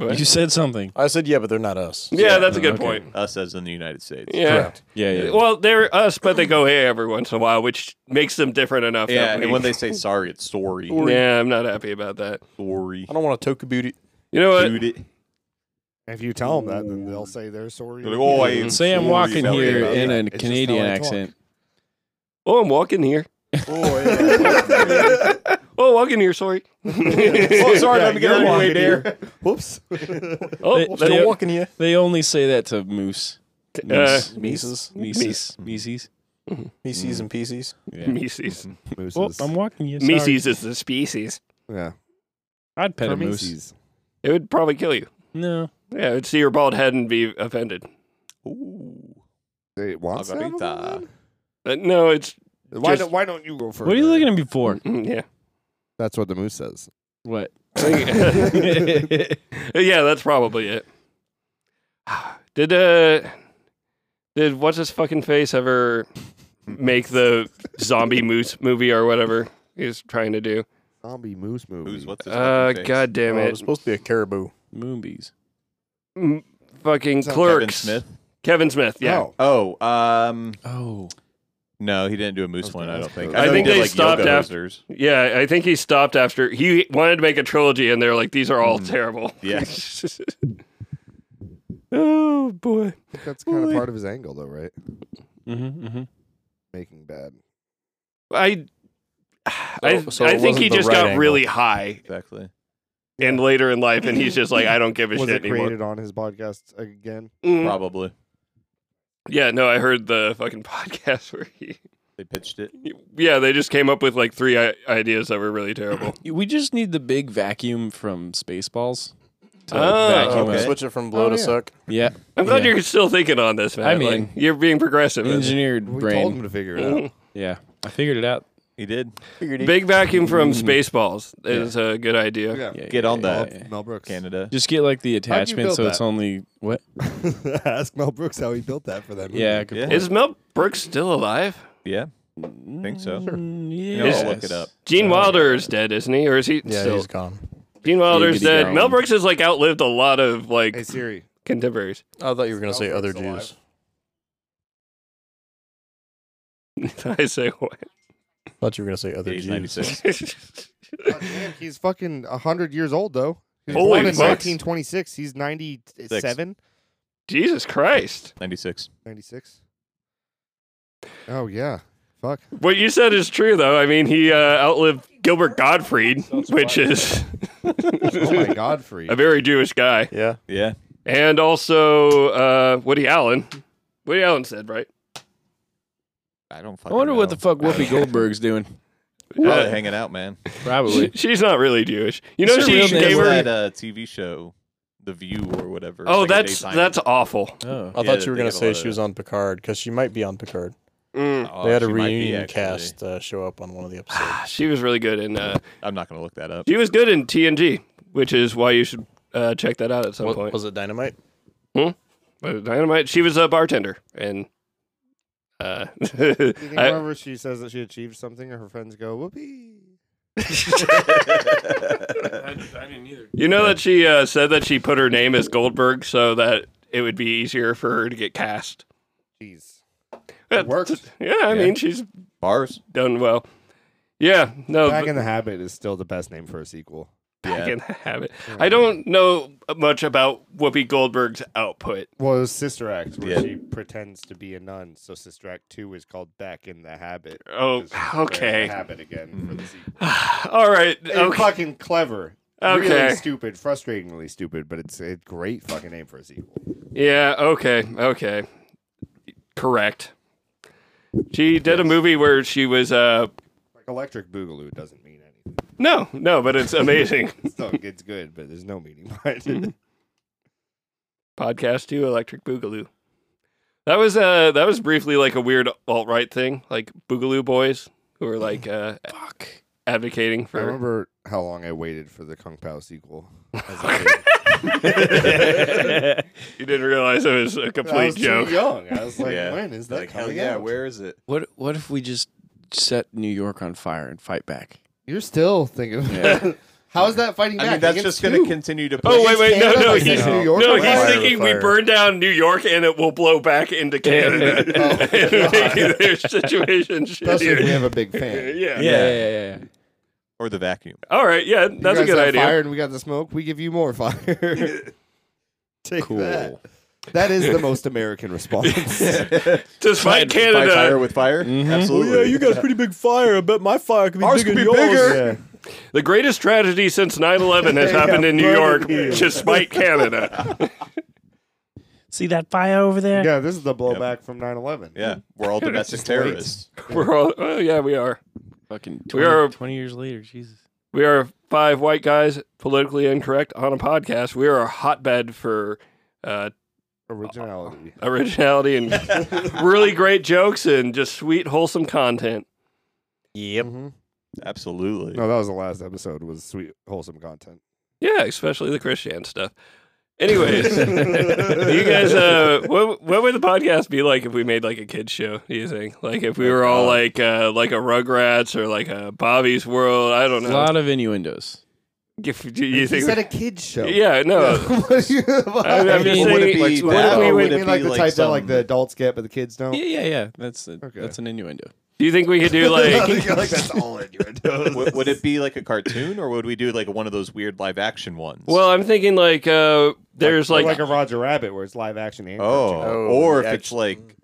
Speaker 2: You said something.
Speaker 1: I said, yeah, but they're not us.
Speaker 4: Yeah, that's a good
Speaker 2: Okay.
Speaker 4: point.
Speaker 7: Us as in the United States.
Speaker 4: Yeah.
Speaker 2: Yeah, yeah.
Speaker 4: Well, they're us, but they go hey every once in a while, which makes them different enough. that
Speaker 7: Yeah,
Speaker 4: we-
Speaker 7: and when they say sorry, it's sorry.
Speaker 4: yeah, I'm not happy about that.
Speaker 7: Sorry.
Speaker 1: I don't want to toka booty.
Speaker 4: You know what?
Speaker 7: Dude, it-
Speaker 5: If you tell them that, then they'll say they're sorry.
Speaker 7: They're like, oh, I am
Speaker 2: Say I'm
Speaker 7: sorry
Speaker 2: walking
Speaker 7: about
Speaker 2: here
Speaker 7: that.
Speaker 2: in a
Speaker 5: It's just how
Speaker 2: Canadian
Speaker 5: I talk.
Speaker 2: accent.
Speaker 4: Oh, I'm walking here. Oh, walking here. Sorry.
Speaker 7: Oh, sorry, let me get
Speaker 5: you're
Speaker 7: out of the way
Speaker 5: walking
Speaker 7: there.
Speaker 5: Whoops.
Speaker 4: Oh,
Speaker 2: They-
Speaker 4: there
Speaker 2: they-
Speaker 4: you-
Speaker 1: Fucking you.
Speaker 2: They only say that to moose.
Speaker 4: uh,
Speaker 2: Moose.
Speaker 1: Mises.
Speaker 2: Mises. Mises.
Speaker 1: Mises and PCs.
Speaker 4: Mises.
Speaker 2: Oh, I'm walking you. sorry.
Speaker 4: Mises is the species.
Speaker 5: Yeah.
Speaker 2: I'd pet a moose.
Speaker 5: Mises.
Speaker 4: It would probably kill you.
Speaker 2: No.
Speaker 4: Yeah, it would see your bald head and be offended.
Speaker 5: They want some?
Speaker 7: Margarita.
Speaker 4: Uh, no, it's
Speaker 5: Why,
Speaker 4: Just-
Speaker 5: don't, why don't you go first?
Speaker 2: What are you looking at me for?
Speaker 4: mm, yeah.
Speaker 5: That's what the moose says.
Speaker 2: What?
Speaker 4: yeah, that's probably it. Did uh did what's his fucking face ever make the zombie moose movie or whatever he's trying to do?
Speaker 5: Zombie moose movie.
Speaker 7: Who's what's his
Speaker 4: Uh
Speaker 7: fucking face?
Speaker 4: god damn
Speaker 1: Oh, it
Speaker 4: it.
Speaker 1: was supposed to be a caribou.
Speaker 2: Moonbees.
Speaker 4: Mm, fucking
Speaker 5: Sounds-
Speaker 4: clerks.
Speaker 7: Kevin Smith.
Speaker 4: Kevin Smith, yeah.
Speaker 5: Oh.
Speaker 7: Oh, um,
Speaker 2: Oh.
Speaker 7: no, he didn't do a moose one. I don't think.
Speaker 4: I
Speaker 7: know he
Speaker 4: think
Speaker 7: did,
Speaker 4: they
Speaker 7: like,
Speaker 4: stopped
Speaker 7: yoga
Speaker 4: after- Mm.
Speaker 7: hosers.
Speaker 4: Yeah, I think he stopped after he wanted to make a trilogy and they're like these are all terrible.
Speaker 7: Hmm. Yeah.
Speaker 4: oh boy.
Speaker 5: That's kind of part of his angle, though, right?
Speaker 2: Mm-hmm, mm-hmm.
Speaker 5: Making bad.
Speaker 4: I I,
Speaker 1: So- so
Speaker 4: I
Speaker 1: it
Speaker 4: think
Speaker 1: wasn't
Speaker 4: he
Speaker 1: the
Speaker 4: just
Speaker 1: right
Speaker 4: got
Speaker 1: angle.
Speaker 4: really high
Speaker 7: Exactly.
Speaker 4: and later in life and he's just like I don't give a
Speaker 5: Was
Speaker 4: shit
Speaker 5: it
Speaker 4: anymore.
Speaker 5: created on his podcast again?
Speaker 4: Mm.
Speaker 7: Probably
Speaker 4: Yeah, no, I heard the fucking podcast where he.
Speaker 7: they pitched it.
Speaker 4: Yeah, they just came up with like three I- ideas that were really terrible.
Speaker 2: We just need the big vacuum from Spaceballs. To
Speaker 4: Oh,
Speaker 7: okay.
Speaker 2: vacuum up.
Speaker 1: Uh, Switch it from blow to
Speaker 5: yeah.
Speaker 1: suck.
Speaker 2: Yeah.
Speaker 4: I'm glad
Speaker 2: Yeah.
Speaker 4: you're still thinking on this, man.
Speaker 2: I mean-
Speaker 4: Like, you're being progressive.
Speaker 2: Engineered
Speaker 5: We told him
Speaker 2: brain.
Speaker 5: to figure it out.
Speaker 2: Yeah. I figured it out.
Speaker 7: He did.
Speaker 4: Big vacuum from
Speaker 1: Mm.
Speaker 4: Spaceballs is a good idea.
Speaker 5: Yeah.
Speaker 2: Yeah,
Speaker 7: Get on
Speaker 2: yeah,
Speaker 7: that.
Speaker 2: yeah, yeah.
Speaker 5: Mel Brooks.
Speaker 7: Canada.
Speaker 2: Just get like the attachment
Speaker 5: build
Speaker 2: so it's
Speaker 5: that?
Speaker 2: only what?
Speaker 5: Ask Mel Brooks how he built that for that movie.
Speaker 2: Yeah, good
Speaker 7: Yeah.
Speaker 2: point.
Speaker 4: Is Mel Brooks still alive?
Speaker 7: Yeah, think so.
Speaker 2: Mm,
Speaker 7: You know,
Speaker 2: yes.
Speaker 7: I'll look it up.
Speaker 4: Gene Wilder is dead, isn't he? Or is he
Speaker 1: Uh, Yeah,
Speaker 4: still?
Speaker 1: he's gone.
Speaker 4: Gene Wilder's
Speaker 2: Giggity
Speaker 4: dead.
Speaker 2: ground.
Speaker 4: Mel Brooks has like outlived a lot of like
Speaker 5: Hey, Siri.
Speaker 4: contemporaries.
Speaker 1: I thought you were gonna say
Speaker 5: Mel
Speaker 1: other
Speaker 5: Brooks alive.
Speaker 1: Jews.
Speaker 4: I say what?
Speaker 1: I thought you were gonna say other
Speaker 7: He's
Speaker 1: Jews.
Speaker 7: 96.
Speaker 5: God damn, he's fucking 100 years old, though. He was
Speaker 4: Holy
Speaker 5: born in
Speaker 4: fuck.
Speaker 5: 1926. He's 97,
Speaker 4: Jesus Christ!
Speaker 7: 96.
Speaker 5: 96. Oh, yeah. Fuck.
Speaker 4: What you said is true, though. I mean, he uh, outlived Gilbert Gottfried, which is
Speaker 5: Oh my Godfrey.
Speaker 4: a very Jewish guy,
Speaker 1: Yeah.
Speaker 3: Yeah.
Speaker 4: and also uh, Woody Allen. Woody Allen said, right?
Speaker 7: I don't fucking
Speaker 2: I wonder
Speaker 7: know.
Speaker 2: what the fuck Whoopi Goldberg's doing.
Speaker 7: Probably
Speaker 4: Uh,
Speaker 7: hanging out, man.
Speaker 2: Probably.
Speaker 4: she- she's not really Jewish. You know,
Speaker 2: Is her
Speaker 4: she
Speaker 2: real
Speaker 7: She
Speaker 2: name
Speaker 4: gave
Speaker 7: was
Speaker 4: her.
Speaker 7: that uh, TV show, The View or whatever.
Speaker 4: Oh,
Speaker 7: Like a
Speaker 4: that's
Speaker 7: daytime-
Speaker 4: that's awful.
Speaker 2: oh.
Speaker 7: Yeah,
Speaker 1: I thought you were
Speaker 7: they
Speaker 1: gonna
Speaker 7: get a
Speaker 1: say
Speaker 7: lot
Speaker 1: she
Speaker 7: of-
Speaker 1: was on Picard because she might be on Picard.
Speaker 4: Mm.
Speaker 7: Oh,
Speaker 1: They had a
Speaker 7: she might be,
Speaker 1: reunion
Speaker 7: actually.
Speaker 1: cast uh, show up on one of the episodes.
Speaker 4: Ah, She was really good in. Uh,
Speaker 7: I'm not gonna look that up.
Speaker 4: she was good in TNG, which is why you should uh, check that out at some
Speaker 1: Wa-
Speaker 4: point.
Speaker 1: was it Dynamite?
Speaker 4: But Dynamite. She was a bartender, and uh,
Speaker 5: You think
Speaker 4: I-
Speaker 5: whenever she says that she achieved something, her friends go whoopee.
Speaker 4: you know that she uh, said that she put her name as Goldberg so that it would be easier for her to get cast.
Speaker 5: Jeez.
Speaker 4: It
Speaker 5: worked.
Speaker 4: Yeah, I mean she's
Speaker 7: Bars.
Speaker 4: done well. Yeah, no,
Speaker 5: Back
Speaker 4: th-
Speaker 5: in the Habit is still the best name for a sequel.
Speaker 4: I can have it. I don't know much about Whoopi Goldberg's output.
Speaker 5: Well, it was Sister Act where
Speaker 7: Yeah.
Speaker 5: she pretends to be a nun, so Sister Act Two is called Back in the Habit.
Speaker 4: Oh,
Speaker 5: 'Cause she's
Speaker 4: okay.
Speaker 5: in the habit again for the sequel.
Speaker 4: All right,
Speaker 5: It's
Speaker 4: okay.
Speaker 5: fucking clever.
Speaker 4: Okay.
Speaker 5: Really stupid, frustratingly stupid, but it's a great fucking name for a sequel.
Speaker 4: Yeah, okay, okay. Correct. She did a movie where she was uh
Speaker 5: Like Electric Boogaloo doesn't mean anything.
Speaker 4: no, no, but it's amazing.
Speaker 5: It's, still, it's good, but there's no meaning behind
Speaker 7: Mm-hmm.
Speaker 5: it.
Speaker 4: Podcast 2 Electric Boogaloo. That was uh that was briefly like a weird alt right thing, like Boogaloo boys who were like uh advocating
Speaker 5: I
Speaker 4: for
Speaker 5: remember how long I waited for the Kung Pao sequel. As a kid.
Speaker 4: You didn't realize it was a
Speaker 5: I
Speaker 4: complete
Speaker 5: was
Speaker 4: joke.
Speaker 5: too young. I was like,
Speaker 7: Yeah.
Speaker 5: when is that
Speaker 7: Like, hell
Speaker 5: coming
Speaker 7: yeah,
Speaker 5: out?
Speaker 7: where is it?
Speaker 2: What What if we just set New York on fire and fight back?
Speaker 5: You're still thinking. How's that fighting back?
Speaker 7: I mean, that's
Speaker 5: Against
Speaker 7: just going
Speaker 5: who?
Speaker 7: to continue to. Push.
Speaker 4: Oh wait, wait, no,
Speaker 5: Canada
Speaker 4: no,
Speaker 5: versus
Speaker 4: he's
Speaker 5: New
Speaker 4: no,
Speaker 5: York
Speaker 4: he's
Speaker 5: on fire.
Speaker 4: thinking we burn down New York and it will blow back into Canada
Speaker 5: Oh.
Speaker 4: and make their situation
Speaker 5: Especially if we
Speaker 4: shittier.
Speaker 5: have a big fan.
Speaker 4: Yeah.
Speaker 2: Yeah, yeah, yeah. yeah.
Speaker 7: Or the vacuum.
Speaker 4: All right, yeah,
Speaker 5: You
Speaker 4: that's a
Speaker 5: guys
Speaker 4: good
Speaker 5: have
Speaker 4: idea.
Speaker 5: Fire and we got the smoke. We give you more fire. Take
Speaker 2: Cool.
Speaker 5: that. That is the most American response.
Speaker 4: Just fight
Speaker 7: By fire
Speaker 4: Canada.
Speaker 7: with fire.
Speaker 1: Mm-hmm.
Speaker 7: Absolutely.
Speaker 1: Oh, got a pretty big fire. I bet my fire could be
Speaker 7: Ours could be bigger.
Speaker 4: The greatest tragedy since 9/11 has happened in New York. Just fight Canada.
Speaker 2: See that fire over there?
Speaker 5: yeah, this is the blowback from 9/11.
Speaker 7: Yeah, we're all domestic terrorists.
Speaker 4: We're all oh yeah, we are.
Speaker 2: Fucking 20,
Speaker 4: We are-
Speaker 2: 20 years later, Jesus.
Speaker 4: We are five white guys politically incorrect on a podcast. We are a hotbed for uh,
Speaker 5: Originality.
Speaker 4: originality and really great jokes and just sweet wholesome content.
Speaker 1: Yep.
Speaker 7: Absolutely.
Speaker 5: Mm-hmm. No, that was the last episode. Was sweet wholesome content.
Speaker 4: Yeah, especially the Christian stuff. Anyways, you guys, uh, what what would the podcast be like if we made like a kids show? Do you think, like, if we were
Speaker 5: Um,
Speaker 4: all like uh, like a Rugrats or like a Bobby's World? I don't
Speaker 2: A
Speaker 4: know.
Speaker 2: lot of innuendos.
Speaker 4: If- do you
Speaker 5: Is
Speaker 4: think?
Speaker 5: that a kids show?
Speaker 4: yeah, no.
Speaker 5: I,
Speaker 4: I'm just
Speaker 7: would it
Speaker 4: saying,
Speaker 7: be
Speaker 4: like, what
Speaker 7: that
Speaker 4: if we
Speaker 7: or
Speaker 4: would-
Speaker 7: would it
Speaker 5: mean like
Speaker 7: be
Speaker 5: the
Speaker 7: like
Speaker 5: type that
Speaker 7: some-
Speaker 5: like the adults get, but the kids don't.
Speaker 2: Yeah, yeah, yeah. That's a,
Speaker 5: Oh. Okay.
Speaker 2: that's an innuendo.
Speaker 4: do you think we could do like?
Speaker 5: like that's all innuendos.
Speaker 7: would, would it be like a cartoon, or would we do like one of those weird live action ones?
Speaker 4: Well, I'm thinking like uh, there's
Speaker 5: like,
Speaker 4: like,
Speaker 5: a Roger Rabbit where it's live action and
Speaker 7: oh,
Speaker 5: cartoon.
Speaker 1: Oh,
Speaker 7: or if
Speaker 1: yeah,
Speaker 7: it's like,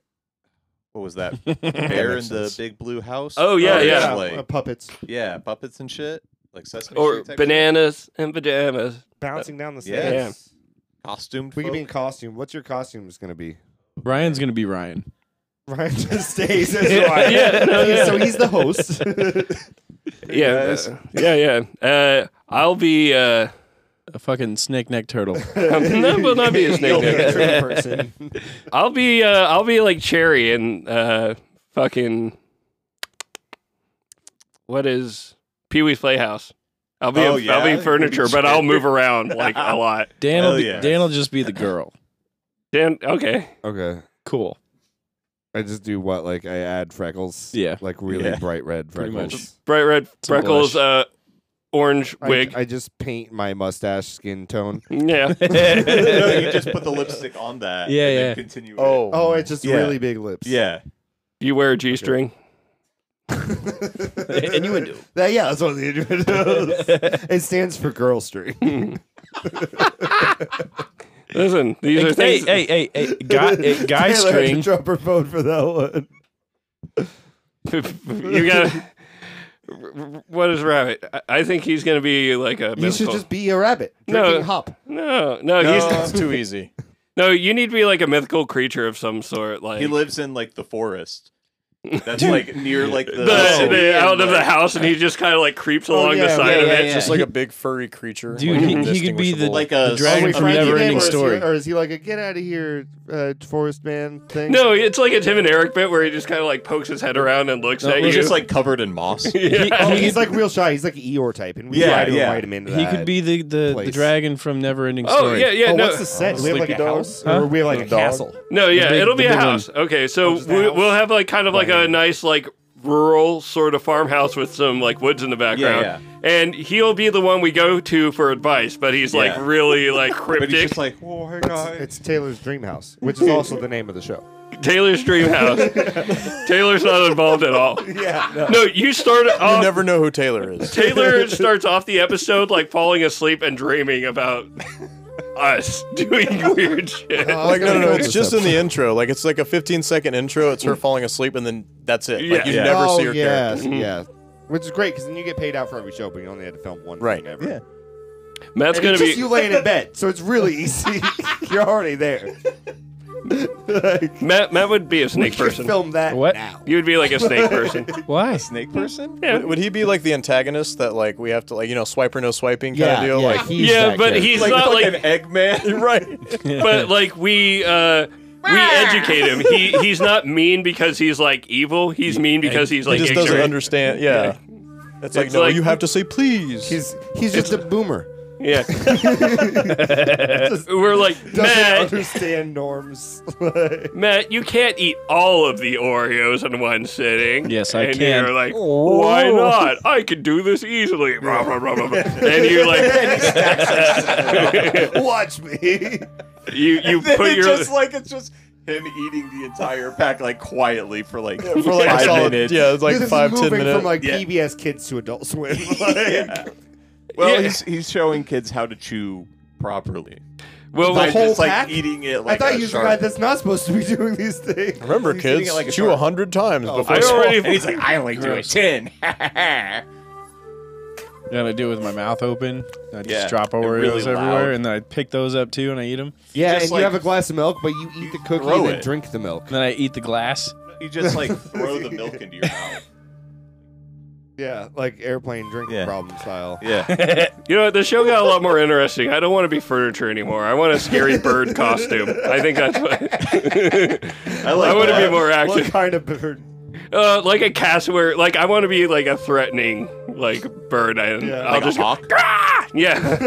Speaker 7: what was that? Bear in the big blue house.
Speaker 4: Oh,
Speaker 7: Or
Speaker 4: yeah,
Speaker 7: it's
Speaker 4: yeah.
Speaker 5: uh,
Speaker 7: like-
Speaker 5: puppets
Speaker 7: yeah, puppets and shit, like Sesame
Speaker 4: or
Speaker 7: Street type
Speaker 4: bananas and pajamas.
Speaker 5: bouncing down the
Speaker 7: Yeah.
Speaker 5: stairs.
Speaker 7: shit? costumed.
Speaker 5: We could be in
Speaker 7: folk?
Speaker 5: costume. What's your costume is going to be?
Speaker 2: Ryan's gonna be Ryan.
Speaker 5: Ryan just stays as Ryan.
Speaker 4: Yeah, no,
Speaker 5: He's-
Speaker 4: yeah.
Speaker 5: So he's the host.
Speaker 4: Yeah, uh, yeah, yeah. Uh, I'll be. Uh,
Speaker 2: A fucking snake neck turtle.
Speaker 4: that will not be a snake.
Speaker 5: You'll be
Speaker 4: man.
Speaker 5: a true person.
Speaker 4: I'll be uh, I'll be like Cherry and uh, fucking what is Pee Wee's Playhouse. I'll be
Speaker 7: Oh,
Speaker 4: a- I'll
Speaker 7: yeah?
Speaker 4: be furniture, but I'll move around like a lot.
Speaker 2: Dan'll
Speaker 7: Hell
Speaker 2: be,
Speaker 7: yeah.
Speaker 2: Dan'll just be the girl.
Speaker 4: Dan, okay,
Speaker 5: Okay.
Speaker 2: Cool.
Speaker 5: I just do what? Like I add freckles.
Speaker 2: Yeah.
Speaker 5: Like really
Speaker 7: Yeah.
Speaker 5: bright red
Speaker 2: Pretty
Speaker 5: freckles.
Speaker 2: much.
Speaker 4: bright red
Speaker 2: a
Speaker 4: freckles, uh, orange
Speaker 5: I-
Speaker 4: wig.
Speaker 5: I, just paint my mustache skin tone.
Speaker 4: yeah,
Speaker 7: no, you just put the lipstick on that.
Speaker 2: Yeah,
Speaker 7: and
Speaker 2: yeah.
Speaker 7: Then continue. it.
Speaker 1: Oh,
Speaker 5: Oh, it's just
Speaker 7: Yeah.
Speaker 5: really big lips.
Speaker 7: yeah.
Speaker 4: you wear a g string.
Speaker 2: Innuendo.
Speaker 5: That, yeah, that's one of the innuendos. it stands for girl string.
Speaker 4: Listen, these are
Speaker 2: hey,
Speaker 4: things.
Speaker 2: hey, hey, hey, guy, hey, guy
Speaker 5: Taylor had to
Speaker 2: string.
Speaker 5: Drop her phone for that one.
Speaker 4: you got. What is rabbit? I- I think he's gonna be like a.
Speaker 5: You should
Speaker 4: mythical-
Speaker 5: just be a rabbit.
Speaker 4: No.
Speaker 5: Drinking hop.
Speaker 4: no, no,
Speaker 1: No,
Speaker 4: He's,
Speaker 1: it's
Speaker 7: Uh,
Speaker 1: too easy.
Speaker 4: no. You need to be like a mythical creature of some sort, like
Speaker 7: He lives in like the forest. That's like near like the,
Speaker 4: the, the,
Speaker 7: city and,
Speaker 4: out of the
Speaker 7: like-
Speaker 4: house, and he just kind of like creeps along the
Speaker 5: Oh, yeah,
Speaker 4: side
Speaker 2: yeah,
Speaker 4: of
Speaker 2: yeah,
Speaker 4: it.
Speaker 2: yeah.
Speaker 1: Just like a big furry creature.
Speaker 2: Dude,
Speaker 1: like,
Speaker 2: he- he could be the-
Speaker 1: indistinguishable.
Speaker 7: like a
Speaker 2: The dragon
Speaker 5: Are we
Speaker 2: from
Speaker 5: Frankie
Speaker 2: Never
Speaker 5: Mann,
Speaker 2: Ending
Speaker 5: or is he-
Speaker 2: Story.
Speaker 5: or is he like a get out of here, uh, forest man thing?
Speaker 4: No, it's like a Tim and Eric bit where he just kind of like pokes his head around and looks at you.
Speaker 7: He's just like covered in moss.
Speaker 5: Oh,
Speaker 2: He-
Speaker 5: he's
Speaker 2: he could-
Speaker 5: like real shy. He's like an Eeyore type, and we
Speaker 7: Yeah,
Speaker 5: try to
Speaker 7: yeah.
Speaker 5: invite him into that.
Speaker 2: He could be the, the, the
Speaker 5: place.
Speaker 2: dragon from Never Ending
Speaker 4: oh
Speaker 2: Story.
Speaker 4: yeah, yeah,
Speaker 5: Oh,
Speaker 4: no,
Speaker 5: what's the set? We have like a
Speaker 1: Sleepy dog?
Speaker 5: house,
Speaker 2: Huh?
Speaker 5: or we have like a
Speaker 1: Dog.
Speaker 5: castle.
Speaker 4: no, yeah,
Speaker 2: The big-
Speaker 4: it'll be
Speaker 2: the
Speaker 4: a
Speaker 2: big one.
Speaker 4: house. Okay, so
Speaker 5: just a
Speaker 4: we,
Speaker 5: house?
Speaker 4: we'll have like kind of like a nice like rural sort of farmhouse with some like woods in the background.
Speaker 7: yeah.
Speaker 4: And he'll be the one we go to for advice, but he's like
Speaker 7: Yeah.
Speaker 4: really like
Speaker 7: But he's
Speaker 4: cryptic.
Speaker 7: just like, oh, hey guys.
Speaker 5: It's Taylor's dream house, which is also the name of the show.
Speaker 4: Taylor's dream house. Taylor's not involved at all. Yeah. No, you start
Speaker 1: you
Speaker 4: off
Speaker 1: never know who Taylor is.
Speaker 4: Taylor starts off the episode like falling asleep and dreaming about us doing weird shit.
Speaker 1: Like no, no, no.
Speaker 5: go
Speaker 1: It's
Speaker 5: this
Speaker 1: just in the intro. Like it's like a 15 second intro. It's her falling asleep, and then that's it. Like you
Speaker 4: Yeah.
Speaker 1: never
Speaker 5: oh
Speaker 1: see her
Speaker 5: yes,
Speaker 1: character. Mm-hmm.
Speaker 5: yeah. Which is great because then you get paid out for every show, but you only had to film one
Speaker 1: Right.
Speaker 5: thing ever. Yeah.
Speaker 4: Matt's gonna
Speaker 5: It's
Speaker 4: be
Speaker 5: just you laying in bed, so it's really easy. You're already there.
Speaker 4: Matt. Matt would be a snake
Speaker 5: You
Speaker 4: person.
Speaker 5: can film that
Speaker 2: What?
Speaker 5: now.
Speaker 4: You would be like a snake person.
Speaker 2: Why?
Speaker 7: snake person?
Speaker 4: Yeah.
Speaker 1: Would, would he be like the antagonist that like we have to like you know swipe or no swiping kind of deal? Like
Speaker 5: he's
Speaker 4: yeah,
Speaker 5: that
Speaker 4: but
Speaker 5: character.
Speaker 4: he's
Speaker 7: Like,
Speaker 4: not
Speaker 7: like
Speaker 4: like.
Speaker 7: an Eggman, right?
Speaker 4: But like we. uh we educate him. He he's not mean because he's like evil. He's mean because he's like
Speaker 1: he just
Speaker 4: ignorant.
Speaker 1: doesn't understand. Yeah. It's like
Speaker 4: It's
Speaker 1: no,
Speaker 4: like-
Speaker 1: you have to say please.
Speaker 5: he's he's just a boomer.
Speaker 4: Yeah. We're like
Speaker 5: Doesn't
Speaker 4: Matt.
Speaker 5: understand norms.
Speaker 4: Matt, you can't eat all of the Oreos in one sitting.
Speaker 2: Yes, I
Speaker 4: and
Speaker 2: can.
Speaker 4: you're like, why not? I can do this easily. Blah, blah, blah, blah, blah. and you're like,
Speaker 5: Watch me.
Speaker 4: you, you
Speaker 7: Then
Speaker 4: put
Speaker 7: it
Speaker 4: your.
Speaker 7: just like it's just him eating the entire pack like quietly for like for
Speaker 1: like
Speaker 7: five
Speaker 1: a solid,
Speaker 7: minutes.
Speaker 1: yeah, it's like
Speaker 5: this
Speaker 1: five
Speaker 5: is
Speaker 1: ten
Speaker 5: moving
Speaker 1: minutes.
Speaker 5: from like
Speaker 7: Yeah.
Speaker 5: PBS Kids to Adult Swim.
Speaker 7: Well,
Speaker 4: Yeah.
Speaker 7: he's he's showing kids how to chew properly.
Speaker 4: well,
Speaker 7: By
Speaker 4: well,
Speaker 7: just,
Speaker 5: whole
Speaker 7: like
Speaker 5: pack?
Speaker 7: eating it
Speaker 5: I
Speaker 7: like
Speaker 5: thought
Speaker 7: a
Speaker 5: you was the
Speaker 7: shark.
Speaker 5: guy that's not supposed to be doing these things.
Speaker 1: Remember,
Speaker 7: he's eating
Speaker 1: kids,
Speaker 7: it like a
Speaker 1: chew a
Speaker 7: shark.
Speaker 1: hundred times before.
Speaker 4: I
Speaker 7: and
Speaker 4: already.
Speaker 7: he's like, I only do it ten.
Speaker 2: And I do it with my mouth open. I just
Speaker 7: Yeah,
Speaker 2: drop
Speaker 7: and
Speaker 2: Oreos
Speaker 7: really
Speaker 2: everywhere,
Speaker 7: loud.
Speaker 2: and then I pick those up too, and I eat them.
Speaker 5: Yeah,
Speaker 7: Just
Speaker 5: and
Speaker 7: like-
Speaker 5: you have a glass of milk, but you eat the cookie
Speaker 7: throw
Speaker 5: and then
Speaker 7: it.
Speaker 5: drink the milk.
Speaker 2: And then I eat the glass.
Speaker 7: you just like throw the milk into your mouth.
Speaker 5: Yeah, like airplane drinking
Speaker 7: Yeah.
Speaker 5: problem style.
Speaker 7: Yeah.
Speaker 4: You know, what, the show got a lot more interesting. I don't want to be furniture anymore. I want a scary bird costume. I think that's what.
Speaker 7: I like
Speaker 4: I want to
Speaker 7: that.
Speaker 4: be more
Speaker 5: What
Speaker 4: active.
Speaker 5: kind of bird?
Speaker 4: Uh, like a cassowary. Like, I want to be like a threatening like bird. I, I'll
Speaker 7: like
Speaker 4: just.
Speaker 7: a hawk.
Speaker 4: Yeah.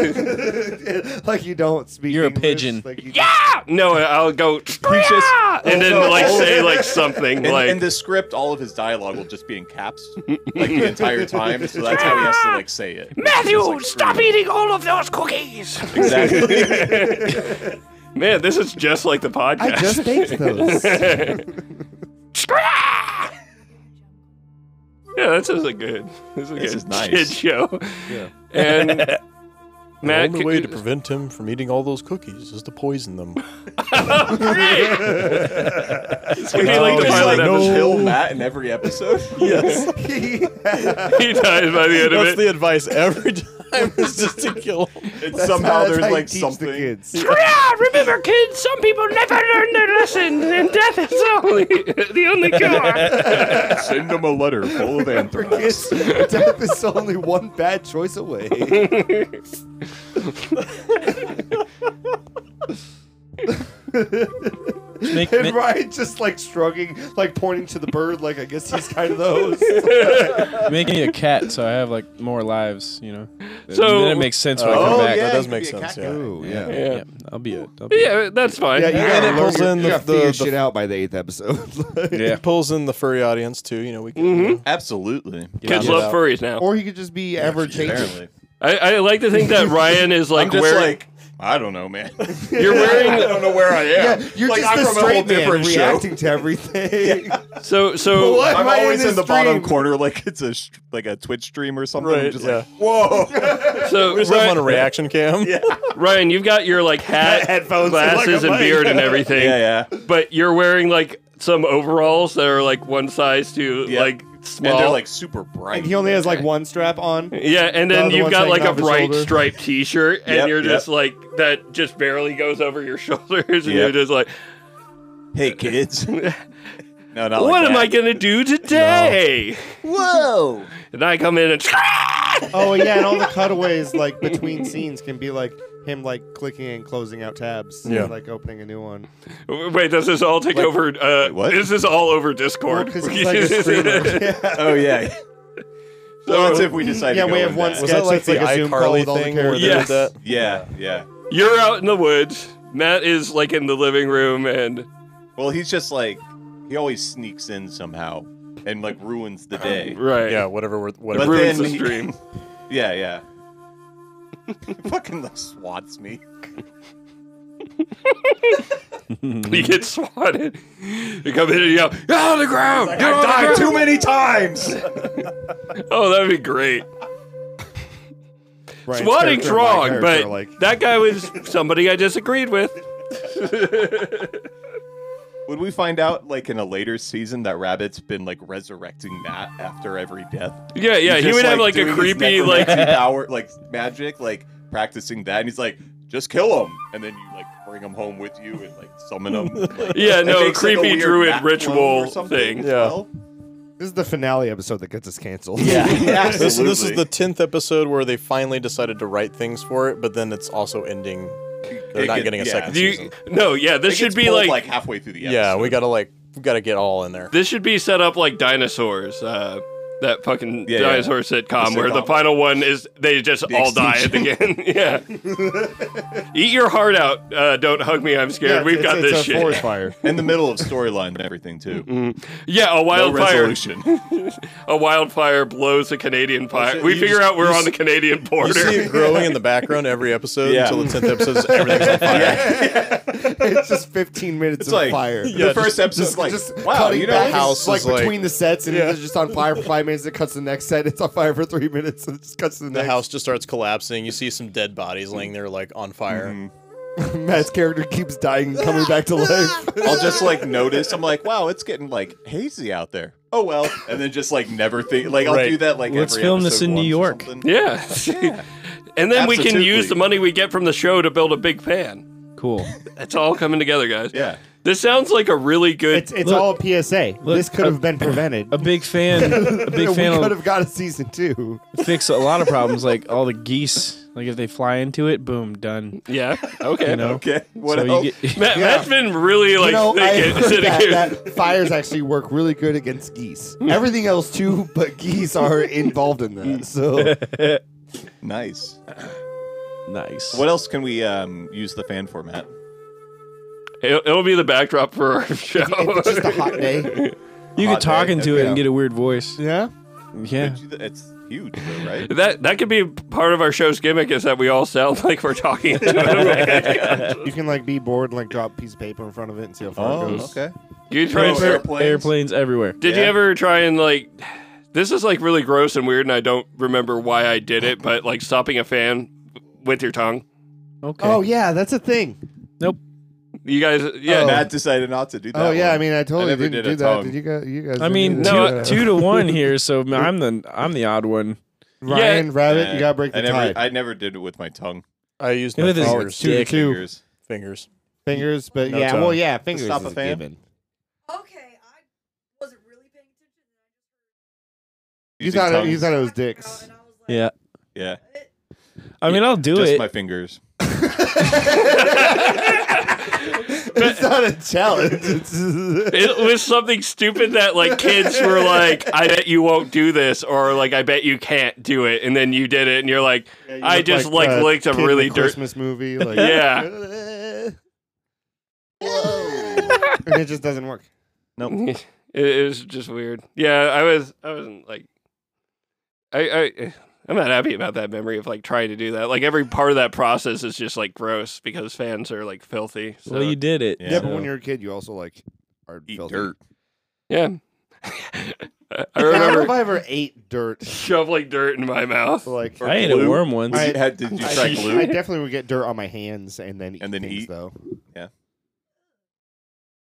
Speaker 5: like you don't speak.
Speaker 2: You're a
Speaker 5: English,
Speaker 2: pigeon.
Speaker 5: Like you
Speaker 4: yeah! No, I'll go "Yeah!" and then like say like something
Speaker 7: In,
Speaker 4: like
Speaker 7: in the script, all of his dialogue will just be in caps like the entire time, so that's how he has to like say it.
Speaker 4: Matthew,
Speaker 7: It's like,
Speaker 4: stop
Speaker 7: screw it.
Speaker 4: eating all of those cookies.
Speaker 7: Exactly.
Speaker 4: Man, this is just like the
Speaker 5: I
Speaker 4: podcast.
Speaker 5: just baked those.
Speaker 4: yeah, this is a good. This is a
Speaker 7: This
Speaker 4: good
Speaker 7: is nice.
Speaker 4: kid show. And
Speaker 1: The
Speaker 4: Matt,
Speaker 1: only
Speaker 4: could-
Speaker 1: way to prevent him from eating all those cookies is to poison them.
Speaker 4: we need, like, the
Speaker 7: He's
Speaker 4: pilot
Speaker 7: like,
Speaker 4: episode.
Speaker 7: kill Matt in every episode.
Speaker 4: he dies by the end
Speaker 1: That's
Speaker 4: of it.
Speaker 1: the advice every time is just to kill him.
Speaker 7: And somehow
Speaker 5: That's
Speaker 7: there's
Speaker 5: how you
Speaker 7: like
Speaker 5: teach
Speaker 7: something.
Speaker 5: The kids.
Speaker 4: Yeah, remember, kids. Some people never learn their lesson, and death is only the only cure.
Speaker 7: Send him a letter full of anthrax.
Speaker 5: Kids, death is only one bad choice away.
Speaker 2: Just Make,
Speaker 5: And
Speaker 2: ma-
Speaker 5: Ryan just like shrugging, like pointing to the bird, like I guess he's kind of those.
Speaker 2: make me a cat so I have like more lives, you know.
Speaker 4: So-
Speaker 2: then it makes sense when I come
Speaker 7: Oh,
Speaker 2: back.
Speaker 1: that
Speaker 7: yeah,
Speaker 1: does
Speaker 7: you
Speaker 1: make
Speaker 7: could be a
Speaker 1: sense.
Speaker 7: cat
Speaker 1: Yeah.
Speaker 5: Ooh, yeah.
Speaker 2: Yeah,
Speaker 4: Yeah.
Speaker 2: I'll be it. I'll be it.
Speaker 4: Yeah, that's fine.
Speaker 5: Yeah, you gotta,
Speaker 1: it pulls
Speaker 5: learn
Speaker 1: in
Speaker 5: your, you
Speaker 1: the-
Speaker 5: gotta figure
Speaker 1: the-
Speaker 5: your
Speaker 1: the-
Speaker 5: shit out by the eighth episode.
Speaker 2: Yeah.
Speaker 1: Pulls in the furry audience too. You know, we can.
Speaker 7: Mm-hmm. Absolutely.
Speaker 4: Kids
Speaker 1: Yeah.
Speaker 4: love furries now.
Speaker 5: or he could just be average Asian.
Speaker 7: Apparently.
Speaker 4: I, I like to think that Ryan is like
Speaker 7: I'm just
Speaker 4: wearing.
Speaker 7: like, I don't know, man.
Speaker 4: you're wearing
Speaker 7: I don't know where I am.
Speaker 5: Yeah, you're
Speaker 7: like,
Speaker 5: just
Speaker 7: I'm
Speaker 5: the
Speaker 7: from a whole
Speaker 5: straight man
Speaker 7: different show.
Speaker 5: reacting to everything.
Speaker 4: So so
Speaker 5: What?
Speaker 7: I'm
Speaker 5: Am I in
Speaker 7: always in
Speaker 5: this
Speaker 7: the bottom
Speaker 5: stream?
Speaker 7: corner, like it's a sh- like a Twitch stream or something.
Speaker 1: Right,
Speaker 7: just
Speaker 1: yeah.
Speaker 7: like, whoa.
Speaker 4: so
Speaker 1: Just have him on a reaction cam. Yeah.
Speaker 4: Ryan, you've got your like hat,
Speaker 5: Headphones and, like,
Speaker 4: glasses,
Speaker 5: a
Speaker 4: and
Speaker 5: mic.
Speaker 4: beard and everything.
Speaker 7: yeah, yeah.
Speaker 4: But you're wearing like some overalls that are like one size to
Speaker 7: Yeah.
Speaker 4: like small.
Speaker 7: and they're like super bright.
Speaker 5: And he only has like one strap on.
Speaker 4: yeah, and then
Speaker 5: the
Speaker 4: you've
Speaker 5: ones
Speaker 4: got
Speaker 5: hanging
Speaker 4: like a
Speaker 5: off his
Speaker 4: bright
Speaker 5: shoulder.
Speaker 4: striped T-shirt, and
Speaker 7: Yep,
Speaker 4: you're just
Speaker 7: yep.
Speaker 4: like that just barely goes over your shoulders, and you're
Speaker 7: Yep.
Speaker 4: just like,
Speaker 7: hey kids. no, not
Speaker 4: what
Speaker 7: like
Speaker 4: am I
Speaker 7: that.
Speaker 4: gonna do today?
Speaker 9: Whoa!
Speaker 4: And I come in and
Speaker 5: Oh yeah, and all the cutaways like between scenes can be like him like clicking and closing out tabs.
Speaker 1: Yeah.
Speaker 5: And, like opening a new one.
Speaker 4: wait, does this all take over? Uh,
Speaker 7: what?
Speaker 4: Is this all over Discord?
Speaker 5: Because he's like a streamer. Yeah.
Speaker 7: Oh yeah. well, that's if we decide.
Speaker 5: Yeah,
Speaker 7: to go
Speaker 5: we
Speaker 7: with
Speaker 5: have one
Speaker 7: that.
Speaker 5: sketch
Speaker 1: Was that like
Speaker 5: that's like
Speaker 1: the
Speaker 5: a Zoom call
Speaker 1: iCarly
Speaker 5: with all the
Speaker 1: thing where they
Speaker 4: characters?
Speaker 1: did that?
Speaker 7: Yeah, yeah.
Speaker 4: You're out in the woods. Matt is like in the living room, and
Speaker 7: Well, he's just like he always sneaks in somehow and like ruins the day.
Speaker 4: right,
Speaker 1: Yeah, whatever. we're-
Speaker 7: But
Speaker 1: whatever.
Speaker 4: ruins
Speaker 7: then
Speaker 4: the
Speaker 7: he-
Speaker 4: stream.
Speaker 7: Yeah, yeah. Fucking like swats me.
Speaker 1: Mm-hmm.
Speaker 4: you get swatted. You come in and you go, get on the ground! Get on the
Speaker 7: I died
Speaker 4: ground!"
Speaker 7: too many times.
Speaker 4: Oh, that'd be great.
Speaker 5: Brian's
Speaker 4: Swatting's
Speaker 5: character and my
Speaker 4: wrong,
Speaker 5: character
Speaker 4: but
Speaker 5: are, like
Speaker 4: that guy was somebody I disagreed with.
Speaker 7: Would we find out like in a later season that Rabbit's been like resurrecting Matt after every death?
Speaker 4: Yeah, yeah,
Speaker 7: He's
Speaker 4: he
Speaker 7: just,
Speaker 4: would have like
Speaker 7: doing
Speaker 4: a
Speaker 7: his
Speaker 4: creepy like.
Speaker 7: necromancy power like magic, like practicing that, and he's like, just kill him, and then you like bring him home with you and like summon him. Like,
Speaker 4: Yeah,
Speaker 7: it
Speaker 4: no,
Speaker 7: makes, like, a
Speaker 4: creepy
Speaker 7: weird
Speaker 4: druid
Speaker 7: bat clone
Speaker 4: ritual
Speaker 7: or something
Speaker 4: thing.
Speaker 7: as
Speaker 1: Yeah.
Speaker 7: well.
Speaker 5: this is the finale episode that gets us canceled.
Speaker 7: Yeah,
Speaker 1: This,
Speaker 7: absolutely.
Speaker 1: this is the tenth episode where they finally decided to write things for it, but then it's also ending. They're
Speaker 7: It
Speaker 1: not
Speaker 7: get-
Speaker 1: getting a
Speaker 7: yeah.
Speaker 1: second
Speaker 4: Do you-
Speaker 1: season.
Speaker 4: no, yeah, this
Speaker 7: It
Speaker 4: should
Speaker 7: gets
Speaker 4: be
Speaker 7: pulled,
Speaker 4: like,
Speaker 7: like halfway through the episode.
Speaker 1: Yeah, we gotta like we gotta get all in there.
Speaker 4: this should be set up like dinosaurs. Uh, that fucking
Speaker 7: Yeah, yeah.
Speaker 4: dinosaur sitcom
Speaker 7: The
Speaker 4: where the
Speaker 7: sitcom.
Speaker 4: final one is they just all die at the end. yeah, eat your heart out. Uh, don't hug me. I'm scared.
Speaker 5: Yeah,
Speaker 4: We've
Speaker 5: it's-
Speaker 4: got
Speaker 5: it's
Speaker 4: this
Speaker 5: a
Speaker 4: shit.
Speaker 5: forest fire.
Speaker 7: in the middle of storyline and everything too.
Speaker 4: Yeah, a
Speaker 7: No
Speaker 4: wildfire.
Speaker 7: resolution.
Speaker 4: a wildfire blows a Canadian fire. we
Speaker 1: you
Speaker 4: figure
Speaker 1: just-
Speaker 4: out we're
Speaker 1: you
Speaker 4: on
Speaker 1: s-
Speaker 4: the Canadian
Speaker 1: You see
Speaker 4: border.
Speaker 1: it growing in the background every episode
Speaker 7: Yeah.
Speaker 1: until the tenth episode. Everything's on fire.
Speaker 5: it's just 15 minutes
Speaker 7: It's
Speaker 5: of
Speaker 7: like
Speaker 5: fire.
Speaker 7: the first episode's like, wow,
Speaker 5: cutting
Speaker 7: you know,
Speaker 5: back,
Speaker 1: the house
Speaker 5: it's like
Speaker 1: is like-
Speaker 5: between the sets, and it's just on fire for five minutes. It cuts to the next set. It's on fire for three minutes, and it just cuts to the,
Speaker 1: The
Speaker 5: next.
Speaker 1: house just starts collapsing. You see some dead bodies laying there like on fire.
Speaker 5: Matt's character keeps dying, and coming back to life.
Speaker 7: I'll just like notice. I'm like, wow, it's getting like hazy out there. Oh well, and then just like never think. Like I'll
Speaker 1: Right.
Speaker 7: do that. Like
Speaker 2: Let's
Speaker 7: every
Speaker 2: film this
Speaker 7: episode
Speaker 2: in New
Speaker 7: once or
Speaker 2: York.
Speaker 7: something.
Speaker 4: yeah. and then we can
Speaker 7: Absolutely.
Speaker 4: use the money we get from the show to build a big fan.
Speaker 2: Cool.
Speaker 4: It's all coming together, guys.
Speaker 7: Yeah.
Speaker 4: This sounds like a really good.
Speaker 5: It's, it's
Speaker 2: Look.
Speaker 5: all a PSA. this could have been prevented.
Speaker 2: A big fan. A big
Speaker 5: we
Speaker 2: fan
Speaker 5: could
Speaker 2: will
Speaker 5: have got a season two.
Speaker 2: fix a lot of problems, like all the geese. Like if they fly into it, boom, done.
Speaker 4: yeah. Okay.
Speaker 2: You know.
Speaker 7: Okay. What
Speaker 2: so
Speaker 7: else?
Speaker 2: you get,
Speaker 4: Matt,
Speaker 5: Yeah.
Speaker 4: Matt's been really like
Speaker 5: you know, I
Speaker 4: thinking.
Speaker 5: heard
Speaker 4: sitting here.
Speaker 5: that, that fires actually work really good against geese. Everything else too, but geese are involved in that. So
Speaker 7: Nice.
Speaker 2: nice.
Speaker 7: What else can we um, use the fan format?
Speaker 4: It'll, it'll be the backdrop for our show.
Speaker 5: it's just a hot day.
Speaker 2: you
Speaker 7: Hot
Speaker 2: could talk
Speaker 7: day,
Speaker 2: into it and get a weird voice.
Speaker 5: Yeah.
Speaker 2: Yeah.
Speaker 7: It's huge, though, right?
Speaker 4: that that could be part of our show's gimmick is that we all sound like we're talking to him.
Speaker 5: You can like be bored and like drop a piece of paper in front of it and see how far it
Speaker 7: Oh,
Speaker 5: goes.
Speaker 7: okay.
Speaker 4: you try and
Speaker 7: Oh, airplanes.
Speaker 2: Airplanes everywhere.
Speaker 4: Did you
Speaker 7: Yeah.
Speaker 4: ever try and like this is like really gross and weird and I don't remember why I did it, but like stopping a fan with your tongue.
Speaker 2: Okay.
Speaker 5: Oh yeah, that's a thing.
Speaker 2: Nope.
Speaker 4: You guys yeah.
Speaker 5: Oh.
Speaker 7: Matt decided not to do that.
Speaker 5: oh yeah,
Speaker 7: one.
Speaker 5: I mean, I totally
Speaker 7: never
Speaker 5: didn't
Speaker 7: did a
Speaker 5: do that.
Speaker 7: tongue.
Speaker 5: Did you guys? You guys?
Speaker 2: I
Speaker 5: didn't
Speaker 2: mean,
Speaker 5: do
Speaker 2: two,
Speaker 5: that.
Speaker 2: two to one here, so I'm the I'm the odd one.
Speaker 5: Ryan
Speaker 4: Yeah.
Speaker 5: Rabbit, you gotta break
Speaker 7: Eh, I
Speaker 5: the
Speaker 7: never,
Speaker 5: tie.
Speaker 7: I never did it with my tongue.
Speaker 1: I used
Speaker 2: Look
Speaker 1: my
Speaker 2: at this
Speaker 1: fingers.
Speaker 5: two to
Speaker 2: dick.
Speaker 5: two
Speaker 7: Fingers.
Speaker 1: fingers.
Speaker 5: fingers, but
Speaker 1: No
Speaker 5: yeah,
Speaker 1: tongue.
Speaker 5: well, yeah, fingers.
Speaker 7: stop
Speaker 5: is
Speaker 7: a fan.
Speaker 5: given.
Speaker 10: Okay, I wasn't really paying attention.
Speaker 5: You
Speaker 7: Using
Speaker 5: thought it, you
Speaker 7: tongues.
Speaker 5: thought it was
Speaker 10: Talked about
Speaker 5: dicks.
Speaker 10: it, and I was like,
Speaker 7: Yeah.
Speaker 2: Yeah. I mean, I'll do
Speaker 7: Just
Speaker 2: it.
Speaker 7: my fingers.
Speaker 5: it's not a challenge. It's-
Speaker 4: It was something stupid that like kids were like, I bet you won't do this or like I bet you can't do it and then you did it and you're like
Speaker 5: You
Speaker 4: I
Speaker 5: look
Speaker 4: just like,
Speaker 5: uh,
Speaker 4: licked a
Speaker 5: kid in
Speaker 4: really
Speaker 5: the
Speaker 4: dirt
Speaker 5: Christmas movie. Like,
Speaker 4: Yeah.
Speaker 5: Whoa. and it just doesn't work.
Speaker 4: it, it was just weird. Yeah, I was I wasn't like I I I'm not happy about that memory of like trying to do that. Like every part of that process is just like gross because fans are like filthy. So
Speaker 2: well, you did it.
Speaker 7: Yeah.
Speaker 5: Yeah, but when you're a kid, you also like are
Speaker 7: Eat
Speaker 5: filthy.
Speaker 7: dirt.
Speaker 4: yeah. I- I
Speaker 5: Yeah, I don't know if
Speaker 4: remember
Speaker 5: I ever ate dirt.
Speaker 4: shoveling dirt in my mouth.
Speaker 5: Like
Speaker 2: I ate a worm once.
Speaker 5: I-
Speaker 7: Did you- had- did you
Speaker 5: I,
Speaker 7: try glue?
Speaker 5: I definitely would get dirt on my hands and then eat
Speaker 7: And then
Speaker 5: things,
Speaker 7: eat?
Speaker 5: though.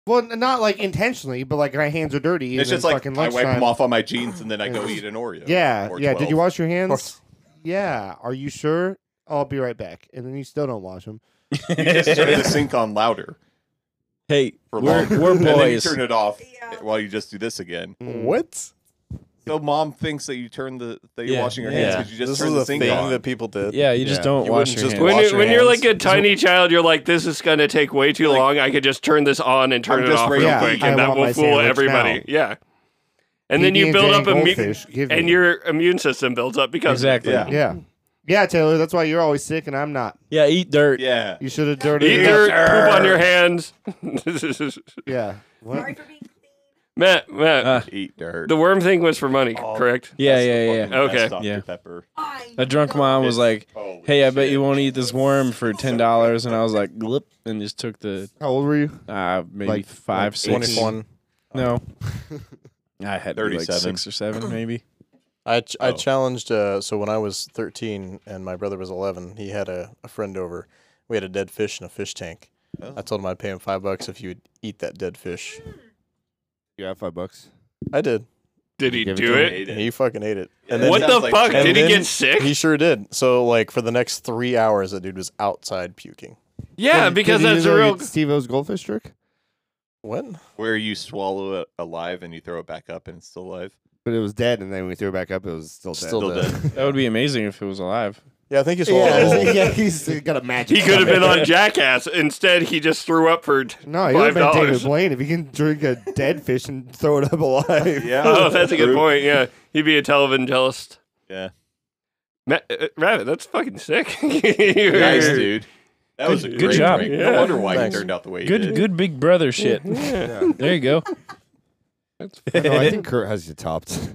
Speaker 5: Well, n- not like intentionally, but like my hands are dirty.
Speaker 7: It's
Speaker 5: and
Speaker 7: just
Speaker 5: then
Speaker 7: like I
Speaker 5: fucking
Speaker 7: wipe
Speaker 5: lunchtime-
Speaker 7: them off on my jeans and then I go eat an Oreo.
Speaker 5: Yeah,
Speaker 7: or
Speaker 5: yeah. Did
Speaker 7: 12.
Speaker 5: you wash your hands? Yeah. Are you sure? I'll be right back. And then you still don't wash them.
Speaker 7: You just turn the sink on louder
Speaker 2: Hey,
Speaker 7: for
Speaker 2: we're,
Speaker 7: longer.
Speaker 2: we're
Speaker 7: and then you
Speaker 2: boys.
Speaker 7: turn it off while you just do this again.
Speaker 1: What?
Speaker 7: So mom thinks that you turn the that you're
Speaker 2: Yeah.
Speaker 7: washing your hands
Speaker 1: Yeah.
Speaker 7: because you just
Speaker 1: this
Speaker 7: turn
Speaker 1: is
Speaker 7: the
Speaker 1: a
Speaker 7: sink
Speaker 1: thing
Speaker 7: on.
Speaker 1: that people did.
Speaker 2: Yeah, you just
Speaker 1: Yeah.
Speaker 2: don't
Speaker 1: You
Speaker 2: wash
Speaker 1: wouldn't
Speaker 2: your
Speaker 1: just
Speaker 2: hands.
Speaker 1: wash
Speaker 4: When, you,
Speaker 1: your
Speaker 4: when you're like
Speaker 1: hands.
Speaker 4: a tiny child, you're like, this is going to take way too long. I could just turn this on and turn
Speaker 7: I'm
Speaker 4: it
Speaker 7: just
Speaker 4: off real
Speaker 7: ready to
Speaker 4: quick,
Speaker 5: eat. I
Speaker 4: and that
Speaker 5: want
Speaker 4: will
Speaker 5: my
Speaker 4: fool
Speaker 5: sandwich
Speaker 4: everybody.
Speaker 5: now.
Speaker 4: Yeah. And then you
Speaker 5: PB&J
Speaker 4: build up a mu-
Speaker 5: goldfish, give
Speaker 4: and
Speaker 5: me.
Speaker 4: your immune system builds up because of it.
Speaker 2: Exactly.
Speaker 7: Yeah.
Speaker 5: Yeah. Yeah, Taylor. That's why you're always sick and I'm not.
Speaker 2: Yeah, eat dirt.
Speaker 7: Yeah.
Speaker 5: You should have dirty.
Speaker 4: Eat
Speaker 5: it up.
Speaker 4: dirt, poop on your hands.
Speaker 5: Yeah. What?
Speaker 10: Sorry for being clean.
Speaker 4: Matt, Matt,
Speaker 2: Uh,
Speaker 7: Eat dirt.
Speaker 4: The worm thing was for money, correct?
Speaker 2: Yeah, yeah, yeah.
Speaker 4: Okay.
Speaker 7: Dr.
Speaker 2: Yeah.
Speaker 7: Pepper.
Speaker 10: I
Speaker 2: A drunk mom was like,
Speaker 7: Holy
Speaker 2: "Hey, I bet
Speaker 7: shit.
Speaker 2: you won't eat this worm for ten dollars," and I was like, "Glip," and just took the
Speaker 5: How old were you?
Speaker 2: uh, maybe
Speaker 5: Like-
Speaker 2: five, six,
Speaker 1: 21.
Speaker 2: No, I had thirty like
Speaker 7: 37.
Speaker 2: six or seven, maybe.
Speaker 1: I, ch- I
Speaker 7: Oh.
Speaker 1: challenged. Uh, so when I was 13 and my brother was 11, he had a, a friend over. We had a dead fish in a fish tank. I told him I'd pay him five bucks if you would eat that dead fish.
Speaker 5: You have five bucks.
Speaker 1: I did.
Speaker 4: Did he
Speaker 5: Give it
Speaker 4: do
Speaker 5: to
Speaker 4: it?
Speaker 7: Ate it.
Speaker 1: He fucking ate it. And
Speaker 7: That
Speaker 4: What the
Speaker 7: sounds like-
Speaker 4: fuck?
Speaker 1: and
Speaker 4: Did he
Speaker 1: then
Speaker 4: get sick?
Speaker 1: He sure did. So like for the next three hours, that dude was outside puking.
Speaker 4: yeah, because that's a real.
Speaker 5: Steve O's goldfish trick.
Speaker 1: What?
Speaker 7: Where you swallow it alive and you throw it back up and it's still alive.
Speaker 5: But it was dead, and then we threw it back up. It was still dead.
Speaker 1: Still
Speaker 7: Still
Speaker 1: dead. Oh.
Speaker 2: That would be amazing if it was alive.
Speaker 1: Yeah, I think he's
Speaker 5: yeah,
Speaker 1: yeah.
Speaker 5: yeah, he's got a magic.
Speaker 4: He could have been on Jackass. Instead, he just threw up for. t-
Speaker 5: No, you would have been
Speaker 4: $5.
Speaker 5: David Blaine if he can drink a dead fish and throw it up alive.
Speaker 7: Yeah.
Speaker 4: Oh, that's a good point. Yeah, he'd be a televangelist.
Speaker 7: Yeah.
Speaker 4: Ma- uh, Rabbit, that's fucking sick.
Speaker 7: Nice, dude. That was a
Speaker 2: good
Speaker 7: great
Speaker 2: job.
Speaker 7: prank.
Speaker 4: Yeah.
Speaker 7: No wonder why
Speaker 1: Thanks.
Speaker 7: he turned out the way he
Speaker 2: Good,
Speaker 7: did.
Speaker 2: good big brother shit. There you go.
Speaker 5: no, I think Kurt has you topped.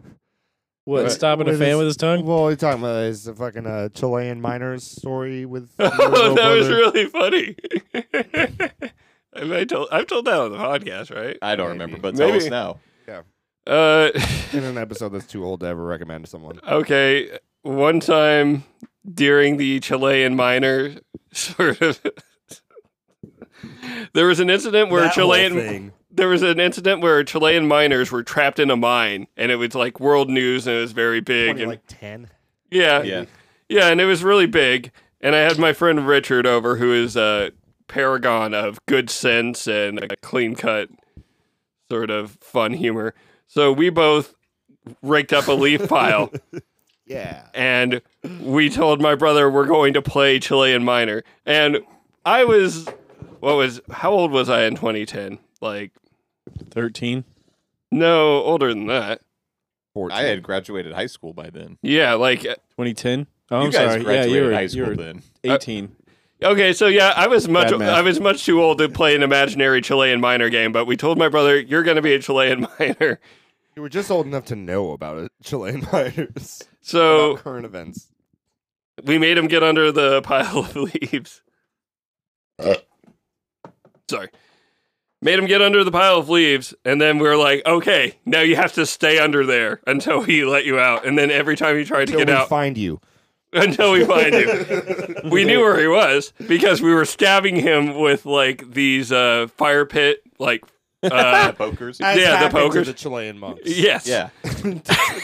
Speaker 2: What?
Speaker 5: Right.
Speaker 2: Stopping a
Speaker 5: With
Speaker 2: fan
Speaker 5: his-
Speaker 2: with his tongue?
Speaker 5: Well, you're talking about is the fucking uh, Chilean miners story with. your
Speaker 4: Oh,
Speaker 5: little
Speaker 4: that was
Speaker 5: brother.
Speaker 4: really funny. I might told, I've told that on the podcast, right?
Speaker 7: I don't remember, but
Speaker 4: Maybe.
Speaker 7: tell us now.
Speaker 4: Uh,
Speaker 5: in an episode that's too old to ever recommend to someone.
Speaker 4: okay. One time during the Chilean minor, sort of, there was an incident where
Speaker 1: That whole
Speaker 4: Chilean
Speaker 1: thing.
Speaker 4: there was an incident where Chilean miners were trapped in a mine, and it was like world news, and it was very big,
Speaker 5: Twenty,
Speaker 4: and
Speaker 5: like ten.
Speaker 4: Yeah.
Speaker 7: Yeah.
Speaker 4: Yeah, and it was really big. And I had my friend Richard over, who is a paragon of good sense and a clean cut sort of fun humor. So we both raked up a leaf pile
Speaker 5: Yeah.
Speaker 4: and we told my brother we're going to play Chilean minor. And I was, what was, how old was I in 2010? Like,
Speaker 2: Thirteen.
Speaker 4: no, older than that.
Speaker 7: I had graduated high school by then.
Speaker 4: Yeah, like
Speaker 2: 2010. Oh,
Speaker 7: you
Speaker 2: I'm
Speaker 7: guys
Speaker 2: sorry. Yeah,
Speaker 7: graduated
Speaker 2: you were,
Speaker 7: high
Speaker 2: you
Speaker 7: school
Speaker 2: were
Speaker 7: then.
Speaker 2: 18.
Speaker 4: Okay, so yeah, I was much
Speaker 2: Bad math.
Speaker 4: I was much too old to play an imaginary Chilean minor game, but we told my brother, "You're going to be a Chilean minor."
Speaker 5: You were just old enough to know about it, Chilean miners.
Speaker 4: So
Speaker 5: About current events.
Speaker 4: we made him get under the pile of leaves. Sorry, made him get under the pile of leaves, and then we were like, "Okay, now you have to stay under there until we let you out." And then every time you tried to
Speaker 5: Till
Speaker 4: get
Speaker 5: we
Speaker 4: out,
Speaker 5: find you.
Speaker 4: until we find him. we knew where he was because we were stabbing him with like these uh, fire pit like uh,
Speaker 7: Pokers.
Speaker 4: As Yeah, the happened to pokers. the
Speaker 5: Chilean monks.
Speaker 4: yes.
Speaker 7: yeah.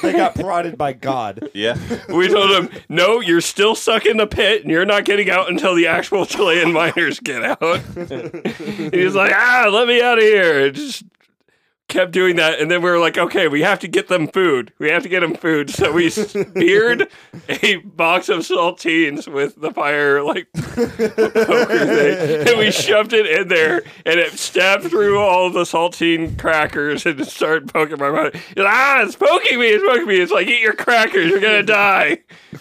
Speaker 5: they got prodded by God.
Speaker 7: Yeah.
Speaker 4: We told him, no, you're still stuck in the pit and you're not getting out until the actual Chilean miners get out. He's like, ah, let me out of here. And just kept doing that. And then we were like, okay, we have to get them food. We have to get them food. So we speared a box of saltines with the fire, like, poker thing. And we shoved it in there and it stabbed through all the saltine crackers and it started poking my mouth. He's like, ah, it's poking me. It's poking me. It's like, eat your crackers. You're going to die.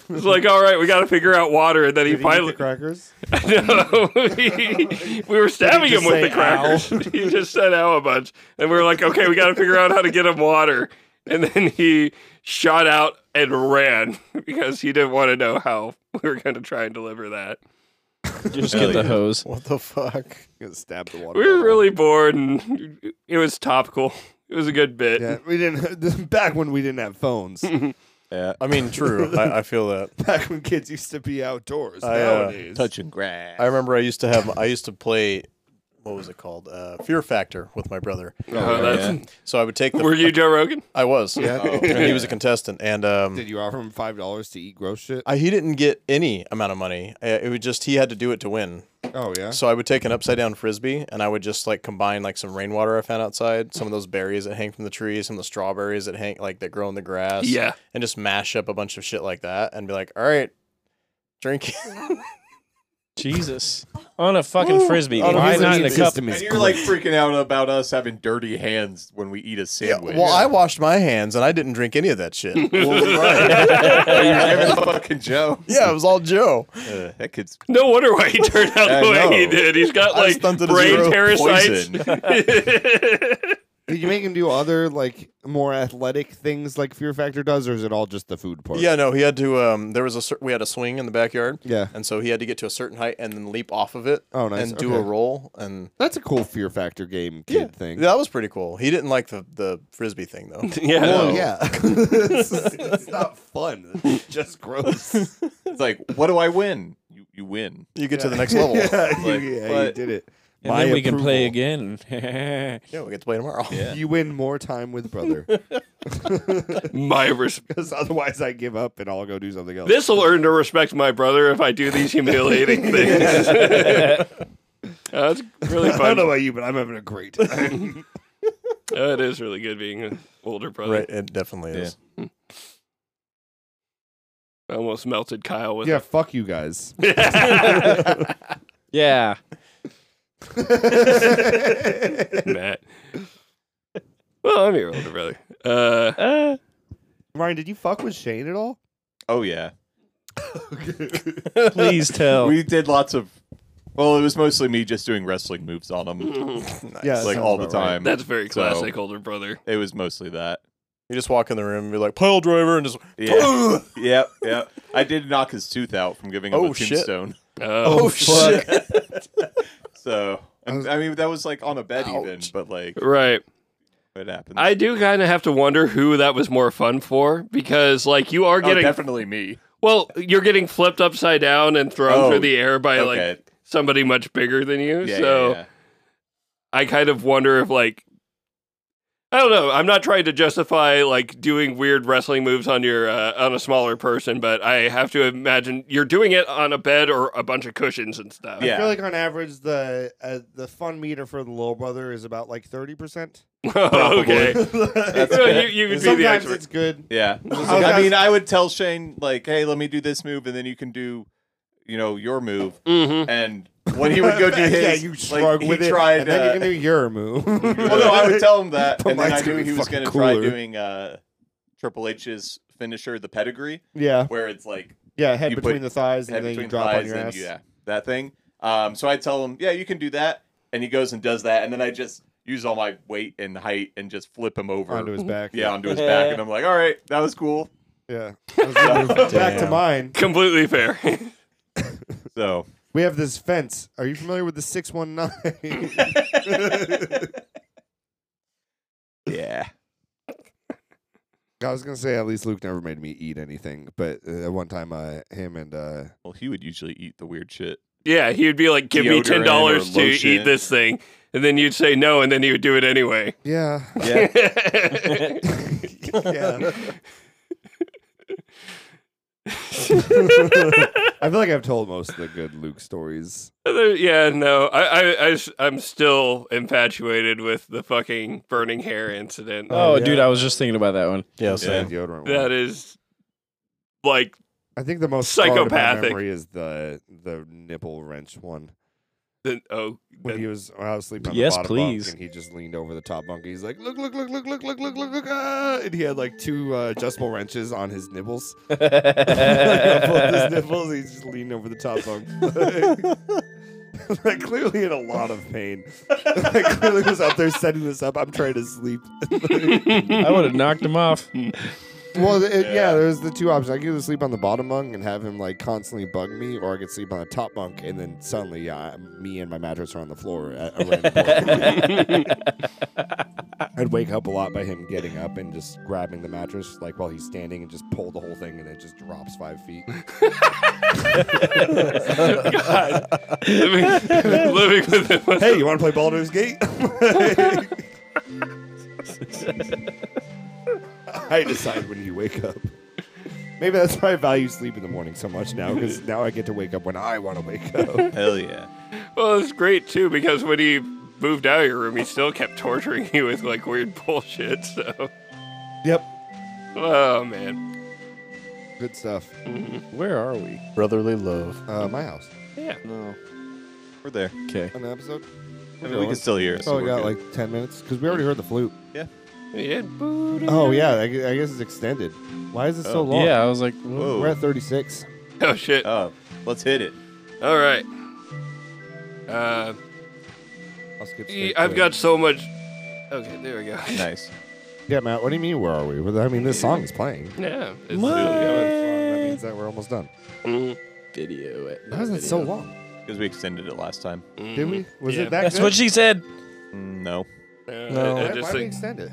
Speaker 4: It's like, all right, we got to figure out water. And then he
Speaker 5: Did he eat the
Speaker 4: finally.
Speaker 5: crackers?
Speaker 4: No, we, we were stabbing
Speaker 5: Did
Speaker 4: him
Speaker 5: he
Speaker 4: with the
Speaker 5: just
Speaker 4: crackers. he just said ow a bunch. And we were like, okay, we got to figure out how to get him water. And then he shot out and ran because he didn't want to know how we were going to try and deliver that.
Speaker 2: Just get the hose.
Speaker 1: What the fuck?
Speaker 5: Gonna stab the water.
Speaker 4: We were
Speaker 5: bottle.
Speaker 4: really bored and it was topical. It was a good bit.
Speaker 5: Yeah, we didn't. Back when we didn't have phones.
Speaker 7: Yeah.
Speaker 1: I mean, true. I, I feel that.
Speaker 5: back when kids used to be outdoors.
Speaker 1: I, uh,
Speaker 5: Nowadays,
Speaker 7: Touching grass.
Speaker 1: I remember I used to have I used to play what was it called? Uh, Fear Factor with my brother.
Speaker 4: Oh, Oh, that's- yeah.
Speaker 1: So I would take the.
Speaker 4: Were you Joe Rogan?
Speaker 1: I was.
Speaker 5: Yeah. Oh, okay.
Speaker 1: he was a contestant, and um,
Speaker 5: Did you offer him five dollars to eat gross shit?
Speaker 1: I, he didn't get any amount of money. Uh, It was just he had to do it to win.
Speaker 5: Oh, yeah?
Speaker 1: So I would take an upside down frisbee and I would just like combine like some rainwater I found outside, some of those berries that hang from the trees, some of the strawberries that hang like that grow in the grass.
Speaker 4: Yeah.
Speaker 1: And just mash up a bunch of shit like that and be like, all right, drink.
Speaker 2: Jesus. On a fucking frisbee.
Speaker 7: Oh,
Speaker 2: Why
Speaker 7: his
Speaker 2: not in
Speaker 7: immune
Speaker 2: a cup?
Speaker 7: system is And you're like freaking out about us having dirty hands when we eat a sandwich.
Speaker 1: well, I washed my hands and I didn't drink any of that shit.
Speaker 7: You're fucking Joe.
Speaker 1: Yeah, it was all Joe.
Speaker 7: Uh, that kid's
Speaker 4: No wonder why he turned out
Speaker 7: I
Speaker 4: the way he
Speaker 7: know.
Speaker 4: did. He's got
Speaker 7: I
Speaker 4: like
Speaker 7: stunted his
Speaker 4: brain
Speaker 7: growth.
Speaker 4: parasites.
Speaker 5: Did you make him do other like more athletic things like Fear Factor does, or is it all just the food part?
Speaker 1: Yeah, no, he had to. Um, there was a cer- we had a swing in the backyard.
Speaker 5: Yeah.
Speaker 1: and so he had to get to a certain height and then leap off of it.
Speaker 5: Oh, nice.
Speaker 1: And do a
Speaker 5: Okay.
Speaker 1: roll, and
Speaker 5: That's a cool Fear Factor game kid thing.
Speaker 1: that was pretty cool. He didn't like the the frisbee thing though.
Speaker 5: Yeah. Well, Oh, yeah.
Speaker 7: it's,
Speaker 5: it's not fun. It's just gross.
Speaker 7: It's like, what do I win? You you win.
Speaker 1: You get to the next level. Yeah,
Speaker 7: Like,
Speaker 5: you- yeah, you
Speaker 7: but-
Speaker 5: did it.
Speaker 2: And then we can play again. yeah,
Speaker 1: we get to play tomorrow.
Speaker 5: You win more time with brother.
Speaker 4: My respect.
Speaker 5: Because otherwise, I give up and I'll go do something else.
Speaker 4: This will earn to respect my brother if I do these humiliating things. That's really
Speaker 5: I
Speaker 4: fun.
Speaker 5: don't know about you, but I'm having a great time.
Speaker 4: Uh, it is really good being an older brother.
Speaker 1: Right, it definitely
Speaker 7: Yeah.
Speaker 1: is.
Speaker 4: I almost melted Kyle with
Speaker 5: yeah,
Speaker 4: it.
Speaker 5: fuck you guys.
Speaker 11: Yeah.
Speaker 4: Matt. Well, I'm your older brother. Uh,
Speaker 5: Ryan, did you fuck with Shane at all?
Speaker 7: Oh yeah.
Speaker 2: Please tell.
Speaker 7: We did lots of. Well, it was mostly me just doing wrestling moves on
Speaker 12: Mm.
Speaker 7: him,
Speaker 5: Yeah,
Speaker 7: like
Speaker 5: sounds
Speaker 7: all the
Speaker 5: about right.
Speaker 7: time.
Speaker 4: That's very
Speaker 7: So,
Speaker 4: classic older brother.
Speaker 7: it was mostly that.
Speaker 1: You just walk in the room and be like pile driver and just
Speaker 7: Yeah. yep. Yep. I did knock his tooth out from giving him
Speaker 1: Oh,
Speaker 7: a
Speaker 1: shit.
Speaker 7: tombstone.
Speaker 4: Oh,
Speaker 7: so I I mean, that was like on a bed even, but like
Speaker 4: Right.
Speaker 7: it happened.
Speaker 4: I do kind of have to wonder who that was more fun for because, like, you are
Speaker 7: Oh,
Speaker 4: getting
Speaker 7: definitely me.
Speaker 4: well, you're getting flipped upside down and thrown
Speaker 7: Oh,
Speaker 4: through the air by
Speaker 7: okay.
Speaker 4: like somebody much bigger than you.
Speaker 7: Yeah,
Speaker 4: so
Speaker 7: yeah, yeah.
Speaker 4: I kind of wonder if like I don't know. I'm not trying to justify like doing weird wrestling moves on your uh, on a smaller person, but I have to imagine you're doing it on a bed or a bunch of cushions and stuff.
Speaker 7: Yeah.
Speaker 12: I feel like on average the uh, the fun meter for the little brother is about like thirty percent.
Speaker 4: okay.
Speaker 7: That's
Speaker 4: Well,
Speaker 7: good.
Speaker 4: you, you could be the
Speaker 12: Sometimes
Speaker 4: expert.
Speaker 12: it's good.
Speaker 7: Yeah.
Speaker 12: I was
Speaker 7: I mean,
Speaker 12: ask-
Speaker 7: I would tell Shane like, "Hey, let me do this move, and then you can do, you know, your move."
Speaker 4: Mhm.
Speaker 7: And when he would go do his,
Speaker 12: yeah, you
Speaker 7: like,
Speaker 12: shrug
Speaker 7: he
Speaker 12: with it,
Speaker 7: tried,
Speaker 12: and then you
Speaker 7: uh,
Speaker 12: can do your move.
Speaker 7: well, no, I would tell him that,
Speaker 12: But
Speaker 7: and then I
Speaker 12: mine's
Speaker 7: knew
Speaker 12: gonna be
Speaker 7: he was
Speaker 12: fucking
Speaker 7: going to try
Speaker 12: cooler.
Speaker 7: doing uh, Triple H's finisher, the pedigree,
Speaker 12: Yeah,
Speaker 7: where it's like
Speaker 12: yeah, head
Speaker 7: you put
Speaker 12: between the thighs,
Speaker 7: head
Speaker 12: and then you
Speaker 7: between
Speaker 12: drop
Speaker 7: thighs,
Speaker 12: on your
Speaker 7: then
Speaker 12: ass.
Speaker 7: you- yeah, that thing. Um, so I tell him, "Yeah, you can do that," and he goes and does that, and then I just use all my weight and height and just flip him over
Speaker 12: Onto his back.
Speaker 7: Yeah, onto his back, and I'm like, "All right, that was cool."
Speaker 12: Yeah. Back to mine.
Speaker 4: Completely fair.
Speaker 7: So
Speaker 12: We have this fence. Are you familiar with the 619?
Speaker 7: yeah.
Speaker 5: I was gonna say at least Luke never made me eat anything, but uh, at one time, uh, him and uh,
Speaker 7: Well, he would usually eat the weird shit.
Speaker 4: yeah, he would be like, "Give me
Speaker 7: Deodorant
Speaker 4: ten dollars
Speaker 7: or
Speaker 4: to
Speaker 7: lotion.
Speaker 4: eat this thing," and then you'd say no, and then he would do it anyway.
Speaker 5: yeah,
Speaker 7: Yeah.
Speaker 12: yeah.
Speaker 5: I feel like I've told most of the good Luke stories.
Speaker 4: Other- yeah, no, I, I, I, am still infatuated with the fucking burning hair incident.
Speaker 11: Oh,
Speaker 12: yeah.
Speaker 11: dude, I was just thinking about that one.
Speaker 1: Yeah,
Speaker 7: same.
Speaker 1: same.
Speaker 5: The deodorant one.
Speaker 4: That is like,
Speaker 5: I think the most scarred in my
Speaker 4: Psychopathic.
Speaker 5: memory is the the nipple wrench one
Speaker 4: the, oh,
Speaker 5: when he was when I was sleeping on
Speaker 11: Yes,
Speaker 5: the bottom
Speaker 11: please.
Speaker 5: bunk and he just leaned over the top bunk. And he's like, look, look, look, look, look, look, look, look, look, ah! and he had like two uh, adjustable wrenches on his nipples. both his nipples. He's just leaning over the top bunk. like clearly in a lot of pain. like clearly was out there setting this up. I'm trying to sleep.
Speaker 11: I would have knocked him off.
Speaker 5: well, it, yeah. there's the two options. I could either sleep on the bottom bunk and have him like constantly bug me, or I could sleep on the top bunk and then suddenly, yeah, I- me and my mattress are on the floor at a random point. I'd wake up a lot by him getting up and just grabbing the mattress like while he's standing and just pull the whole thing and it just drops five feet.
Speaker 4: God. Living, living with it.
Speaker 5: hey, you want to play Baldur's Gate? I decide when you wake up. Maybe that's why I value sleep in the morning so much now, because now I get to wake up when I want to wake up.
Speaker 7: Hell yeah.
Speaker 4: Well, it's great too because when he moved out of your room, he still kept torturing you with like weird bullshit. So,
Speaker 5: Yep.
Speaker 4: oh man,
Speaker 5: Good stuff.
Speaker 2: Where are we?
Speaker 1: Brotherly love.
Speaker 5: Uh, my house.
Speaker 4: yeah,
Speaker 13: No. We're there.
Speaker 14: Okay.
Speaker 5: An episode.
Speaker 13: I mean, we can still hear it.
Speaker 5: Oh,
Speaker 13: So
Speaker 5: we
Speaker 13: we're
Speaker 5: got
Speaker 13: good.
Speaker 5: like ten minutes because we already heard the flute.
Speaker 4: yeah.
Speaker 5: Oh yeah, I, gu- I guess it's extended. Why is it so
Speaker 14: Oh.
Speaker 5: long?
Speaker 14: Yeah, I was like,
Speaker 13: Whoa.
Speaker 5: We're at thirty-six.
Speaker 4: Oh shit.
Speaker 7: Oh, let's hit it.
Speaker 4: All right. Uh,
Speaker 5: I'll skip.
Speaker 4: e-
Speaker 5: straight
Speaker 4: I've
Speaker 5: to
Speaker 4: got
Speaker 5: it.
Speaker 4: so much. Okay, there we go.
Speaker 7: Nice.
Speaker 5: Yeah, Matt. What do you mean? Where are we? Well, I mean, this song is playing.
Speaker 4: Yeah. It's
Speaker 5: That means that we're almost done.
Speaker 4: Mm,
Speaker 14: Video it.
Speaker 5: Why is it so long?
Speaker 7: Because we extended it last time.
Speaker 5: Did we? Was
Speaker 4: Yeah.
Speaker 5: it that?
Speaker 2: That's
Speaker 5: good?
Speaker 2: what she said.
Speaker 7: Mm, No.
Speaker 4: uh, I-
Speaker 1: No.
Speaker 4: I,
Speaker 5: Why, why
Speaker 4: just
Speaker 5: did we
Speaker 4: think.
Speaker 5: extend it?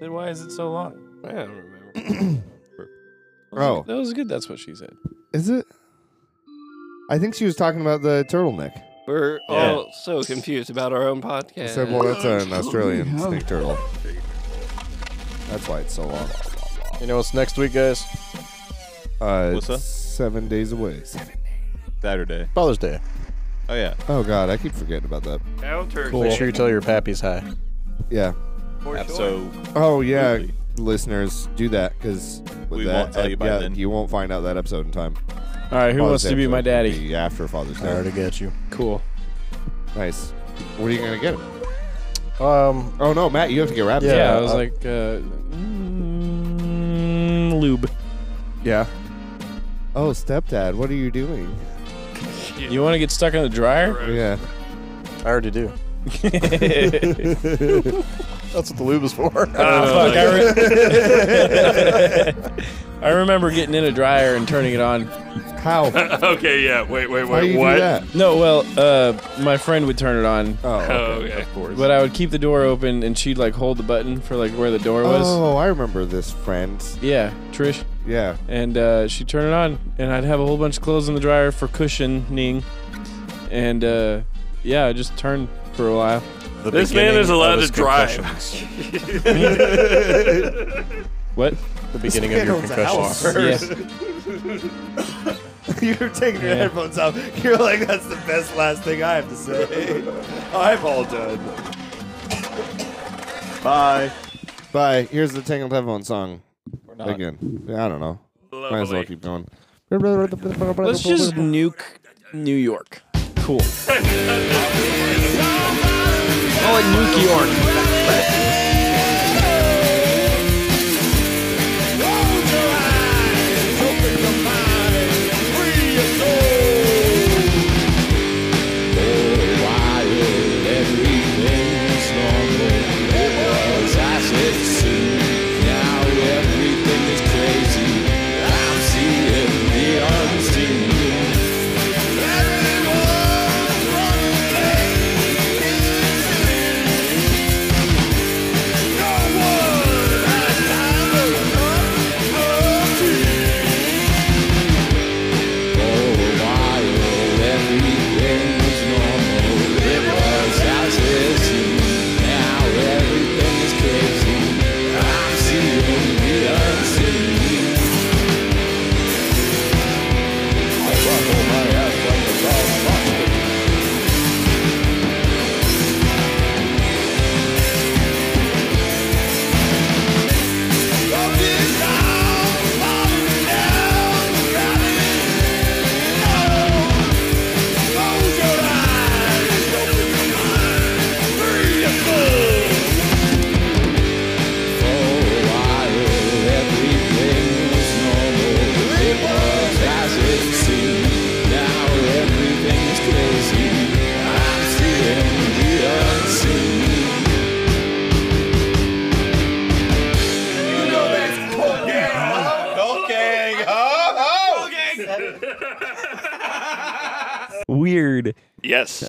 Speaker 2: Then why is it so long?
Speaker 4: I don't remember.
Speaker 5: Oh,
Speaker 14: That was good. That's what she said.
Speaker 5: is it? I think she was talking about the turtleneck.
Speaker 4: We're all so confused about our own podcast.
Speaker 5: I said, well, that's an Australian snake turtle. That's why it's so long.
Speaker 1: You know what's next week, guys?
Speaker 5: Uh,
Speaker 7: What's that?
Speaker 5: it's Seven days away. Seven.
Speaker 7: Saturday.
Speaker 1: Father's Day.
Speaker 7: Oh, yeah.
Speaker 5: Oh God, I keep forgetting about that.
Speaker 4: Counter.
Speaker 1: Make sure you tell your pappy's hi.
Speaker 5: Yeah.
Speaker 4: For sure.
Speaker 7: Uh, So,
Speaker 5: Oh yeah,
Speaker 7: Really?
Speaker 5: listeners, do that because
Speaker 7: We won't tell you by
Speaker 5: yeah,
Speaker 7: then.
Speaker 5: you won't find out that episode in time.
Speaker 14: All right, who
Speaker 5: Father's
Speaker 14: wants
Speaker 5: Day
Speaker 14: to be my
Speaker 5: episode will
Speaker 14: daddy?
Speaker 5: be After Father's
Speaker 1: I
Speaker 5: Day.
Speaker 1: already got you.
Speaker 14: Cool.
Speaker 5: Nice. What are you gonna get him?
Speaker 1: Um,
Speaker 5: Oh no, Matt, you have to get wrapped.
Speaker 1: Yeah,
Speaker 14: Yeah,
Speaker 5: up.
Speaker 14: I was
Speaker 5: Uh,
Speaker 14: like, uh, mm, lube.
Speaker 5: yeah. Oh, stepdad, what are you doing?
Speaker 2: You want to get stuck in the dryer?
Speaker 5: Yeah.
Speaker 1: I already do. That's what the lube is for.
Speaker 2: Ah, fuck. I, re- I remember getting in a dryer and turning it on.
Speaker 5: How? Why
Speaker 4: okay, yeah. Wait, wait, wait.
Speaker 5: do you
Speaker 4: what?
Speaker 5: do that?
Speaker 2: No, well, uh, my friend would turn it on,
Speaker 5: Oh,
Speaker 4: Oh,
Speaker 5: okay.
Speaker 4: okay.
Speaker 2: but I would keep the door open and she'd like hold the button for like where the door was.
Speaker 5: Oh, I remember this friend.
Speaker 2: Yeah, Trish.
Speaker 5: Yeah.
Speaker 2: And uh, she'd turn it on, and I'd have a whole bunch of clothes in the dryer for cushioning. And uh, yeah, I just turned for a while.
Speaker 1: The
Speaker 4: This man
Speaker 1: beginning
Speaker 4: is allowed
Speaker 1: of
Speaker 4: to
Speaker 1: his
Speaker 4: drive.
Speaker 1: concussions.
Speaker 2: What?
Speaker 1: The beginning of your concussions.
Speaker 2: Yeah.
Speaker 5: You're taking your
Speaker 2: Yeah.
Speaker 5: headphones off. You're like, that's the best last thing I have to say. I'm all done.
Speaker 7: bye.
Speaker 5: Bye. Here's the Tangled Headphone song
Speaker 7: not.
Speaker 5: again. Yeah, I don't know. Might as well
Speaker 4: Lovely.
Speaker 5: keep going.
Speaker 2: Let's just nuke New York. Cool. I like nuke York. Weird.
Speaker 4: Yes.